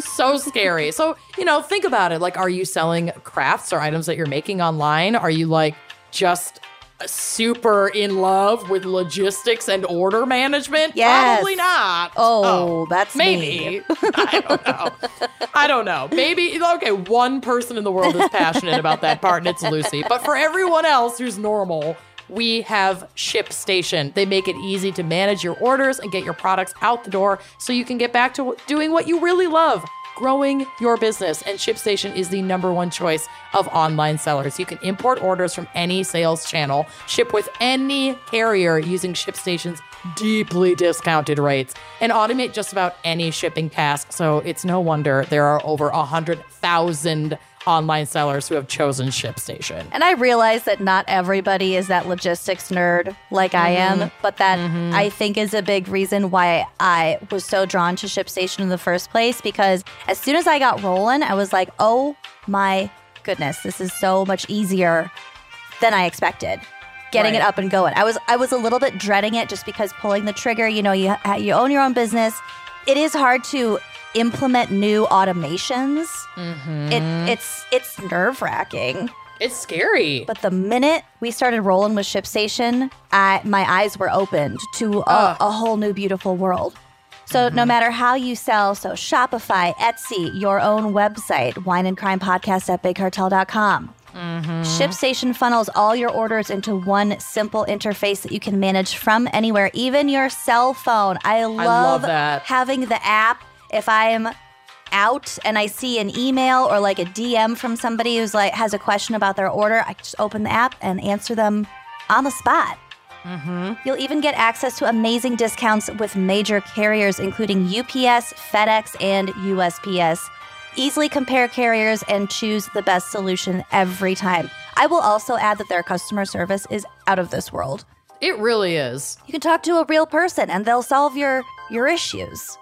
Speaker 2: so scary. So, you know, think about it. Like, are you selling crafts or items that you're making online? Are you like just uh, super in love with logistics and order management?
Speaker 3: Yes.
Speaker 2: Probably not.
Speaker 3: Oh, that's me.
Speaker 2: Maybe. I don't know. I don't know. Maybe, okay, one person in the world is passionate about that part, and it's Lucy. But for everyone else who's normal, we have ShipStation. They make it easy to manage your orders and get your products out the door so you can get back to doing what you really love. Growing your business and ShipStation is the number one choice of online sellers. You can import orders from any sales channel, ship with any carrier using ShipStation's deeply discounted rates and automate just about any shipping task. So it's no wonder there are over 100,000 online sellers who have chosen ShipStation.
Speaker 3: And I realize that not everybody is that logistics nerd like I am, but that I think is a big reason why I was so drawn to ShipStation in the first place because as soon as I got rolling, I was like, oh my goodness, this is so much easier than I expected. Getting it
Speaker 2: Right.
Speaker 3: up and going. I was I was a little bit dreading it just because pulling the trigger, you know, you ha- you own your own business. It is hard to implement new automations. It it's it's nerve-wracking.
Speaker 2: It's scary.
Speaker 3: But the minute we started rolling with ShipStation, I, my eyes were opened to a, a whole new beautiful world. So no matter how you sell, so Shopify, Etsy, your own website, wine and crime podcast at bigcartel.com.
Speaker 2: Uh-huh.
Speaker 3: ShipStation funnels all your orders into one simple interface that you can manage from anywhere, even your cell phone. I love,
Speaker 2: love that.
Speaker 3: having the app. If I am out and I see an email or like a DM from somebody who's like has a question about their order, I just open the app and answer them on the spot. You'll even get access to amazing discounts with major carriers, including UPS, FedEx, and USPS. Easily compare carriers and choose the best solution every time. I will also add that their customer service is out of this world.
Speaker 2: it really is.
Speaker 3: You can talk to a real person and they'll solve your your issues.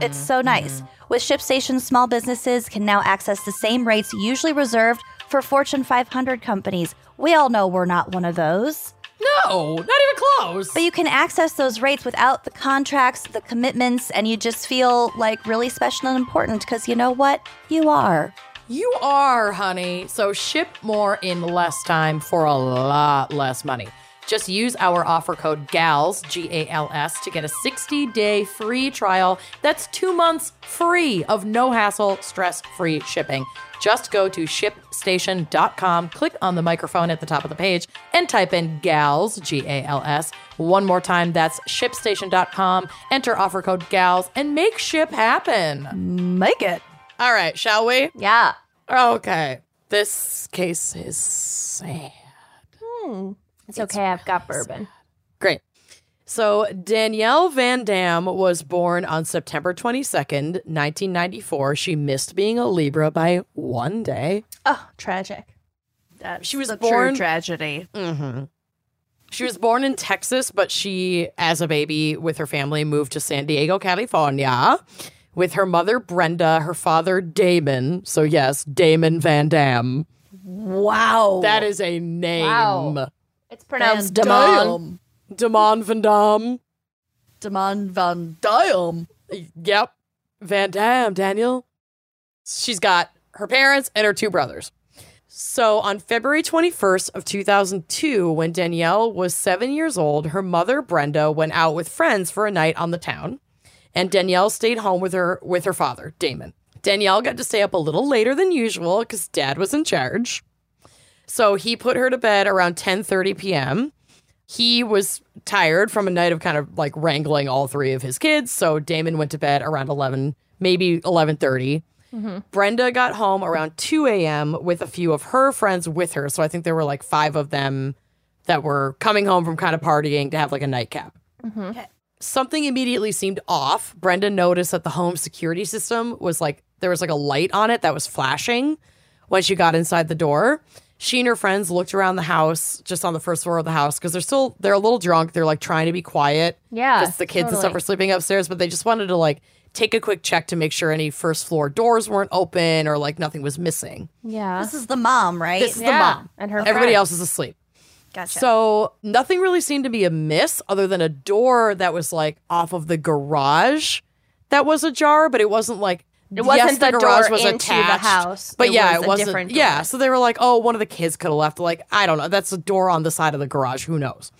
Speaker 3: It's so nice. With ShipStation, small businesses can now access the same rates usually reserved for Fortune 500 companies. We all know we're not one of those.
Speaker 2: No, not even close.
Speaker 3: But you can access those rates without the contracts, the commitments, and you just feel like really special and important because you know what? You are.
Speaker 2: You are, honey. So ship more in less time for a lot less money. Just use our offer code GALS, G A L S, to get a 60 day free trial. That's two months free of no hassle, stress free shipping. Just go to shipstation.com, click on the microphone at the top of the page, and type in GALS, G A L S. One more time, that's shipstation.com. Enter offer code GALS and make ship happen.
Speaker 3: Make it.
Speaker 2: All right, shall we?
Speaker 3: Yeah.
Speaker 2: Okay. This case is sad.
Speaker 1: It's okay. I've got bourbon.
Speaker 2: Great. So Danielle Van Dam was born on September 22nd, 1994. She missed being a Libra by one day.
Speaker 3: Oh, tragic.
Speaker 4: That's
Speaker 2: She was
Speaker 4: the
Speaker 2: born- Mm-hmm.
Speaker 4: true tragedy.
Speaker 2: She was born in Texas, but she, as a baby with her family, moved to San Diego, California with her mother, Brenda, her father, Damon. So, yes, Damon Van Dam.
Speaker 4: Wow.
Speaker 2: That is a name.
Speaker 1: Wow. It's pronounced
Speaker 4: Damon.
Speaker 2: Damon Van Dam.
Speaker 4: Damon Van Dam.
Speaker 2: Yep. Van Damme, Daniel. She's got her parents and her two brothers. So on February 21st of 2002, when Danielle was 7 years old, her mother Brenda went out with friends for a night on the town, and Danielle stayed home with her with her father, Damon. Danielle got to stay up a little later than usual cuz dad was in charge. So he put her to bed around 10:30 p.m he was tired from a night of kind of like wrangling all three of his kids so damon went to bed around 11 maybe 11.30 brenda got home around 2 a.m with a few of her friends with her so i think there were like five of them that were coming home from kind of partying to have like a nightcap
Speaker 1: Mm-hmm.
Speaker 2: something immediately seemed off brenda noticed that the home security system was like there was like a light on it that was flashing when she got inside the door. She and her friends looked around the house, just on the first floor of the house, because they're still they're a little drunk. They're like trying to be quiet.
Speaker 1: Yeah,
Speaker 2: because the kids and stuff were sleeping upstairs, but they just wanted to like take a quick check to make sure any first floor doors weren't open or like nothing was missing.
Speaker 1: Yeah.
Speaker 3: This is the mom, right?
Speaker 2: This is
Speaker 1: Yeah,
Speaker 2: the mom
Speaker 1: and her
Speaker 2: Everybody
Speaker 1: friend.
Speaker 2: else is asleep.
Speaker 3: Gotcha.
Speaker 2: So nothing really seemed to be amiss other than a door that was like off of the garage that was ajar, but it wasn't like
Speaker 1: It wasn't
Speaker 2: yes, the,
Speaker 1: the door
Speaker 2: garage was
Speaker 1: into the
Speaker 2: attached,
Speaker 1: house.
Speaker 2: But
Speaker 1: It
Speaker 2: yeah,
Speaker 1: was
Speaker 2: it
Speaker 1: a
Speaker 2: wasn't.
Speaker 1: different
Speaker 2: Yeah,
Speaker 1: door.
Speaker 2: so they were like, oh, one of the kids could have left. Like I don't know, that's a door on the side of the garage. Who knows?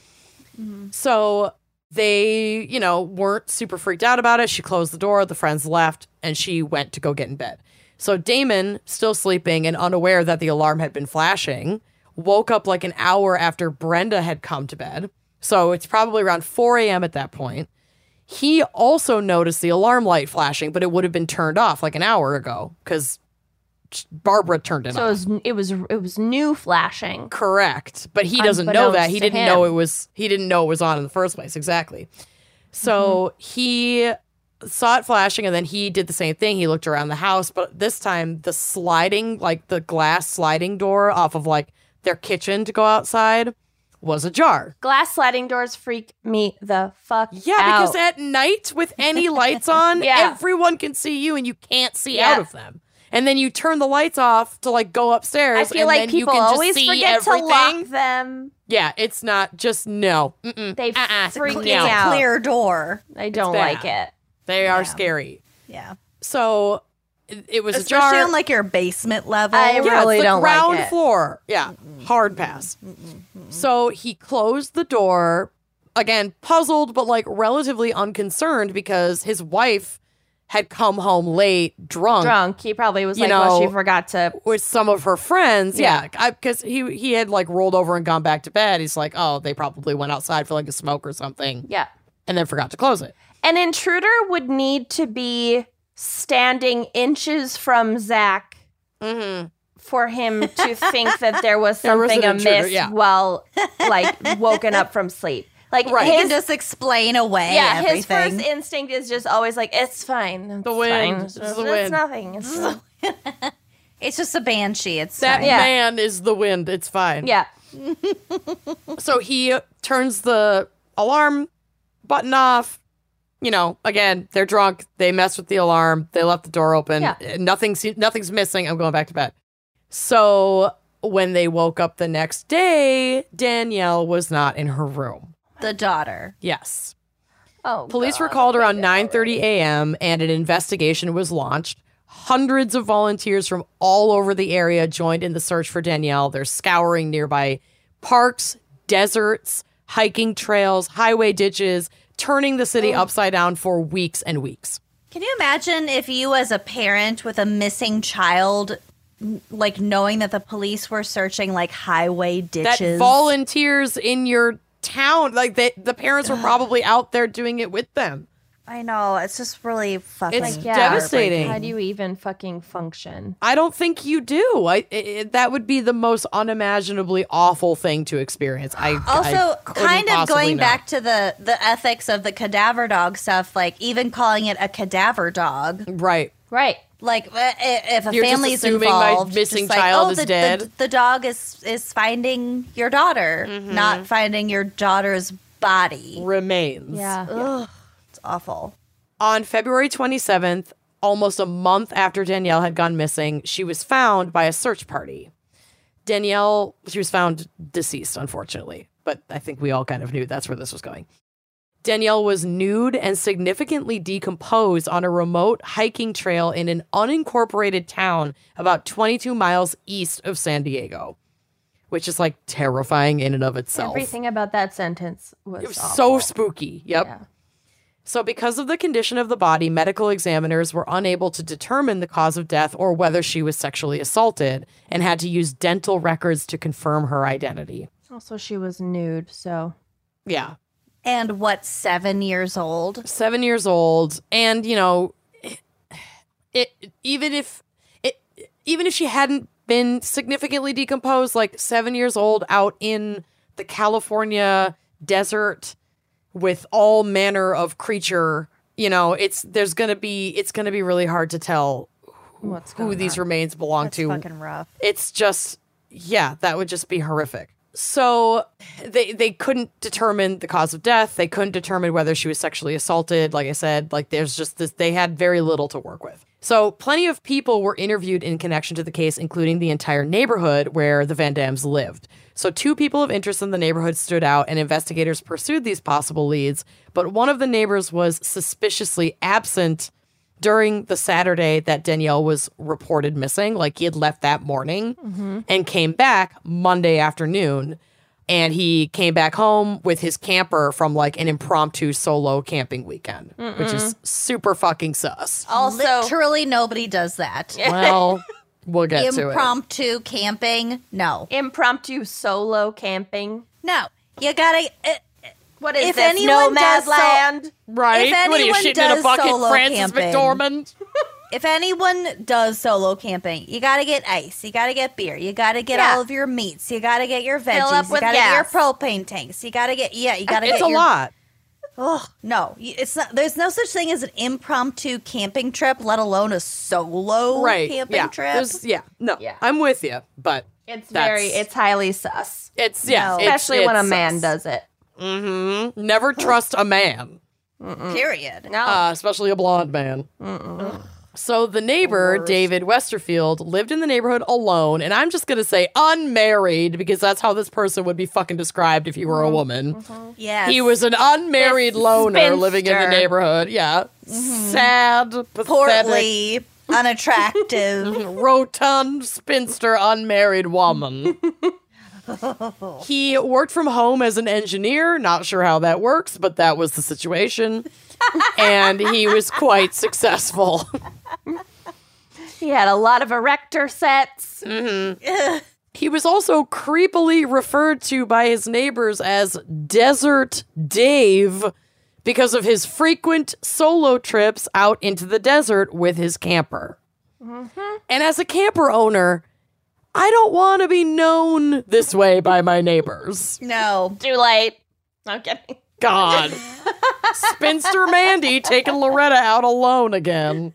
Speaker 1: Mm-hmm.
Speaker 2: So they, you know, weren't super freaked out about it. She closed the door, the friends left, and she went to go get in bed. So Damon, still sleeping and unaware that the alarm had been flashing, woke up like an hour after Brenda had come to bed. So it's probably around 4 a.m. at that point. He also noticed the alarm light flashing, but it would have been turned off like an hour ago because Barbara turned it
Speaker 1: So
Speaker 2: on.
Speaker 1: it was it was it was new flashing.
Speaker 2: Correct. But he doesn't know
Speaker 1: Unbeknownst
Speaker 2: that. He
Speaker 1: to
Speaker 2: didn't know
Speaker 1: him.
Speaker 2: it was he didn't know it was on in the first place. Exactly. So
Speaker 1: Mm-hmm.
Speaker 2: he saw it flashing and then he did the same thing. He looked around the house, but this time the sliding like the glass sliding door off of like their kitchen to go outside was ajar.
Speaker 1: Glass sliding doors freak me the fuck
Speaker 2: Yeah,
Speaker 1: out.
Speaker 2: because at night with any lights on,
Speaker 1: Yeah.
Speaker 2: everyone can see you and you can't see
Speaker 1: Yeah.
Speaker 2: out of them. And then you turn the lights off to like go upstairs.
Speaker 1: I feel
Speaker 2: and
Speaker 1: like
Speaker 2: then you
Speaker 1: people
Speaker 2: can just
Speaker 1: always
Speaker 2: see
Speaker 1: forget to
Speaker 2: everything.
Speaker 1: lock them.
Speaker 2: Yeah, it's not just no. Mm-mm.
Speaker 1: They
Speaker 2: Uh-uh.
Speaker 1: freak me
Speaker 3: it's a
Speaker 1: out.
Speaker 3: clear door.
Speaker 1: I don't
Speaker 2: bad.
Speaker 1: like it.
Speaker 2: They are scary.
Speaker 3: Yeah.
Speaker 2: So it, it was
Speaker 3: Especially
Speaker 2: a jar.
Speaker 3: on like your basement level.
Speaker 1: I
Speaker 2: yeah,
Speaker 1: really
Speaker 2: it's the
Speaker 1: don't like
Speaker 2: ground
Speaker 1: it.
Speaker 2: floor. Yeah, hard pass. So he closed the door again, puzzled but like relatively unconcerned because his wife had come home late, drunk,
Speaker 1: Drunk. He probably was
Speaker 2: Um, You
Speaker 1: like, well,
Speaker 2: know,
Speaker 1: she forgot to.
Speaker 2: with some of her friends. Yeah, because he he had like rolled over and gone back to bed. He's like, oh, they probably went outside for like a smoke or something,
Speaker 1: Yeah.
Speaker 2: and then forgot to close it.
Speaker 1: An intruder would need to be standing inches from Zach
Speaker 2: Mm-hmm.
Speaker 1: for him to think that there was
Speaker 2: There was
Speaker 1: something
Speaker 2: an intruder,
Speaker 1: amiss
Speaker 2: yeah.
Speaker 1: while like woken up from sleep. Like
Speaker 2: Right.
Speaker 3: You
Speaker 1: his,
Speaker 3: can just explain away
Speaker 1: yeah, his
Speaker 3: everything.
Speaker 1: first instinct is just always like it's fine. It's
Speaker 2: wind.
Speaker 1: fine.
Speaker 2: It's
Speaker 1: It's,
Speaker 2: the wind."
Speaker 1: nothing. It's fine."
Speaker 3: it's just a banshee. It's
Speaker 2: That
Speaker 3: fine.
Speaker 1: Yeah.
Speaker 2: man is the wind. It's fine.
Speaker 1: yeah.
Speaker 2: So he turns the alarm button off. You know, again, they're drunk. They messed with the alarm. They left the door open.
Speaker 1: Yeah.
Speaker 2: Nothing's nothing's missing. I'm going back to bed. So when they woke up the next day, Danielle was not in her room.
Speaker 3: the daughter.
Speaker 2: Yes.
Speaker 1: Oh,
Speaker 2: Police were
Speaker 1: God.
Speaker 2: called around 9:30 a.m. and an investigation was launched. Hundreds of volunteers from all over the area joined in the search for Danielle. They're scouring nearby parks, deserts, hiking trails, highway ditches, turning the city upside down for weeks and weeks.
Speaker 3: Can you imagine if you, as a parent with a missing child, n- like knowing that the police were searching like highway
Speaker 2: That
Speaker 3: ditches?
Speaker 2: volunteers in your town, like they, the parents were probably out there doing it with them.
Speaker 3: I know. It's just really fucking.
Speaker 2: It's
Speaker 1: yeah.
Speaker 2: devastating.
Speaker 1: How do you even fucking function?
Speaker 2: I don't think you do. I i i that would be the most unimaginably awful thing to experience. I
Speaker 3: also
Speaker 2: I couldn't
Speaker 3: kind of
Speaker 2: possibly
Speaker 3: going
Speaker 2: know.
Speaker 3: back to the the ethics of the cadaver dog stuff like even calling it a cadaver dog
Speaker 2: right.
Speaker 1: Right.
Speaker 3: like uh, i- if a
Speaker 2: You're just
Speaker 3: family's
Speaker 2: assuming my
Speaker 3: involved
Speaker 2: missing
Speaker 3: just like,
Speaker 2: child
Speaker 3: oh,
Speaker 2: is
Speaker 3: the, the,
Speaker 2: dead.
Speaker 3: the dog is is finding your daughter
Speaker 2: Mm-hmm.
Speaker 3: not finding your daughter's body
Speaker 2: Remains.
Speaker 3: Ugh, it's awful
Speaker 2: On February 27th, almost a month after Danielle had gone missing, she was found by a search party. Danielle, she was found deceased, unfortunately, but I think we all kind of knew that's where this was going. Danielle was nude and significantly decomposed on a remote hiking trail in an unincorporated town about 22 miles east of San Diego, which is like terrifying in and of itself.
Speaker 1: Everything about that sentence was,
Speaker 2: it was
Speaker 1: awful.
Speaker 2: so spooky. Yep.
Speaker 1: Yeah.
Speaker 2: So, because of the condition of the body, medical examiners were unable to determine the cause of death or whether she was sexually assaulted and had to use dental records to confirm her identity.
Speaker 1: Also, she was nude, so
Speaker 2: Yeah.
Speaker 3: and what seven years old
Speaker 2: Seven years old. And, you know, it, even if it, even if she hadn't been significantly decomposed, like seven years old out in the California desert with all manner of creature, you know, it's there's gonna be it's gonna be really hard to tell
Speaker 1: what's
Speaker 2: who
Speaker 1: going
Speaker 2: these
Speaker 1: on?
Speaker 2: remains belong
Speaker 3: that's
Speaker 2: to.
Speaker 3: fucking rough
Speaker 2: it's just, yeah, that would just be horrific. so they they couldn't determine the cause of death. They couldn't determine whether she was sexually assaulted. Like I said, like there's just this they had very little to work with. So plenty of people were interviewed in connection to the case, including the entire neighborhood where the Van Dams lived. So two people of interest in the neighborhood stood out and investigators pursued these possible leads, but one of the neighbors was suspiciously absent during the Saturday that Danielle was reported missing. Like he had left that morning and came back Monday afternoon. And he came back home with his camper from like an impromptu solo camping weekend, which is super fucking sus.
Speaker 3: Also,
Speaker 2: Oh.
Speaker 1: Also,
Speaker 3: literally nobody does that.
Speaker 2: Well, we'll get to it.
Speaker 3: Impromptu camping, no,
Speaker 1: impromptu solo camping.
Speaker 3: no. You gotta. Uh,
Speaker 1: What is
Speaker 3: If
Speaker 1: this?
Speaker 3: anyone
Speaker 1: Nomad
Speaker 3: does so-
Speaker 1: land.
Speaker 2: Right?
Speaker 3: If
Speaker 2: What are you
Speaker 3: anyone
Speaker 2: shitting in a
Speaker 3: does
Speaker 2: bucket,
Speaker 3: solo
Speaker 2: Francis
Speaker 3: camping-
Speaker 2: McDormand?
Speaker 3: if anyone does solo camping, you gotta get ice, you gotta get beer, you gotta get
Speaker 1: Yeah.
Speaker 3: all of your meats, you gotta get your veggies,
Speaker 1: up
Speaker 3: you
Speaker 1: with
Speaker 3: gotta
Speaker 1: gas.
Speaker 3: get your propane tanks, you gotta get yeah, you gotta
Speaker 2: It's
Speaker 3: get
Speaker 2: a
Speaker 3: your,
Speaker 2: lot.
Speaker 3: Oh no, You- it's not. There's no such thing as an impromptu camping trip, let alone a solo
Speaker 2: Right.
Speaker 3: camping
Speaker 2: yeah.
Speaker 3: trip.
Speaker 2: There's- yeah. No.
Speaker 1: Yeah.
Speaker 2: I'm with you, but
Speaker 1: It's
Speaker 2: That's-
Speaker 1: very, it's highly sus.
Speaker 2: it's, yeah.
Speaker 3: No.
Speaker 2: it's-
Speaker 1: Especially when a
Speaker 2: it's
Speaker 1: man
Speaker 2: sus.
Speaker 1: does it.
Speaker 2: Mm-hmm. Never trust a man, mm.
Speaker 3: Period.
Speaker 1: No.
Speaker 2: uh, especially a blonde man. So the neighbor, David Westerfield, lived in the neighborhood alone, and I'm just gonna say unmarried because that's how this person would be fucking described if he were a woman.
Speaker 3: Yes.
Speaker 2: He was an unmarried loner living in the
Speaker 1: spinster.
Speaker 2: neighborhood. Yeah, sad, pathetic,
Speaker 3: portly, unattractive.
Speaker 2: rotund spinster, unmarried woman. he worked from home as an engineer. Not sure how that works, but that was the situation. and he was quite successful.
Speaker 1: he had a lot of erector sets.
Speaker 2: Mm. He was also creepily referred to by his neighbors as Desert Dave because of his frequent solo trips out into the desert with his camper. And as a camper owner, I don't want to be known this way by my neighbors.
Speaker 3: no.
Speaker 1: Too late. I'm kidding.
Speaker 2: God. Spinster Mandy taking Loretta out alone again.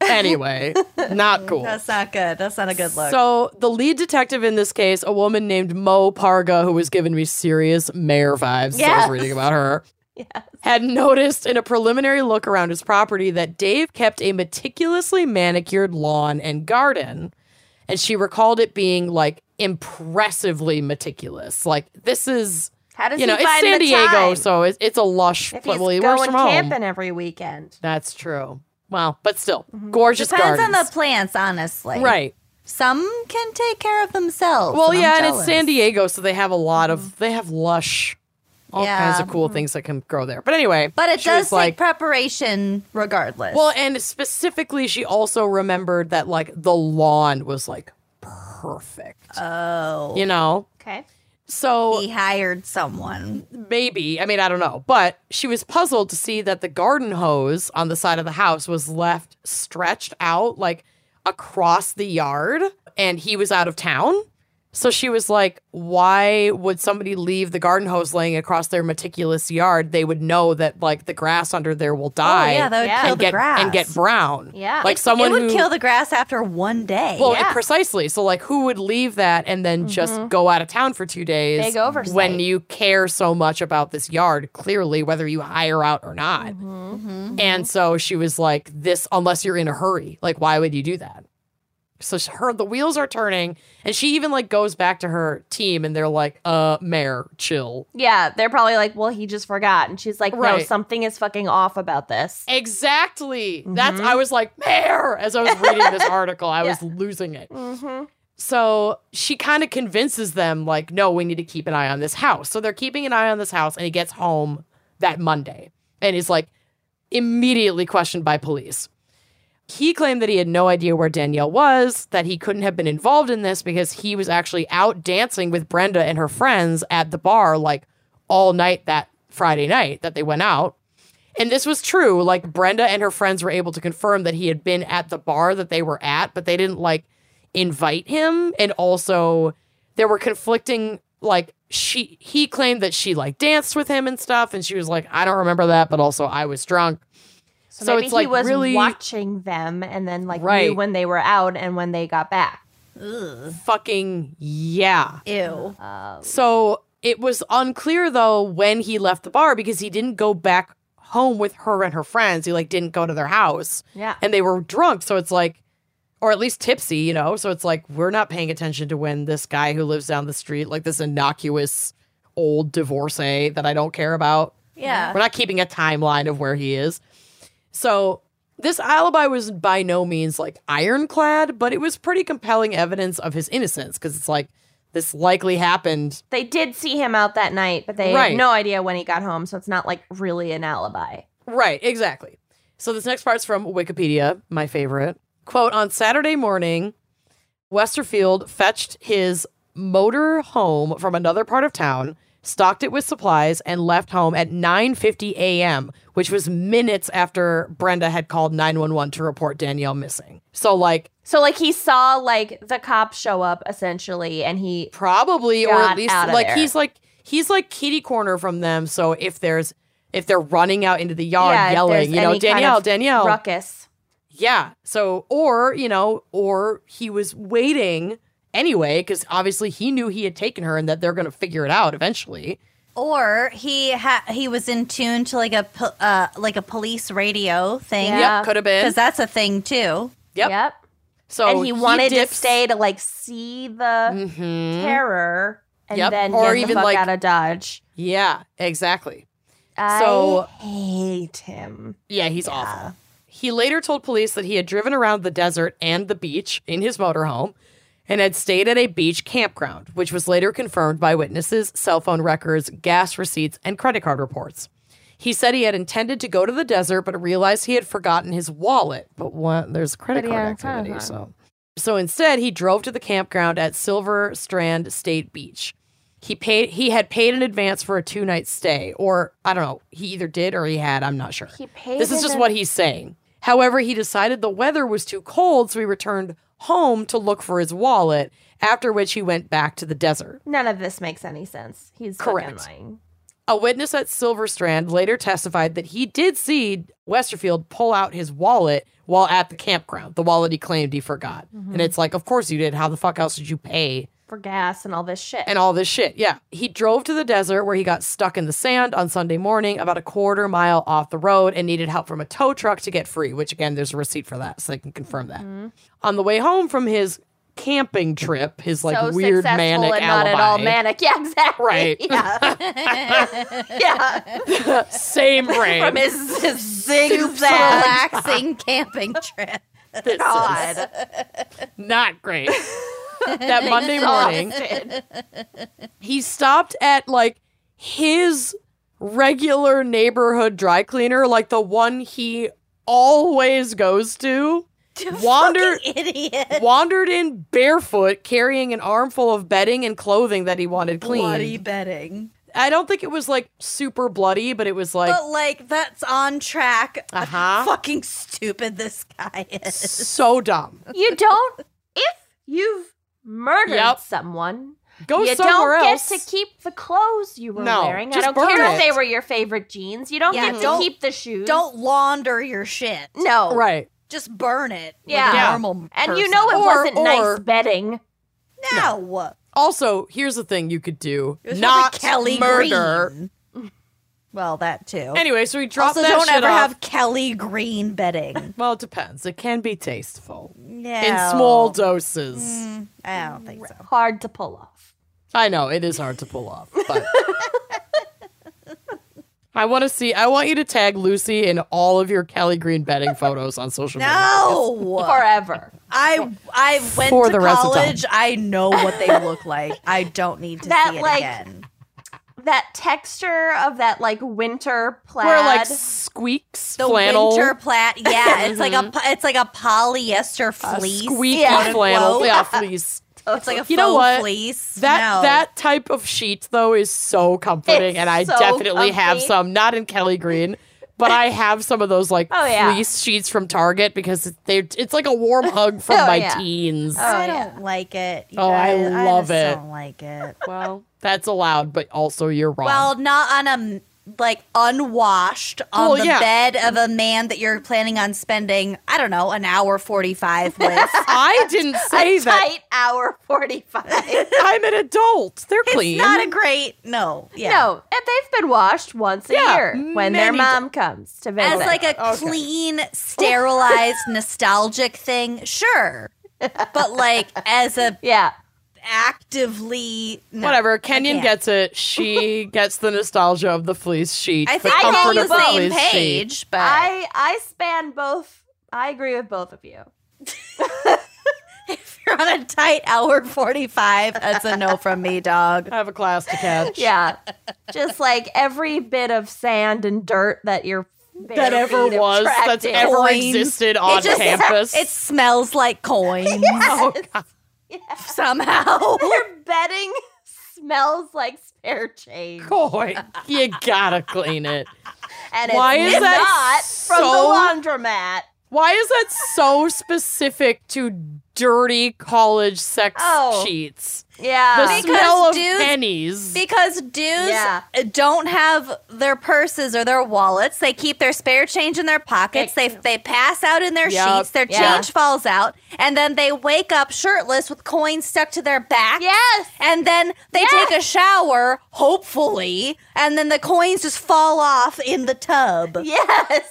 Speaker 2: Anyway, not cool.
Speaker 3: That's not good. That's not a good look.
Speaker 2: So the lead detective in this case, a woman named Mo Parga, who was giving me serious mayor vibes as I was
Speaker 1: Yes.
Speaker 2: reading about her, had noticed in a preliminary look around his property that Dave kept a meticulously manicured lawn and garden. And she recalled it being like impressively meticulous. Like this is,
Speaker 1: How does
Speaker 2: you know,
Speaker 1: he
Speaker 2: it's
Speaker 1: find
Speaker 2: San
Speaker 1: the
Speaker 2: Diego,
Speaker 1: time?
Speaker 2: so it's, it's a lush.
Speaker 1: if he's
Speaker 2: pla- well, he works
Speaker 1: going
Speaker 2: from home.
Speaker 1: camping every weekend.
Speaker 2: That's true. Well, but still,
Speaker 1: Mm-hmm.
Speaker 2: gorgeous
Speaker 3: Depends
Speaker 2: gardens.
Speaker 3: on the plants, honestly.
Speaker 2: right.
Speaker 3: Some can take care of themselves.
Speaker 2: Well,
Speaker 3: and I'm
Speaker 2: yeah, and it's
Speaker 3: jealous.
Speaker 2: San Diego, so they have a lot of they have lush, all kinds
Speaker 3: Yeah. Mm-hmm.
Speaker 2: of cool things that can grow there. But anyway,
Speaker 3: But it
Speaker 2: she
Speaker 3: does
Speaker 2: was
Speaker 3: take
Speaker 2: like
Speaker 3: preparation, regardless.
Speaker 2: well, and specifically, she also remembered that like the lawn was like perfect,
Speaker 3: oh,
Speaker 2: you know.
Speaker 1: Okay.
Speaker 2: So
Speaker 3: he hired someone.
Speaker 2: maybe I mean I don't know, but she was puzzled to see that the garden hose on the side of the house was left stretched out like across the yard, and he was out of town. So she was like, why would somebody leave the garden hose laying across their meticulous yard? They would know that like the grass under there will die
Speaker 3: Oh, yeah, that would
Speaker 1: Yeah.
Speaker 3: kill
Speaker 2: and
Speaker 3: the
Speaker 2: get
Speaker 3: grass
Speaker 2: and get brown.
Speaker 1: Yeah.
Speaker 2: Like
Speaker 1: It- it
Speaker 2: someone
Speaker 3: it would
Speaker 2: who,
Speaker 3: kill the grass after one day.
Speaker 2: well,
Speaker 1: Yeah. Mm-hmm.
Speaker 2: precisely. So, like, who would leave that and then just go out of town for two days?
Speaker 1: Big oversight.
Speaker 2: When you care so much about this yard, clearly, whether you hire out or not.
Speaker 1: Mm-hmm,
Speaker 2: And so she was like, "This, unless you're in a hurry, like, why would you do that?" So she- her the wheels are turning, and she even like goes back to her team, and they're like, "Uh, mayor, chill."
Speaker 1: Yeah, they're probably like, well, he just forgot. And she's like, no,
Speaker 2: Right.
Speaker 1: something is fucking off about this.
Speaker 2: Exactly. That's I was like, "Mayor," as I was reading this article, I was losing it.
Speaker 1: Mm-hmm.
Speaker 2: So she kind of convinces them, like, no, we need to keep an eye on this house. So they're keeping an eye on this house, and he gets home that Monday and is like immediately questioned by police. He claimed that he had no idea where Danielle was, that he couldn't have been involved in this because he was actually out dancing with Brenda and her friends at the bar, like all night that Friday night that they went out. And this was true. Like Brenda and her friends were able to confirm that he had been at the bar that they were at, but they didn't like invite him. And also there were conflicting like she he claimed that she like danced with him and stuff and she was like I don't remember that, but also I was drunk.
Speaker 1: So,
Speaker 2: So
Speaker 1: maybe
Speaker 2: it's,
Speaker 1: he
Speaker 2: like,
Speaker 1: was
Speaker 2: really-
Speaker 1: watching them and then like knew
Speaker 2: Right.
Speaker 1: when they were out and when they got back.
Speaker 2: Fucking yeah.
Speaker 3: Ew.
Speaker 2: So it was unclear though when he left the bar because he didn't go back home with her and her friends. He like didn't go to their house.
Speaker 1: Yeah.
Speaker 2: And they were drunk, so it's like or at least tipsy, you know. So it's like we're not paying attention to when this guy who lives down the street, like this innocuous old divorcee that I don't care about.
Speaker 3: Yeah.
Speaker 2: We're not keeping a timeline of where he is. So this alibi was by no means like ironclad, but it was pretty compelling evidence of his innocence because it's like this likely happened
Speaker 1: They did see him out that night, but they
Speaker 2: Right.
Speaker 1: had no idea when he got home, so it's not like really an alibi.
Speaker 2: Right, exactly. So this next part's from Wikipedia, my favorite. Quote On Saturday morning, Westerfield fetched his motor home from another part of town, stocked it with supplies, and left home at 9:50 a.m., which was minutes after Brenda had called 911 to report Danielle missing. So like
Speaker 1: So like he saw like the cops show up essentially and he
Speaker 2: probably or
Speaker 1: Got
Speaker 2: at least
Speaker 1: out of
Speaker 2: like
Speaker 1: there.
Speaker 2: he's like he's like kitty corner from them, so if there's if they're running out into the yard
Speaker 1: Yeah, if there's
Speaker 2: Oh, yelling, you know,
Speaker 1: any kind
Speaker 2: Danielle,
Speaker 1: of
Speaker 2: Danielle.
Speaker 1: ruckus.
Speaker 2: Yeah. So, or, you know, or he was waiting anyway, because obviously he knew he had taken her and that they're going to figure it out eventually.
Speaker 3: Or he ha- he was in tune to like a po- uh, like a police radio thing.
Speaker 1: Yeah.
Speaker 2: Yep. Could have been.
Speaker 3: Because that's a thing too.
Speaker 2: Yep. so,
Speaker 1: and he wanted to
Speaker 2: dips-
Speaker 1: stay to like see the
Speaker 2: Mhm.
Speaker 1: terror and
Speaker 2: Yep.
Speaker 1: then
Speaker 2: Or
Speaker 1: get
Speaker 2: even,
Speaker 1: the fuck
Speaker 2: like-
Speaker 1: out of Dodge.
Speaker 2: Yeah, exactly.
Speaker 1: So
Speaker 2: So-
Speaker 1: I hate him.
Speaker 2: Yeah, he's awful. He later told police that he had driven around the desert and the beach in his motorhome and had stayed at a beach campground, which was later confirmed by witnesses, cell phone records, gas receipts, and credit card reports. He said he had intended to go to the desert, but realized he had forgotten his wallet. But what? There's credit
Speaker 1: But
Speaker 2: card
Speaker 1: yeah,
Speaker 2: activity,
Speaker 1: uh-huh.
Speaker 2: so. So instead, he drove to the campground at Silver Strand State Beach. He paid. He had paid in advance for a two night stay, or I don't know. He either did or he had. I'm not sure.
Speaker 1: He paid
Speaker 2: This
Speaker 1: in
Speaker 2: is just
Speaker 1: ad-
Speaker 2: what he's saying. However, he decided the weather was too cold, so he returned home to look for his wallet. After which he went back to the desert.
Speaker 1: None of this makes any sense. He's
Speaker 2: Correct.
Speaker 1: fucking lying.
Speaker 2: A witness at Silverstrand later testified that he did see Westerfield pull out his wallet while at the campground, the wallet he claimed he forgot.
Speaker 1: Mm-hmm.
Speaker 2: And it's like, of course you did. How the fuck else did you pay?
Speaker 1: For gas and all this shit.
Speaker 2: And all this shit. Yeah. He drove to the desert where he got stuck in the sand on Sunday morning, about a quarter mile off the road, and needed help from a tow truck to get free, which again, there's a receipt for that. So they can confirm that.
Speaker 1: Mm-hmm.
Speaker 2: On the way home from his camping trip, his like
Speaker 1: so
Speaker 2: weird
Speaker 1: successful
Speaker 2: manic
Speaker 1: and
Speaker 2: alibi.
Speaker 1: not at all manic. Yeah, exactly.
Speaker 2: Right.
Speaker 1: Yeah.
Speaker 2: Same brain.
Speaker 1: From his, his zigzag.
Speaker 3: Relaxing camping trip.
Speaker 2: This is
Speaker 1: God.
Speaker 2: not great. that Monday morning, he stopped at like his regular neighborhood dry cleaner, like the one he always goes to. Wander
Speaker 3: Idiot.
Speaker 2: wandered in barefoot, carrying an armful of bedding and clothing that he wanted clean.
Speaker 4: Bloody betting.
Speaker 2: I don't think it was like super bloody, but it was like
Speaker 3: But like that's on track.
Speaker 2: Uh-huh.
Speaker 3: Fucking stupid this guy is.
Speaker 2: so dumb.
Speaker 1: You don't, if you've murdered
Speaker 2: Yep.
Speaker 1: someone,
Speaker 2: Go
Speaker 1: you
Speaker 2: somewhere
Speaker 1: don't
Speaker 2: else.
Speaker 1: get to keep the clothes you were
Speaker 2: No,
Speaker 1: wearing. I
Speaker 2: just
Speaker 1: don't
Speaker 2: burn
Speaker 1: care
Speaker 2: it.
Speaker 1: if they were your favorite jeans. You don't
Speaker 3: Yeah,
Speaker 1: get
Speaker 3: don't-
Speaker 1: to keep the shoes.
Speaker 3: Don't launder your shit.
Speaker 1: No.
Speaker 2: right.
Speaker 3: Just burn it. like a
Speaker 1: Yeah.
Speaker 2: Yeah.
Speaker 3: normal.
Speaker 1: And you
Speaker 3: person.
Speaker 1: know it
Speaker 2: Or-
Speaker 1: wasn't
Speaker 2: or-
Speaker 1: nice bedding.
Speaker 3: No.
Speaker 2: Also, here's the thing you could do:
Speaker 3: It was
Speaker 2: not
Speaker 3: probably Kelly
Speaker 2: murder.
Speaker 3: Green. Well, that too.
Speaker 2: Anyway, so he dropped that
Speaker 3: also, don't
Speaker 2: shit
Speaker 3: ever
Speaker 2: off.
Speaker 3: have Kelly Green bedding.
Speaker 2: Well, it depends. It can be tasteful
Speaker 3: Yeah.
Speaker 2: in small doses.
Speaker 3: Mm, I don't think so.
Speaker 1: Hard to pull off.
Speaker 2: I know it is hard to pull off, but I want to see. I want you to tag Lucy in all of your Kelly Green bedding photos on social media.
Speaker 3: No.
Speaker 1: Forever.
Speaker 3: I I went
Speaker 2: For
Speaker 3: to
Speaker 2: the rest of time.
Speaker 3: college. I know what they look like. I don't need to
Speaker 1: That,
Speaker 3: see it
Speaker 1: like,
Speaker 3: again.
Speaker 1: that texture of that like winter plaid.
Speaker 2: Where like squeaks
Speaker 3: The
Speaker 2: flannel, Mm-hmm.
Speaker 3: winter plat. Yeah, it's like a po- it's like a polyester
Speaker 2: a
Speaker 3: fleece.
Speaker 2: squeaky
Speaker 1: yeah.
Speaker 2: flannel,
Speaker 3: Quote.
Speaker 2: yeah, fleece.
Speaker 3: Oh, It's like a
Speaker 2: You
Speaker 3: faux
Speaker 2: know what?
Speaker 3: fleece.
Speaker 2: That
Speaker 3: No.
Speaker 2: that type of sheet though is so comforting,
Speaker 1: It's
Speaker 2: and I
Speaker 1: so
Speaker 2: definitely have
Speaker 1: comfy.
Speaker 2: some. Not in Kelly Green, but I have some of those like
Speaker 1: Oh, yeah.
Speaker 2: fleece sheets from Target because they it's like a warm hug from
Speaker 1: Oh,
Speaker 2: my
Speaker 1: yeah.
Speaker 2: teens.
Speaker 3: I
Speaker 1: Oh, yeah.
Speaker 3: don't like it. you
Speaker 2: Oh, I
Speaker 3: guys.
Speaker 2: love
Speaker 3: I
Speaker 2: it.
Speaker 3: just Don't like it.
Speaker 2: Well, that's allowed, but also you're wrong.
Speaker 3: Well, not on a like unwashed on
Speaker 2: Oh. Well,
Speaker 3: the
Speaker 2: yeah.
Speaker 3: bed of a man that you're planning on spending, I don't know, an hour 45 with.
Speaker 2: I didn't say
Speaker 3: a
Speaker 2: that.
Speaker 3: tight hour 45. it's
Speaker 2: I'm an adult. They're clean.
Speaker 3: not a great, no. Yeah.
Speaker 1: No, and they've been washed once a
Speaker 2: Yeah,
Speaker 1: year when their
Speaker 2: many
Speaker 1: mom comes to visit.
Speaker 3: As like a
Speaker 2: Okay.
Speaker 3: clean, sterilized, nostalgic thing, sure. But like as a
Speaker 1: yeah,
Speaker 3: actively no.
Speaker 2: Whatever.
Speaker 3: I
Speaker 2: Kenyon
Speaker 3: can't.
Speaker 2: gets it. She gets the nostalgia of the fleece sheet.
Speaker 3: I
Speaker 2: the
Speaker 3: think I'm on
Speaker 2: comfort
Speaker 3: the
Speaker 2: of the
Speaker 3: same
Speaker 2: fleece sheet.
Speaker 3: page, but
Speaker 1: I I span both. I agree with both of you.
Speaker 3: if you're on a tight hour 45,
Speaker 4: That's a no from me, dog.
Speaker 2: I have a class to catch.
Speaker 1: Yeah, just like every bit of sand and dirt that your bare
Speaker 2: That ever
Speaker 1: feet
Speaker 2: was, that's
Speaker 1: attracted.
Speaker 2: ever
Speaker 4: Coins.
Speaker 2: existed on
Speaker 3: just-
Speaker 2: campus.
Speaker 4: It smells like coins
Speaker 2: oh, God.
Speaker 4: somehow.
Speaker 2: Oh.
Speaker 1: Your bedding smells like spare change,
Speaker 2: boy, you gotta clean it.
Speaker 1: and
Speaker 2: Why
Speaker 1: it's
Speaker 2: is that
Speaker 1: not from
Speaker 2: so-
Speaker 1: the laundromat.
Speaker 2: Why is that so specific to dirty college sex
Speaker 1: Oh.
Speaker 2: sheets? The
Speaker 1: Yeah,
Speaker 2: smell of
Speaker 3: dudes-
Speaker 2: pennies.
Speaker 3: because dudes
Speaker 1: Yeah.
Speaker 3: don't have their purses or their wallets. They keep their spare change in their pockets. They they pass out in their
Speaker 2: Yup.
Speaker 3: sheets. Their
Speaker 1: Yeah.
Speaker 3: change falls out, and then they wake up shirtless with coins stuck to their back.
Speaker 1: yes.
Speaker 3: And then they take a shower, hopefully, and then the coins just fall off in the tub.
Speaker 1: Yes.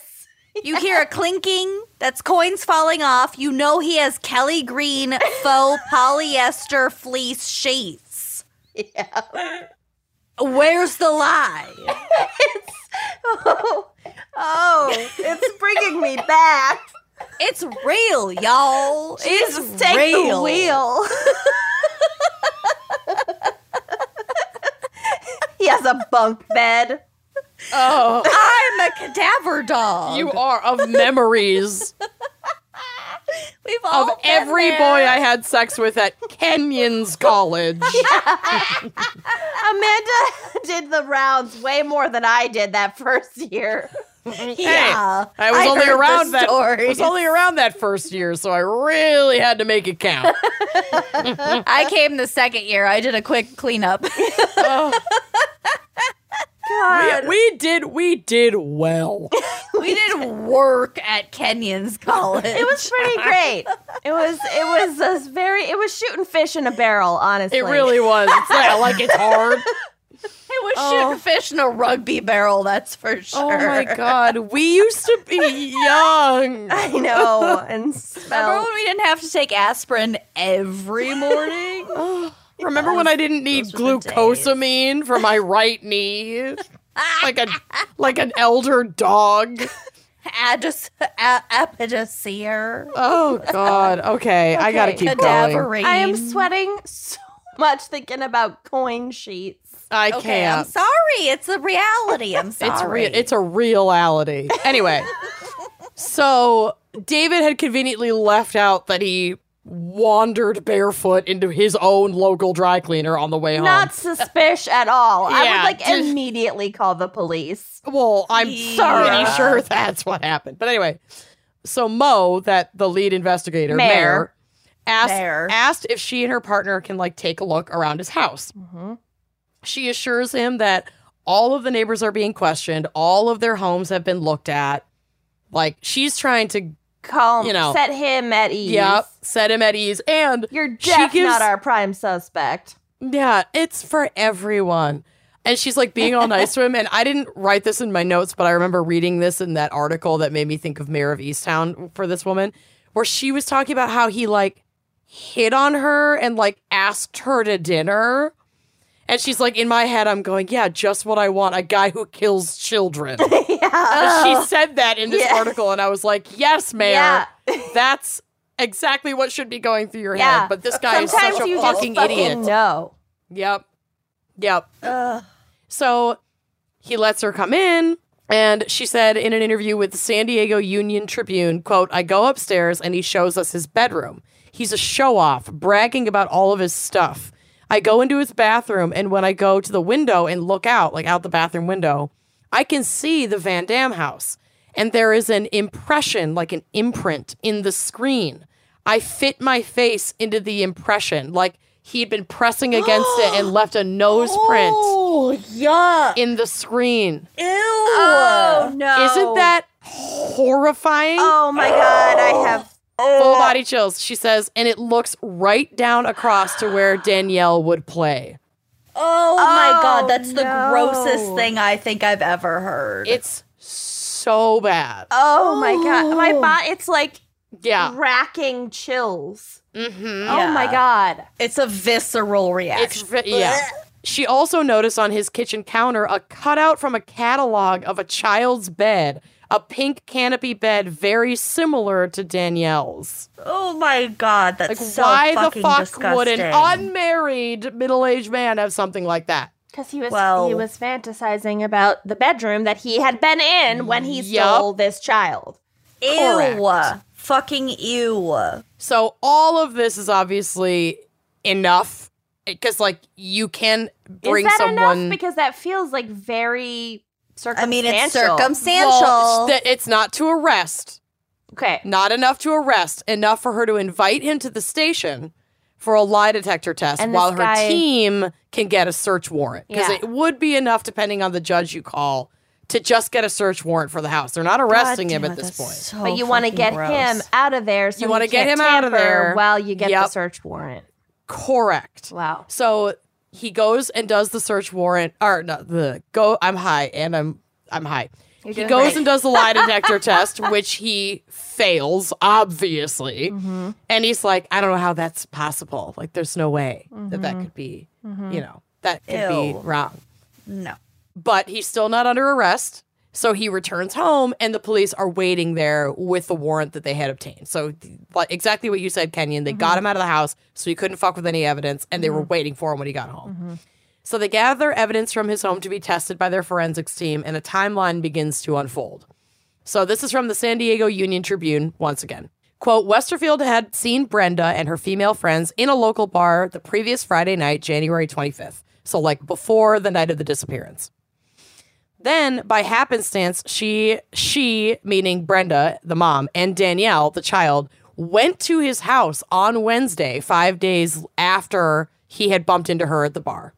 Speaker 3: You hear a clinking. That's coins falling off. You know he has Kelly Green faux polyester fleece sheets.
Speaker 1: Yeah.
Speaker 3: Where's the lie?
Speaker 1: Oh, oh, it's bringing me back.
Speaker 3: It's real, y'all.
Speaker 1: Jesus,
Speaker 3: it's
Speaker 1: take
Speaker 3: real.
Speaker 1: the wheel. he has a bunk bed.
Speaker 2: Oh,
Speaker 3: I'm a cadaver dog.
Speaker 2: you are of memories
Speaker 3: We've
Speaker 2: of
Speaker 3: all been
Speaker 2: every
Speaker 3: Oh, there.
Speaker 2: boy I had sex with at Kenyon's college.
Speaker 1: Amanda did the rounds way more than I did that first year.
Speaker 3: Yeah,
Speaker 2: Hey, I was
Speaker 3: I
Speaker 2: only
Speaker 3: heard the
Speaker 2: around that. I
Speaker 3: stories.
Speaker 2: was only around that first year, so I really had to make it count.
Speaker 3: I came the second year. I did a quick cleanup.
Speaker 2: Oh,
Speaker 1: God.
Speaker 2: we, we did. We did well.
Speaker 3: we did work at Kenyon's college.
Speaker 1: it was pretty great. It was it was a very it was shooting fish in a barrel, honestly.
Speaker 2: It really was. It's not like it's hard.
Speaker 3: It was shooting fish in a rugby barrel, that's for sure.
Speaker 2: Oh my god, we used to be young.
Speaker 1: I know. And
Speaker 3: Remember
Speaker 1: smell.
Speaker 3: when we didn't have to take aspirin every morning?
Speaker 2: Remember when I didn't need
Speaker 3: were the
Speaker 2: glucosamine for my right knee? like a like an elder dog.
Speaker 3: Adis- a- Apodicere.
Speaker 2: Oh god. Okay, I got to
Speaker 1: Okay.
Speaker 2: keep going.
Speaker 3: Cadaverine.
Speaker 1: I am sweating so much thinking about coin sheets.
Speaker 2: I
Speaker 3: Okay, I'm
Speaker 2: can't.
Speaker 3: sorry. It's a reality. I'm sorry.
Speaker 2: It's real. It's a reality. Anyway, so David had conveniently left out that he wandered barefoot into his own local dry cleaner on the way home.
Speaker 1: Not suspicious at all.
Speaker 2: Um, Yeah,
Speaker 1: I would like
Speaker 2: just-
Speaker 1: immediately call the police.
Speaker 2: well, I'm
Speaker 3: Yeah.
Speaker 2: pretty sure that's what happened. But anyway, so Mo, that the lead investigator,
Speaker 1: Mayor.
Speaker 2: Mayor, asked
Speaker 3: Mayor.
Speaker 2: asked if she and her partner can like take a look around his house. She assures him that all of the neighbors are being questioned, all of their homes have been looked at. Like she's trying to
Speaker 1: Calm,
Speaker 2: You know.
Speaker 1: set him at ease.
Speaker 2: Yep. Set him at ease. And
Speaker 1: You're
Speaker 2: She
Speaker 1: Jeff,
Speaker 2: gives-
Speaker 1: not our prime suspect.
Speaker 2: yeah, it's for everyone. And she's like being all nice to him. And I didn't write this in my notes, but I remember reading this in that article that made me think of Mayor of Easttown for this woman, where she was talking about how he like hit on her and like asked her to dinner. And she's like, in my head, I'm going, yeah, just what I want a guy who kills children.
Speaker 1: yeah.
Speaker 2: But she said that in this
Speaker 1: Yeah.
Speaker 2: article, and I was like, "Yes, Mayor,
Speaker 1: Yeah.
Speaker 2: that's exactly what should be going through your
Speaker 1: Yeah.
Speaker 2: head." But this guy is
Speaker 1: Sometimes
Speaker 2: such a
Speaker 1: you
Speaker 2: fucking
Speaker 1: just
Speaker 2: idiot.
Speaker 1: fucking know.
Speaker 2: Yep, yep. So he lets her come in, and she said in an interview with the San Diego Union Tribune, "quote I go upstairs, and he shows us his bedroom. He's a show off, bragging about all of his stuff." I go into his bathroom, and when I go to the window and look out, like out the bathroom window, I can see the Van Dam house, and there is an impression, like an imprint in the screen. I fit my face into the impression. Like He had been pressing against it and left a nose print
Speaker 5: Oh, yuck.
Speaker 2: in the screen.
Speaker 5: Ew.
Speaker 1: Oh no!
Speaker 2: Isn't that horrifying?
Speaker 1: Oh my god! I have.
Speaker 2: Full body chills. She says, and it looks right down across to where Danielle would play.
Speaker 3: Oh, my
Speaker 1: Oh,
Speaker 3: god, that's the
Speaker 1: no.
Speaker 3: grossest thing I think I've ever heard.
Speaker 2: It's so bad.
Speaker 1: Oh my god! My body. It's like
Speaker 2: yeah.
Speaker 1: racking chills.
Speaker 2: Mm-hmm.
Speaker 1: Oh
Speaker 3: Yeah.
Speaker 1: my god!
Speaker 3: It's a visceral
Speaker 2: It's
Speaker 3: reaction.
Speaker 2: ve- yeah. She also noticed on his kitchen counter a cutout from a catalog of a child's bed, a pink canopy bed very similar to Danielle's.
Speaker 3: oh my god, that's
Speaker 2: Like,
Speaker 3: so
Speaker 2: why the
Speaker 3: fucking
Speaker 2: fuck
Speaker 3: disgusting.
Speaker 2: would an unmarried middle aged man have something like that?
Speaker 1: Because he was
Speaker 3: Well-
Speaker 1: he was fantasizing about the bedroom that he had been in when he
Speaker 2: Yup.
Speaker 1: stole this child.
Speaker 3: ew, fucking ew.
Speaker 2: So, all of this is obviously enough because, like, you can bring
Speaker 1: Is that
Speaker 2: someone.
Speaker 1: enough? Because that feels like very
Speaker 3: I
Speaker 1: circumstantial.
Speaker 3: mean, it's circumstantial.
Speaker 2: Well, it's- it's not to arrest.
Speaker 1: Okay.
Speaker 2: Not enough to arrest, enough for her to invite him to the station for a lie detector test
Speaker 1: And
Speaker 2: while
Speaker 1: this
Speaker 2: her
Speaker 1: guy-
Speaker 2: team can get a search warrant. Because
Speaker 1: Yeah.
Speaker 2: it would be enough, depending on the judge you call, to just get a search warrant for the house. They're not arresting him at this point.
Speaker 1: But you want to get him out of there. So
Speaker 2: Oh, You wanna
Speaker 1: he
Speaker 2: get
Speaker 1: can't
Speaker 2: him out of
Speaker 1: tamper
Speaker 2: there.
Speaker 1: while you get the
Speaker 2: Yep.
Speaker 1: search warrant.
Speaker 2: Correct.
Speaker 1: Wow.
Speaker 2: So he goes and does the search warrant, or no, the go. I'm high, and I'm I'm high. he
Speaker 1: doing
Speaker 2: goes
Speaker 1: great.
Speaker 2: and does the lie detector test, which he fails, obviously.
Speaker 1: Mm-hmm.
Speaker 2: And he's like, I don't know how that's possible. Like, there's no way that
Speaker 1: Mm-hmm.
Speaker 2: that could be, you know, that could be
Speaker 3: Ew.
Speaker 2: wrong.
Speaker 3: No.
Speaker 2: But he's still not under arrest. So he returns home, and the police are waiting there with the warrant that they had obtained. So, th- like, exactly what you said, Kenyon. They got him out of the house, so he couldn't fuck with any evidence, and they were waiting for him when he got home. So they gather evidence from his home to be tested by their forensics team, and a timeline begins to unfold. So this is from the San Diego Union Tribune once again. Quote, Westerfield had seen Brenda and her female friends in a local bar the previous Friday night, January 25th. So, like before the night of the disappearance. Then, by happenstance, she, she, meaning Brenda, the mom, and Danielle, the child, went to his house on Wednesday, five days after he had bumped into her at the bar.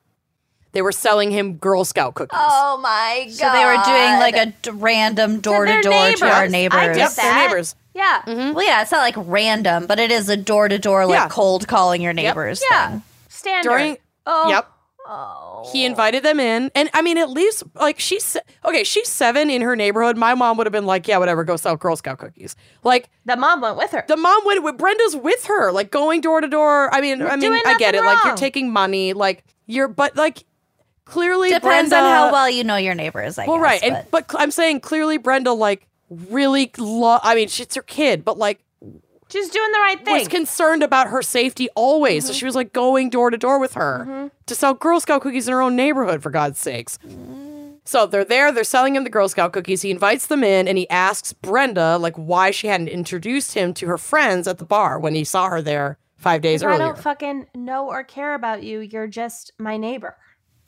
Speaker 2: They were selling him Girl Scout cookies.
Speaker 1: Oh my god.
Speaker 3: So they were doing like a d- random door to
Speaker 1: their
Speaker 3: door to our
Speaker 1: neighbors. I
Speaker 3: neighbors.
Speaker 1: did
Speaker 2: Yep, their
Speaker 1: that.
Speaker 2: neighbors.
Speaker 1: Yeah.
Speaker 2: Mm-hmm.
Speaker 3: Well, yeah, it's not like random, but it is a door to door, like
Speaker 2: Yeah.
Speaker 3: cold calling your neighbors.
Speaker 1: Yeah. Standard.
Speaker 2: During,
Speaker 1: oh.
Speaker 2: yep.
Speaker 1: Oh.
Speaker 2: He invited them in, and I mean, at least like she's se- okay. She's seven in her neighborhood. My mom would have been like, "Yeah, whatever, go sell Girl Scout cookies." Like
Speaker 1: The mom went with her.
Speaker 2: the mom went with Brenda's with her, like going door to door. I mean, I mean,
Speaker 1: doing
Speaker 2: I get it.
Speaker 1: nothing
Speaker 2: Like you're
Speaker 1: wrong.
Speaker 2: taking money, like you're, but like clearly
Speaker 3: Depends
Speaker 2: Brenda,
Speaker 3: on how well you know your neighbors, I
Speaker 2: Well,
Speaker 3: guess.
Speaker 2: right,
Speaker 3: But.
Speaker 2: and but cl- I'm saying clearly Brenda like really. Lo- I mean, she's her kid, but like
Speaker 1: She's doing the right
Speaker 2: was
Speaker 1: thing. Mm-hmm.
Speaker 2: concerned about her safety always. So she was like going door to door with her to sell Girl Scout cookies in her own neighborhood, for God's sakes.
Speaker 1: Mm.
Speaker 2: So they're there, they're selling him the Girl Scout cookies. He invites them in and he asks Brenda, like, why she hadn't introduced him to her friends at the bar when he saw her there five days
Speaker 1: I
Speaker 2: earlier.
Speaker 1: don't fucking know or care about you. You're just my neighbor.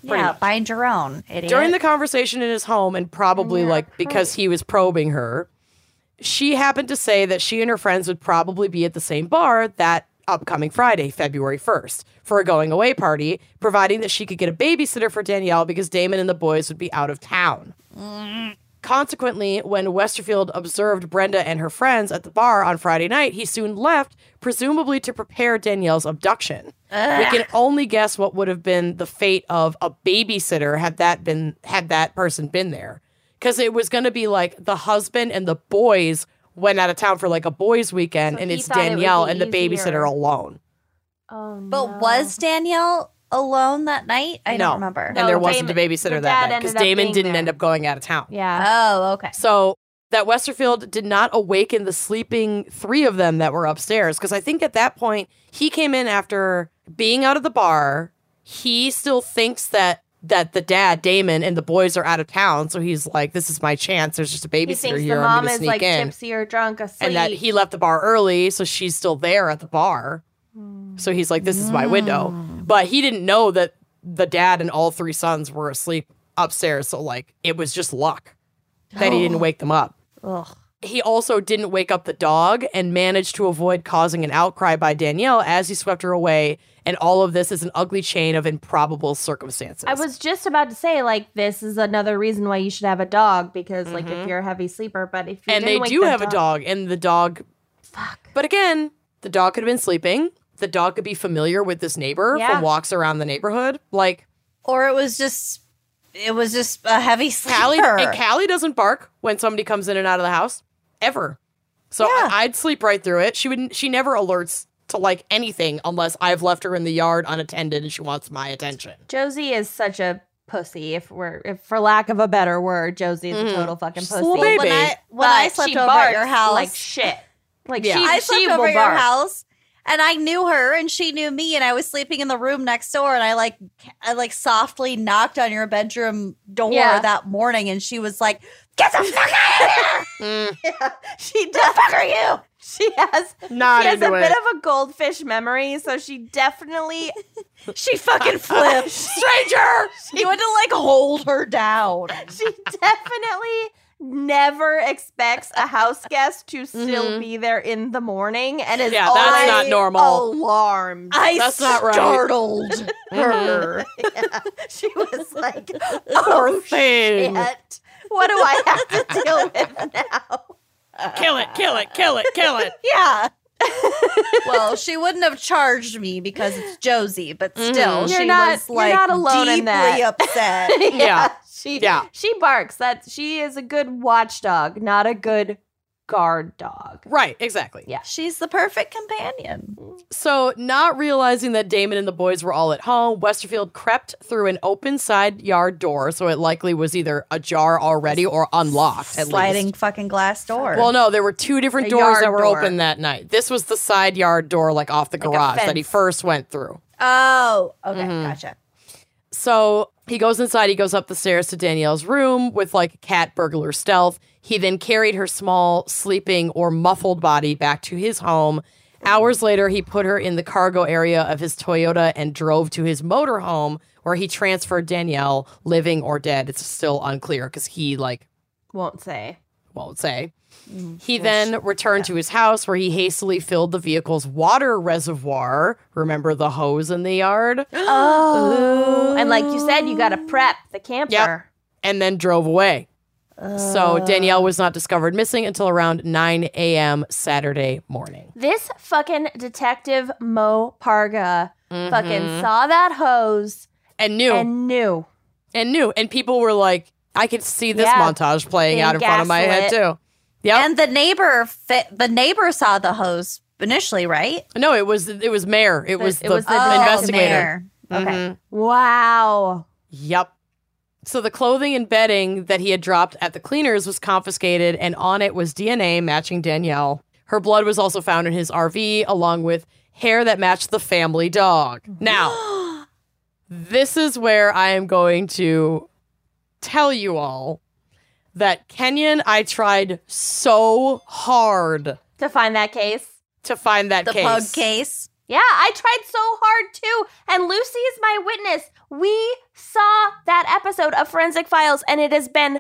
Speaker 3: yeah, bind your own, idiot.
Speaker 2: During the conversation in his home, and probably like because he was probing her, she happened to say that she and her friends would probably be at the same bar that upcoming Friday, February 1st, for a going away party, providing that she could get a babysitter for Danielle because Damon and the boys would be out of town. Consequently, when Westerfield observed Brenda and her friends at the bar on Friday night, he soon left, presumably to prepare Danielle's abduction. We can only guess what would have been the fate of a babysitter had that been had that person been there. Cuz it was going to be like the husband and the boys went out of town for like a boys weekend
Speaker 1: So
Speaker 2: and
Speaker 1: he
Speaker 2: it's
Speaker 1: thought it would
Speaker 2: Danielle
Speaker 1: be
Speaker 2: and the
Speaker 1: easier.
Speaker 2: babysitter alone.
Speaker 1: Oh no.
Speaker 3: but was Danielle alone that night? I
Speaker 2: No.
Speaker 3: don't remember.
Speaker 2: And there
Speaker 1: No,
Speaker 2: wasn't
Speaker 1: Oh, Damon-
Speaker 2: a
Speaker 1: her
Speaker 2: babysitter
Speaker 1: dad
Speaker 2: that night cuz
Speaker 1: ended up
Speaker 2: Damon
Speaker 1: being
Speaker 2: didn't
Speaker 1: there.
Speaker 2: end up going out of town.
Speaker 1: Yeah.
Speaker 3: Oh, okay.
Speaker 2: So that Westerfield did not awaken the sleeping three of them that were upstairs. Because I think at that point, he came in after being out of the bar. He still thinks that that the dad, Damon, and the boys are out of town. So he's like, this is my chance. There's just a
Speaker 1: He
Speaker 2: babysitter
Speaker 1: thinks the
Speaker 2: here. I'm
Speaker 1: mom
Speaker 2: going to
Speaker 1: is
Speaker 2: sneak
Speaker 1: like
Speaker 2: in.
Speaker 1: tipsy or drunk asleep.
Speaker 2: And that he left the bar early. So she's still there at the bar. So he's like, this is my window. But he didn't know that the dad and all three sons were asleep upstairs. So, like, it was just luck that he didn't wake them up. he also didn't wake up the dog and managed to avoid causing an outcry by Danielle as he swept her away. And all of this is an ugly chain of improbable circumstances.
Speaker 1: I was just about to say, like, this is another reason why you should have a dog because, like, if you're a heavy sleeper, but if you
Speaker 2: Mm-hmm. and they
Speaker 1: didn't wake
Speaker 2: do
Speaker 1: the
Speaker 2: have a dog, and the dog.
Speaker 1: Fuck.
Speaker 2: But again, the dog could have been sleeping. The dog could be familiar with this neighbor
Speaker 1: Yeah.
Speaker 2: from walks around the neighborhood. Like
Speaker 3: Or it was just it was just a heavy
Speaker 2: Callie,
Speaker 3: sleeper.
Speaker 2: and Callie doesn't bark when somebody comes in and out of the house ever. So
Speaker 3: Yeah.
Speaker 2: I, I'd sleep right through it. She wouldn't. She never alerts to like anything unless I've left her in the yard unattended and she wants my attention.
Speaker 1: Josie is such a pussy. If we're, if for lack of a better word, Josie is a total fucking
Speaker 2: She's
Speaker 1: pussy.
Speaker 2: a little baby.
Speaker 3: when I when
Speaker 1: But
Speaker 3: I slept
Speaker 1: she
Speaker 3: over at
Speaker 1: barks
Speaker 3: your house,
Speaker 1: like shit. Like
Speaker 2: Yeah.
Speaker 1: she,
Speaker 3: I
Speaker 1: she
Speaker 3: slept
Speaker 1: will
Speaker 3: over at your
Speaker 1: bark.
Speaker 3: house and I knew her and she knew me and I was sleeping in the room next door and I like I like softly knocked on your bedroom door
Speaker 1: Yeah.
Speaker 3: that morning and she was like, Get the fuck out of here.
Speaker 2: Mm,
Speaker 3: She does. fuck are you?
Speaker 1: She has,
Speaker 2: not
Speaker 1: she has a
Speaker 2: into
Speaker 1: bit
Speaker 2: it.
Speaker 1: of a goldfish memory, so she definitely
Speaker 3: She fucking flipped.
Speaker 2: Stranger.
Speaker 3: you had to like hold her down.
Speaker 1: she definitely never expects a house guest to still
Speaker 2: Mhm.
Speaker 1: be there in the morning and is
Speaker 2: Yeah, that's
Speaker 1: always
Speaker 2: not normal.
Speaker 1: alarmed.
Speaker 3: I
Speaker 2: That's not right.
Speaker 3: startled her.
Speaker 1: she was like, "Oh shit,
Speaker 2: thing.
Speaker 1: what do I have to deal with now?"
Speaker 2: Kill it. Kill it. Kill it. Kill it.
Speaker 3: Yeah. well, she wouldn't have charged me because it's Josie, but still,
Speaker 2: Mhm.
Speaker 1: You're
Speaker 3: she
Speaker 1: not-
Speaker 3: was
Speaker 1: you're
Speaker 3: like
Speaker 1: not alone
Speaker 3: deeply
Speaker 1: in that.
Speaker 3: upset.
Speaker 2: Yeah.
Speaker 1: she
Speaker 2: Yeah.
Speaker 1: she barks. That she is a good watchdog, not a good guard dog.
Speaker 2: Right. Exactly.
Speaker 3: She's the perfect companion.
Speaker 2: So, not realizing that Damon and the boys were all at home, Westerfield crept through an open side yard door, so it likely was either ajar already or unlocked. At
Speaker 3: Sliding
Speaker 2: Least.
Speaker 3: fucking glass door.
Speaker 2: Well, no, there were two different
Speaker 1: A
Speaker 2: doors
Speaker 1: yard
Speaker 2: that were
Speaker 1: door.
Speaker 2: open that night. This was the side yard door, like off the
Speaker 1: a
Speaker 2: garage, that he
Speaker 1: fence.
Speaker 2: first went through.
Speaker 3: oh, okay,
Speaker 2: mm-hmm.
Speaker 3: gotcha.
Speaker 2: So he goes inside, he goes up the stairs to Danielle's room with like cat burglar stealth. He then carried her small, sleeping, or muffled body back to his home. Hours later, he put her in the cargo area of his Toyota and drove to his motorhome where he transferred Danielle, living or dead. It's still unclear because he like
Speaker 1: Won't say.
Speaker 2: won't say. He then returned to his house where he hastily filled the vehicle's water reservoir. Remember the hose in the yard?
Speaker 1: Oh, and like you said, you got to prep the camper.
Speaker 2: and then drove away.
Speaker 1: Uh.
Speaker 2: So Danielle was not discovered missing until around 9 a.m. Saturday morning.
Speaker 1: This fucking detective Mo Parga
Speaker 2: Mm-hmm.
Speaker 1: fucking saw that hose
Speaker 2: And knew and,
Speaker 1: and knew.
Speaker 2: knew. And people were like, I could see this
Speaker 1: Yeah.
Speaker 2: montage playing
Speaker 1: Being
Speaker 2: out in front of my head too. Yep.
Speaker 3: And the neighbor, fit, the neighbor saw the hose initially, right?
Speaker 2: no, it was it was Mayor. It was
Speaker 1: it
Speaker 2: the,
Speaker 1: was the
Speaker 3: Oh,
Speaker 2: investigator.
Speaker 3: there. Okay.
Speaker 2: Mhm.
Speaker 1: Wow.
Speaker 2: Yep. So the clothing and bedding that he had dropped at the cleaners was confiscated, and on it was DNA matching Danielle. Her blood was also found in his RV, along with hair that matched the family dog. Now, this is where I am going to tell you all that Kenyon, I tried so hard
Speaker 1: To find that case.
Speaker 2: to find that
Speaker 3: The
Speaker 2: case.
Speaker 3: pug case.
Speaker 1: Yeah, I tried so hard too. And Lucy is my witness. We saw that episode of Forensic Files and it has been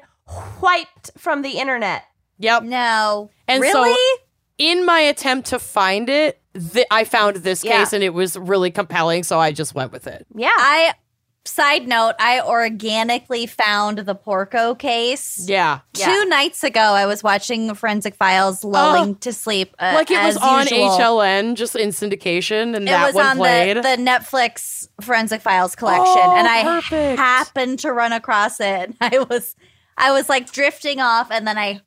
Speaker 1: wiped from the internet.
Speaker 2: Yep.
Speaker 3: No.
Speaker 2: And so-
Speaker 3: really?
Speaker 2: in my attempt to find it, th- I found this
Speaker 1: Yeah.
Speaker 2: case and it was really compelling, so I just went with it.
Speaker 1: Yeah.
Speaker 3: I side note, I organically found the Porco case.
Speaker 2: Yeah. Oh.
Speaker 3: Two nights ago, I was watching Forensic Files, lulling to sleep. Uh,
Speaker 2: Like it was
Speaker 3: as
Speaker 2: on
Speaker 3: usual.
Speaker 2: HLN, just in syndication, and
Speaker 3: It
Speaker 2: that
Speaker 3: was
Speaker 2: one
Speaker 3: on
Speaker 2: played.
Speaker 3: the, the Netflix Forensic Files collection,
Speaker 2: Oh,
Speaker 3: and I
Speaker 2: perfect.
Speaker 3: happened to run across it. I was, I was like drifting off, and then I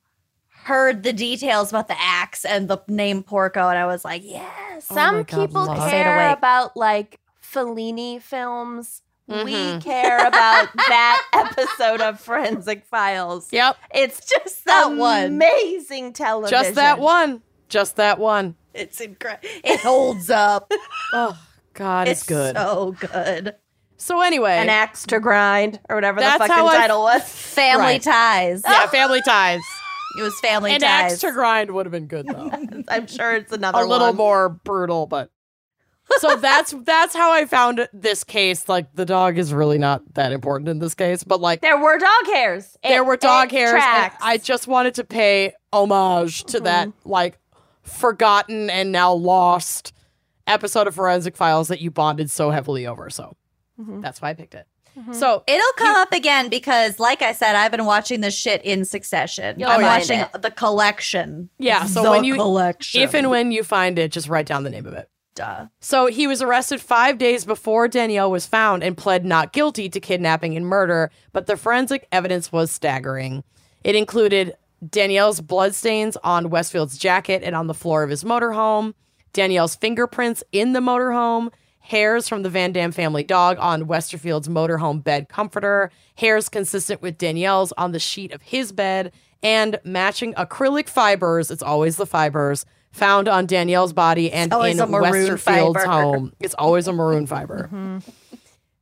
Speaker 3: heard the details about the axe and the name Porco, and I was like, yes,
Speaker 1: Some
Speaker 2: Oh my God,
Speaker 1: people
Speaker 2: love.
Speaker 3: Stayed
Speaker 1: care
Speaker 3: awake.
Speaker 1: about like Fellini films. We
Speaker 2: Mhm.
Speaker 1: care about that episode of Forensic Files.
Speaker 2: yep.
Speaker 1: It's just
Speaker 3: That
Speaker 1: that
Speaker 3: one.
Speaker 1: amazing television.
Speaker 2: Just that one. Just that one.
Speaker 3: it's incredible. It holds up.
Speaker 2: Oh, God, it's, good. So,
Speaker 3: So good.
Speaker 2: anyway.
Speaker 1: An axe to grind or whatever
Speaker 2: That's
Speaker 1: the fucking
Speaker 2: how I-
Speaker 1: title was.
Speaker 3: Family
Speaker 2: Right.
Speaker 3: ties.
Speaker 2: yeah, family ties.
Speaker 3: It was family
Speaker 2: An
Speaker 3: ties.
Speaker 2: axe to grind would have been good though.
Speaker 1: I'm sure it's another
Speaker 2: a little
Speaker 1: one.
Speaker 2: more brutal, but so that's that's how I found this case. Like the dog is really not that important in this case, but like
Speaker 1: There were dog hairs. It-
Speaker 2: there were dog
Speaker 1: it
Speaker 2: hairs. and
Speaker 1: tracks.
Speaker 2: I just wanted to pay homage to that like forgotten and now lost episode of Forensic Files that you bonded so heavily over. So that's why I picked it. So
Speaker 3: It'll come up again because, like I said, I've been watching this shit in succession. I'm
Speaker 1: find
Speaker 3: watching the collection.
Speaker 2: Oh, yeah, so
Speaker 3: the
Speaker 2: when you
Speaker 3: collection,
Speaker 2: if and when you find it, just write down the name of it.
Speaker 3: Duh.
Speaker 2: So he was arrested five days before Danielle was found and pled not guilty to kidnapping and murder, but the forensic evidence was staggering. It included Danielle's bloodstains on Westfield's jacket and on the floor of his motorhome, Danielle's fingerprints in the motorhome, hairs from the Van Dam family dog on Westerfield's motorhome bed comforter, hairs consistent with Danielle's on the sheet of his bed, and matching acrylic fibers, it's always the fibers, found on Danielle's body and
Speaker 3: always
Speaker 2: in
Speaker 3: a maroon
Speaker 2: Westerfield's
Speaker 3: fiber. Mm-hmm.
Speaker 2: home. It's always a maroon fiber.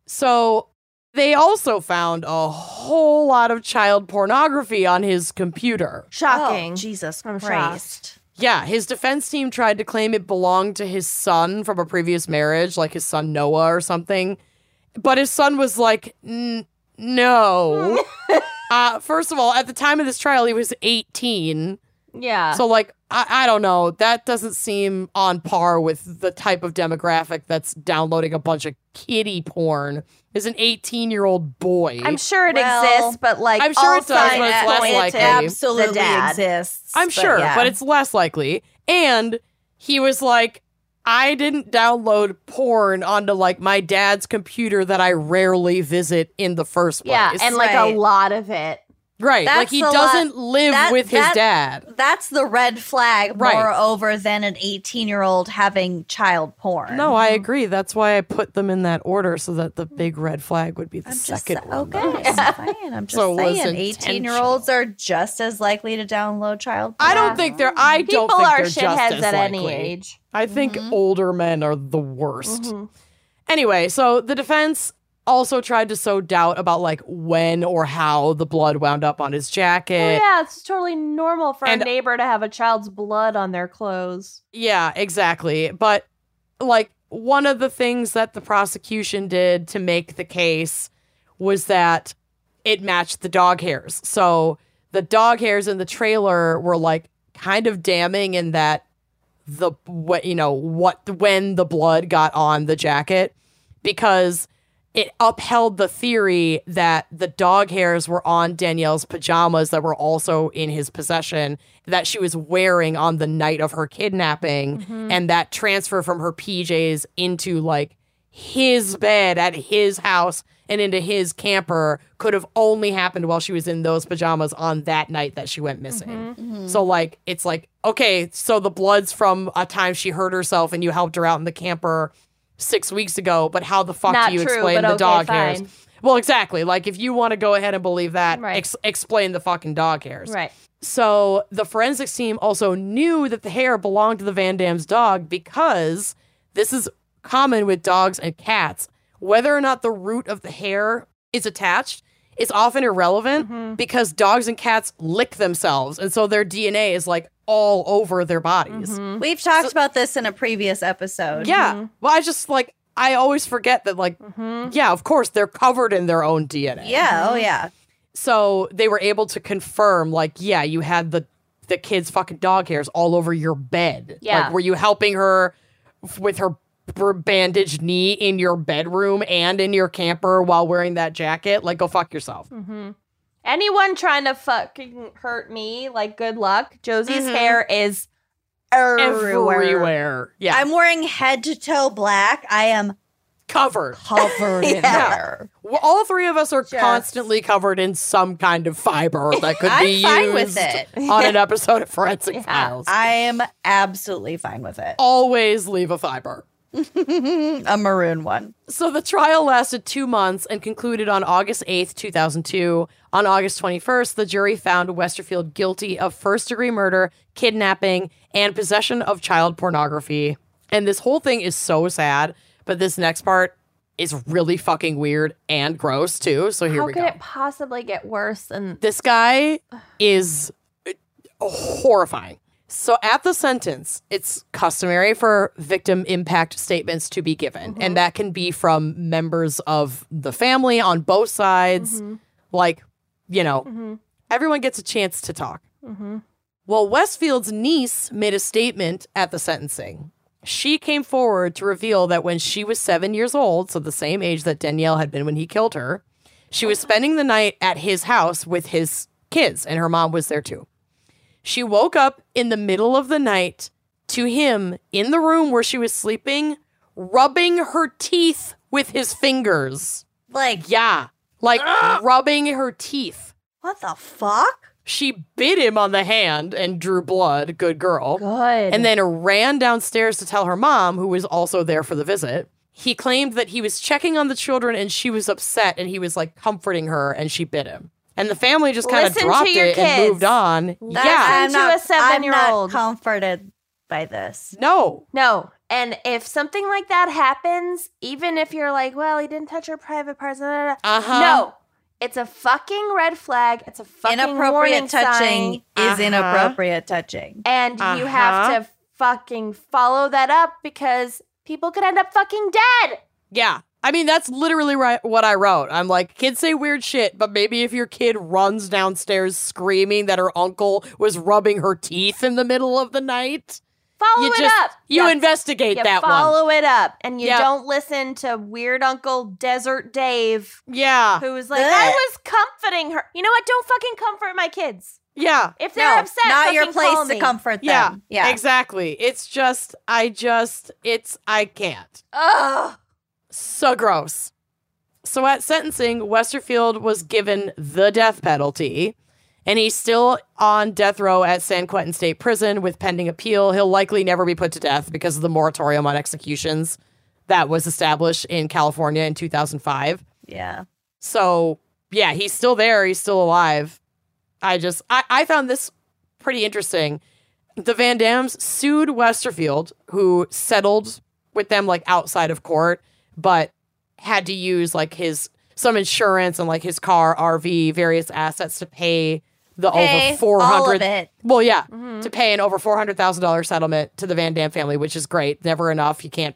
Speaker 2: So they also found a whole lot of child pornography on his computer.
Speaker 1: Shocking.
Speaker 3: Oh, Jesus
Speaker 1: I'm
Speaker 3: Christ.
Speaker 2: Yeah, his defense team tried to claim it belonged to his son from a previous marriage, like his son Noah or something. But his son was like, N- no. uh, first of all, at the time of this trial, he was 18.
Speaker 1: Yeah.
Speaker 2: So, like, I, I don't know. That doesn't seem on par with the type of demographic that's downloading a bunch of kiddie porn. Is an 18 year old boy.
Speaker 1: I'm sure it
Speaker 3: Well,
Speaker 1: exists, but like
Speaker 2: I'm sure
Speaker 1: all
Speaker 2: it does, but it's
Speaker 1: signs
Speaker 2: less
Speaker 1: point
Speaker 2: likely.
Speaker 1: to-
Speaker 3: Absolutely
Speaker 1: The dad.
Speaker 3: exists.
Speaker 2: I'm sure,
Speaker 3: yeah.
Speaker 2: but it's less likely. And he was like, I didn't download porn onto like my dad's computer that I rarely visit in the first place.
Speaker 1: Yeah, and like
Speaker 3: Right.
Speaker 1: a lot of it.
Speaker 2: right, like
Speaker 3: that's
Speaker 2: he
Speaker 3: a lot-
Speaker 2: doesn't live
Speaker 3: that-
Speaker 2: with his
Speaker 3: that-
Speaker 2: dad.
Speaker 3: that's the red flag.
Speaker 2: Right.
Speaker 3: Moreover, than an 18 year old having child porn.
Speaker 2: No, I agree. That's why I put them in that order so that the big red flag would be the
Speaker 3: I'm just
Speaker 2: second
Speaker 3: sa-
Speaker 2: one.
Speaker 3: okay. I'm fine. I'm just
Speaker 2: So it was
Speaker 3: saying, 18 year olds are just as likely to download child porn.
Speaker 2: I don't think they're. I
Speaker 1: People
Speaker 2: don't think
Speaker 1: are
Speaker 2: they're just
Speaker 1: shitheads
Speaker 2: as
Speaker 1: at any
Speaker 2: likely. Mm-hmm.
Speaker 1: age. Mm-hmm.
Speaker 2: I think older men are the worst. Anyway, so the defense also tried to sow doubt about like when or how the blood wound up on his jacket.
Speaker 1: Oh, yeah, it's totally normal for
Speaker 2: And- uh,
Speaker 1: a neighbor to have a child's blood on their clothes.
Speaker 2: Yeah, exactly. But like one of the things that the prosecution did to make the case was that it matched the dog hairs. So the dog hairs in the trailer were like kind of damning in that the what you know what when the blood got on the jacket because it upheld the theory that the dog hairs were on Danielle's pajamas that were also in his possession that she was wearing on the night of her kidnapping and that transfer from her PJs into like his bed at his house and into his camper could have only happened while she was in those pajamas on that night that she went missing. So like it's like okay, so the blood's from a time she hurt herself and you helped her out in the camper 6 weeks ago, but how the fuck
Speaker 1: Not
Speaker 2: do you
Speaker 1: true, but
Speaker 2: explain the
Speaker 1: okay,
Speaker 2: dog hairs?
Speaker 1: fine.
Speaker 2: Well, exactly. Like if you want to go ahead and believe that,
Speaker 1: Right.
Speaker 2: ex- explain the fucking dog hairs.
Speaker 1: Right.
Speaker 2: So the forensics team also knew that the hair belonged to the Van Damme's dog because this is common with dogs and cats. Whether or not the root of the hair is attached is often irrelevant
Speaker 1: Mm-hmm.
Speaker 2: because dogs and cats lick themselves. And so their DNA is like all over their bodies.
Speaker 1: Mm-hmm.
Speaker 3: We've talked about this in a previous episode.
Speaker 2: Yeah. Well, I just like, I always forget that, like, yeah, of course, they're covered in their own DNA.
Speaker 3: Yeah. Oh, yeah.
Speaker 2: so they were able to confirm like yeah you had the the kid's fucking dog hairs all over your bed
Speaker 1: Yeah.
Speaker 2: like were you helping her f- with her b- bandaged knee in your bedroom and in your camper while wearing that jacket like go fuck yourself
Speaker 1: Mm-hmm. Anyone trying to fucking hurt me, like, good luck. Josie's
Speaker 2: Mm-hmm.
Speaker 1: hair is everywhere.
Speaker 2: everywhere yeah
Speaker 3: I'm wearing head to toe black. I am
Speaker 2: covered
Speaker 3: covered in
Speaker 2: Yeah.
Speaker 3: hair.
Speaker 2: Well, all three of us are
Speaker 1: Just-
Speaker 2: constantly covered in some kind of fiber that could
Speaker 3: I'm
Speaker 2: be
Speaker 3: fine
Speaker 2: used
Speaker 3: with it.
Speaker 2: on an episode of forensic
Speaker 1: Yeah.
Speaker 2: files
Speaker 3: I am absolutely fine with it.
Speaker 2: always leave a fiber Oh.
Speaker 3: A maroon one.
Speaker 2: So the trial lasted two months and concluded on August 8th, 2002. On August 21st, the jury found Westerfield guilty of first degree murder, kidnapping, and possession of child pornography. And this whole thing is so sad, but this next part is really fucking weird and gross too. So here
Speaker 1: How
Speaker 2: we
Speaker 1: could
Speaker 2: go.
Speaker 1: it possibly get worse than
Speaker 2: This guy is horrifying. So at the sentence, it's customary for victim impact statements to be given, and that can be from members of the family on both sides. Like, you know, everyone gets a chance to talk. Well, Westfield's niece made a statement at the sentencing. She came forward to reveal that when she was seven years old, so the same age that Danielle had been when he killed her, she was spending the night at his house with his kids, and her mom was there too. She woke up in the middle of the night to him in the room where she was sleeping, rubbing her teeth with his fingers.
Speaker 3: Like,
Speaker 2: Yeah, like rubbing her teeth.
Speaker 3: what the fuck?
Speaker 2: She bit him on the hand and drew blood. Good girl.
Speaker 1: Good.
Speaker 2: And then ran downstairs to tell her mom, who was also there for the visit. He claimed that he was checking on the children and she was upset and he was like comforting her and she bit him. And the family just kind of
Speaker 1: Listen to
Speaker 2: dropped
Speaker 1: your
Speaker 2: it
Speaker 1: kids.
Speaker 2: and moved on. yeah.
Speaker 1: Listen to a seven-year-old.
Speaker 3: I'm not comforted by this.
Speaker 2: No.
Speaker 1: no. And if something like that happens, even if you're like, well, he didn't touch her private parts, da, da, da,
Speaker 2: Uh huh.
Speaker 1: no, it's a fucking red flag. It's a fucking warning
Speaker 3: Inappropriate touching
Speaker 1: sign.
Speaker 3: is
Speaker 2: Uh-huh.
Speaker 3: inappropriate touching.
Speaker 1: and you have
Speaker 2: Uh-huh.
Speaker 1: to fucking follow that up because people could end up fucking dead.
Speaker 2: Yeah. I mean, that's literally right, what I wrote. I'm like, kids say weird shit, but maybe if your kid runs downstairs screaming that her uncle was rubbing her teeth in the middle of the night,
Speaker 1: Follow
Speaker 2: you
Speaker 1: it
Speaker 2: just
Speaker 1: up.
Speaker 2: you
Speaker 1: Yeah.
Speaker 2: investigate
Speaker 1: you
Speaker 2: that one.
Speaker 1: follow it up and you
Speaker 2: Yeah.
Speaker 1: don't listen to weird uncle desert dave
Speaker 3: Uh,
Speaker 2: Yeah,
Speaker 1: who was like
Speaker 3: Ugh.
Speaker 1: i was comforting her you know what don't fucking comfort my kids
Speaker 2: yeah,
Speaker 1: if they're
Speaker 3: no,
Speaker 1: upset
Speaker 3: not your
Speaker 1: fucking
Speaker 3: place
Speaker 1: call
Speaker 3: to
Speaker 1: me.
Speaker 3: comfort
Speaker 2: yeah,
Speaker 3: them. Yeah.
Speaker 2: Exactly. It's just, I just, it's, I can't.
Speaker 1: Ugh.
Speaker 2: So gross. So at sentencing, Westerfield was given the death penalty, and he's still on death row at San Quentin State Prison with pending appeal. He'll likely never be put to death because of the moratorium on executions that was established in California in 2005.
Speaker 3: yeah.
Speaker 2: So yeah, he's still there. He's still alive. I just I, I found this pretty interesting. The Van Dams sued Westerfield, who settled with them like outside of court, but had to use like his some insurance and like his car, RV, various assets to pay the
Speaker 3: Pay
Speaker 2: over four
Speaker 3: all of
Speaker 2: hundred.
Speaker 3: it. Mm-hmm.
Speaker 2: Well, yeah, to pay an over four hundred thousand dollars settlement to the Van Dam family, which is great. Never enough. You can't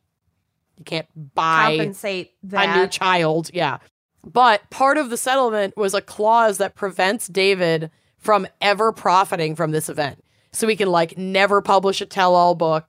Speaker 2: you can't buy
Speaker 1: compensate
Speaker 2: a new
Speaker 1: that
Speaker 2: child. Yeah. But part of the settlement was a clause that prevents David from ever profiting from this event. So he can like never publish a tell all book.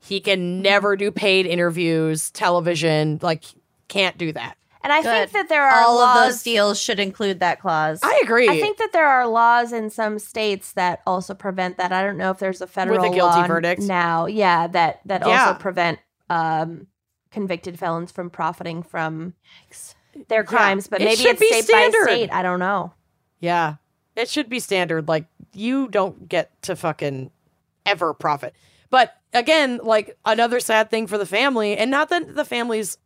Speaker 2: He can never do paid interviews, television, like can't do that.
Speaker 1: and i think
Speaker 3: Good.
Speaker 1: that there are
Speaker 3: All
Speaker 1: laws
Speaker 3: of those deals should include that clause.
Speaker 2: I agree.
Speaker 1: I think that there are laws in some states that also prevent that. I don't know if there's a federal
Speaker 2: guilty
Speaker 1: law
Speaker 2: verdict.
Speaker 1: now. Yeah, that that
Speaker 2: Yeah.
Speaker 1: also prevent um, convicted felons from profiting from their crimes. But
Speaker 2: It
Speaker 1: maybe
Speaker 2: should
Speaker 1: it's
Speaker 2: be
Speaker 1: state by
Speaker 2: standard.
Speaker 1: state. I don't know.
Speaker 2: Yeah. It should be standard. Like, you don't get to fucking ever profit. But again, like, another sad thing for the family, and not that the family's,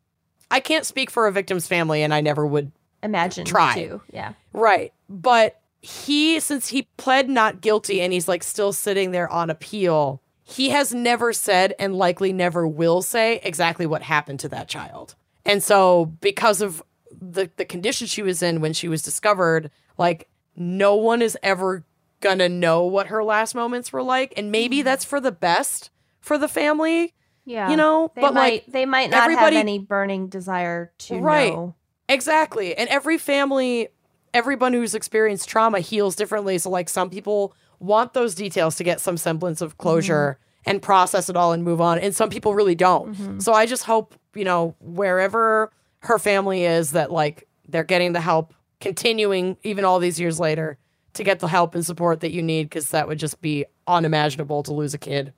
Speaker 2: I can't speak for a victim's family, and I never would
Speaker 1: Imagine
Speaker 2: Try.
Speaker 1: too. Yeah.
Speaker 2: Right. But he, since he pled not guilty and he's like still sitting there on appeal, he has never said and likely never will say exactly what happened to that child. And so, because of the, the condition she was in when she was discovered, like, no one is ever gonna know what her last moments were like. And maybe that's for the best for the family,
Speaker 1: Yeah.
Speaker 2: you know?
Speaker 1: they
Speaker 2: but
Speaker 1: might
Speaker 2: like,
Speaker 1: they might not have
Speaker 2: everybody-
Speaker 1: any burning desire to
Speaker 2: Right.
Speaker 1: know.
Speaker 2: Exactly. And every family, everyone who's experienced trauma heals differently. So, like, some people want those details to get some semblance of closure and process it all and move on. And some people really don't. So, I just hope, you know, wherever her family is, that like they're getting the help, continuing even all these years later to get the help and support that you need, because that would just be unimaginable to lose a kid.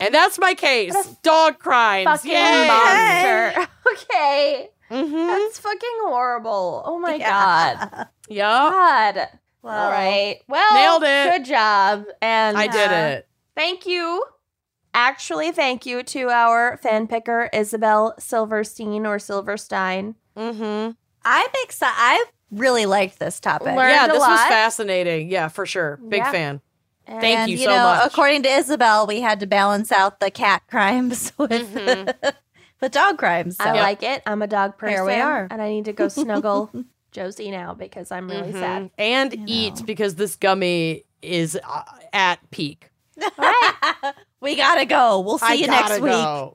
Speaker 2: And that's my case. Dog crimes.
Speaker 1: Fucking
Speaker 2: Yay!
Speaker 1: monster. Okay.
Speaker 2: Mhm.
Speaker 1: That's fucking horrible. Oh my god.
Speaker 2: Yup.
Speaker 1: God.
Speaker 3: Well,
Speaker 1: All right. Well,
Speaker 2: Nailed it.
Speaker 1: Good job. And
Speaker 2: I did
Speaker 1: uh,
Speaker 2: it.
Speaker 1: Thank you. Actually, thank you to our fan picker Isabel Silverstein or Silverstein.
Speaker 2: Mm-hmm.
Speaker 3: I'm excited. I really liked this topic.
Speaker 1: Learned
Speaker 2: yeah,
Speaker 1: a
Speaker 2: this was
Speaker 1: lot.
Speaker 2: fascinating. Yeah, for sure. Big
Speaker 1: Yeah.
Speaker 2: fan.
Speaker 1: And
Speaker 2: Thank
Speaker 3: and,
Speaker 2: you
Speaker 3: you,
Speaker 2: so
Speaker 3: know,
Speaker 2: much.
Speaker 3: according to Isabel, we had to balance out the cat crimes with the dog crimes. So.
Speaker 1: Mm-hmm. I like it. I'm a dog person.
Speaker 3: There we are.
Speaker 1: And I need to go snuggle Josie now because I'm really
Speaker 2: Mhm.
Speaker 1: sad.
Speaker 2: And eat because this gummy is uh, at peak.
Speaker 1: All right.
Speaker 6: We gotta go. We'll see you next week.
Speaker 2: week.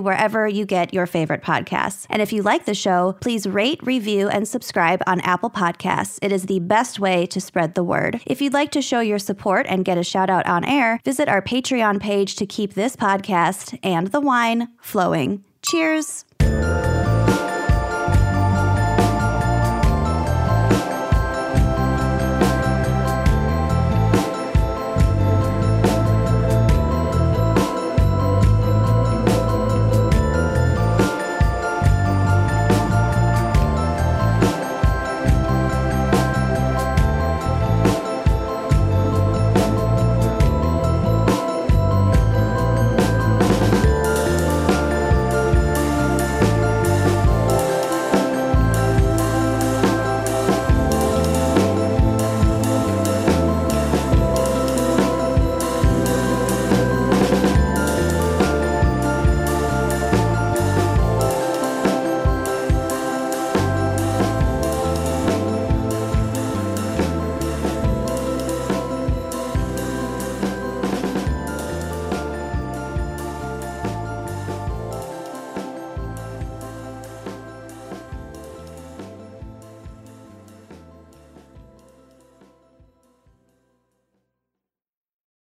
Speaker 3: wherever you get your favorite podcasts. And if you like the show, please rate, review, and subscribe on Apple Podcasts. It is the best way to spread the word. If you'd like to show your support and get a shout out on air, visit our Patreon page to keep this podcast and the wine flowing. Cheers!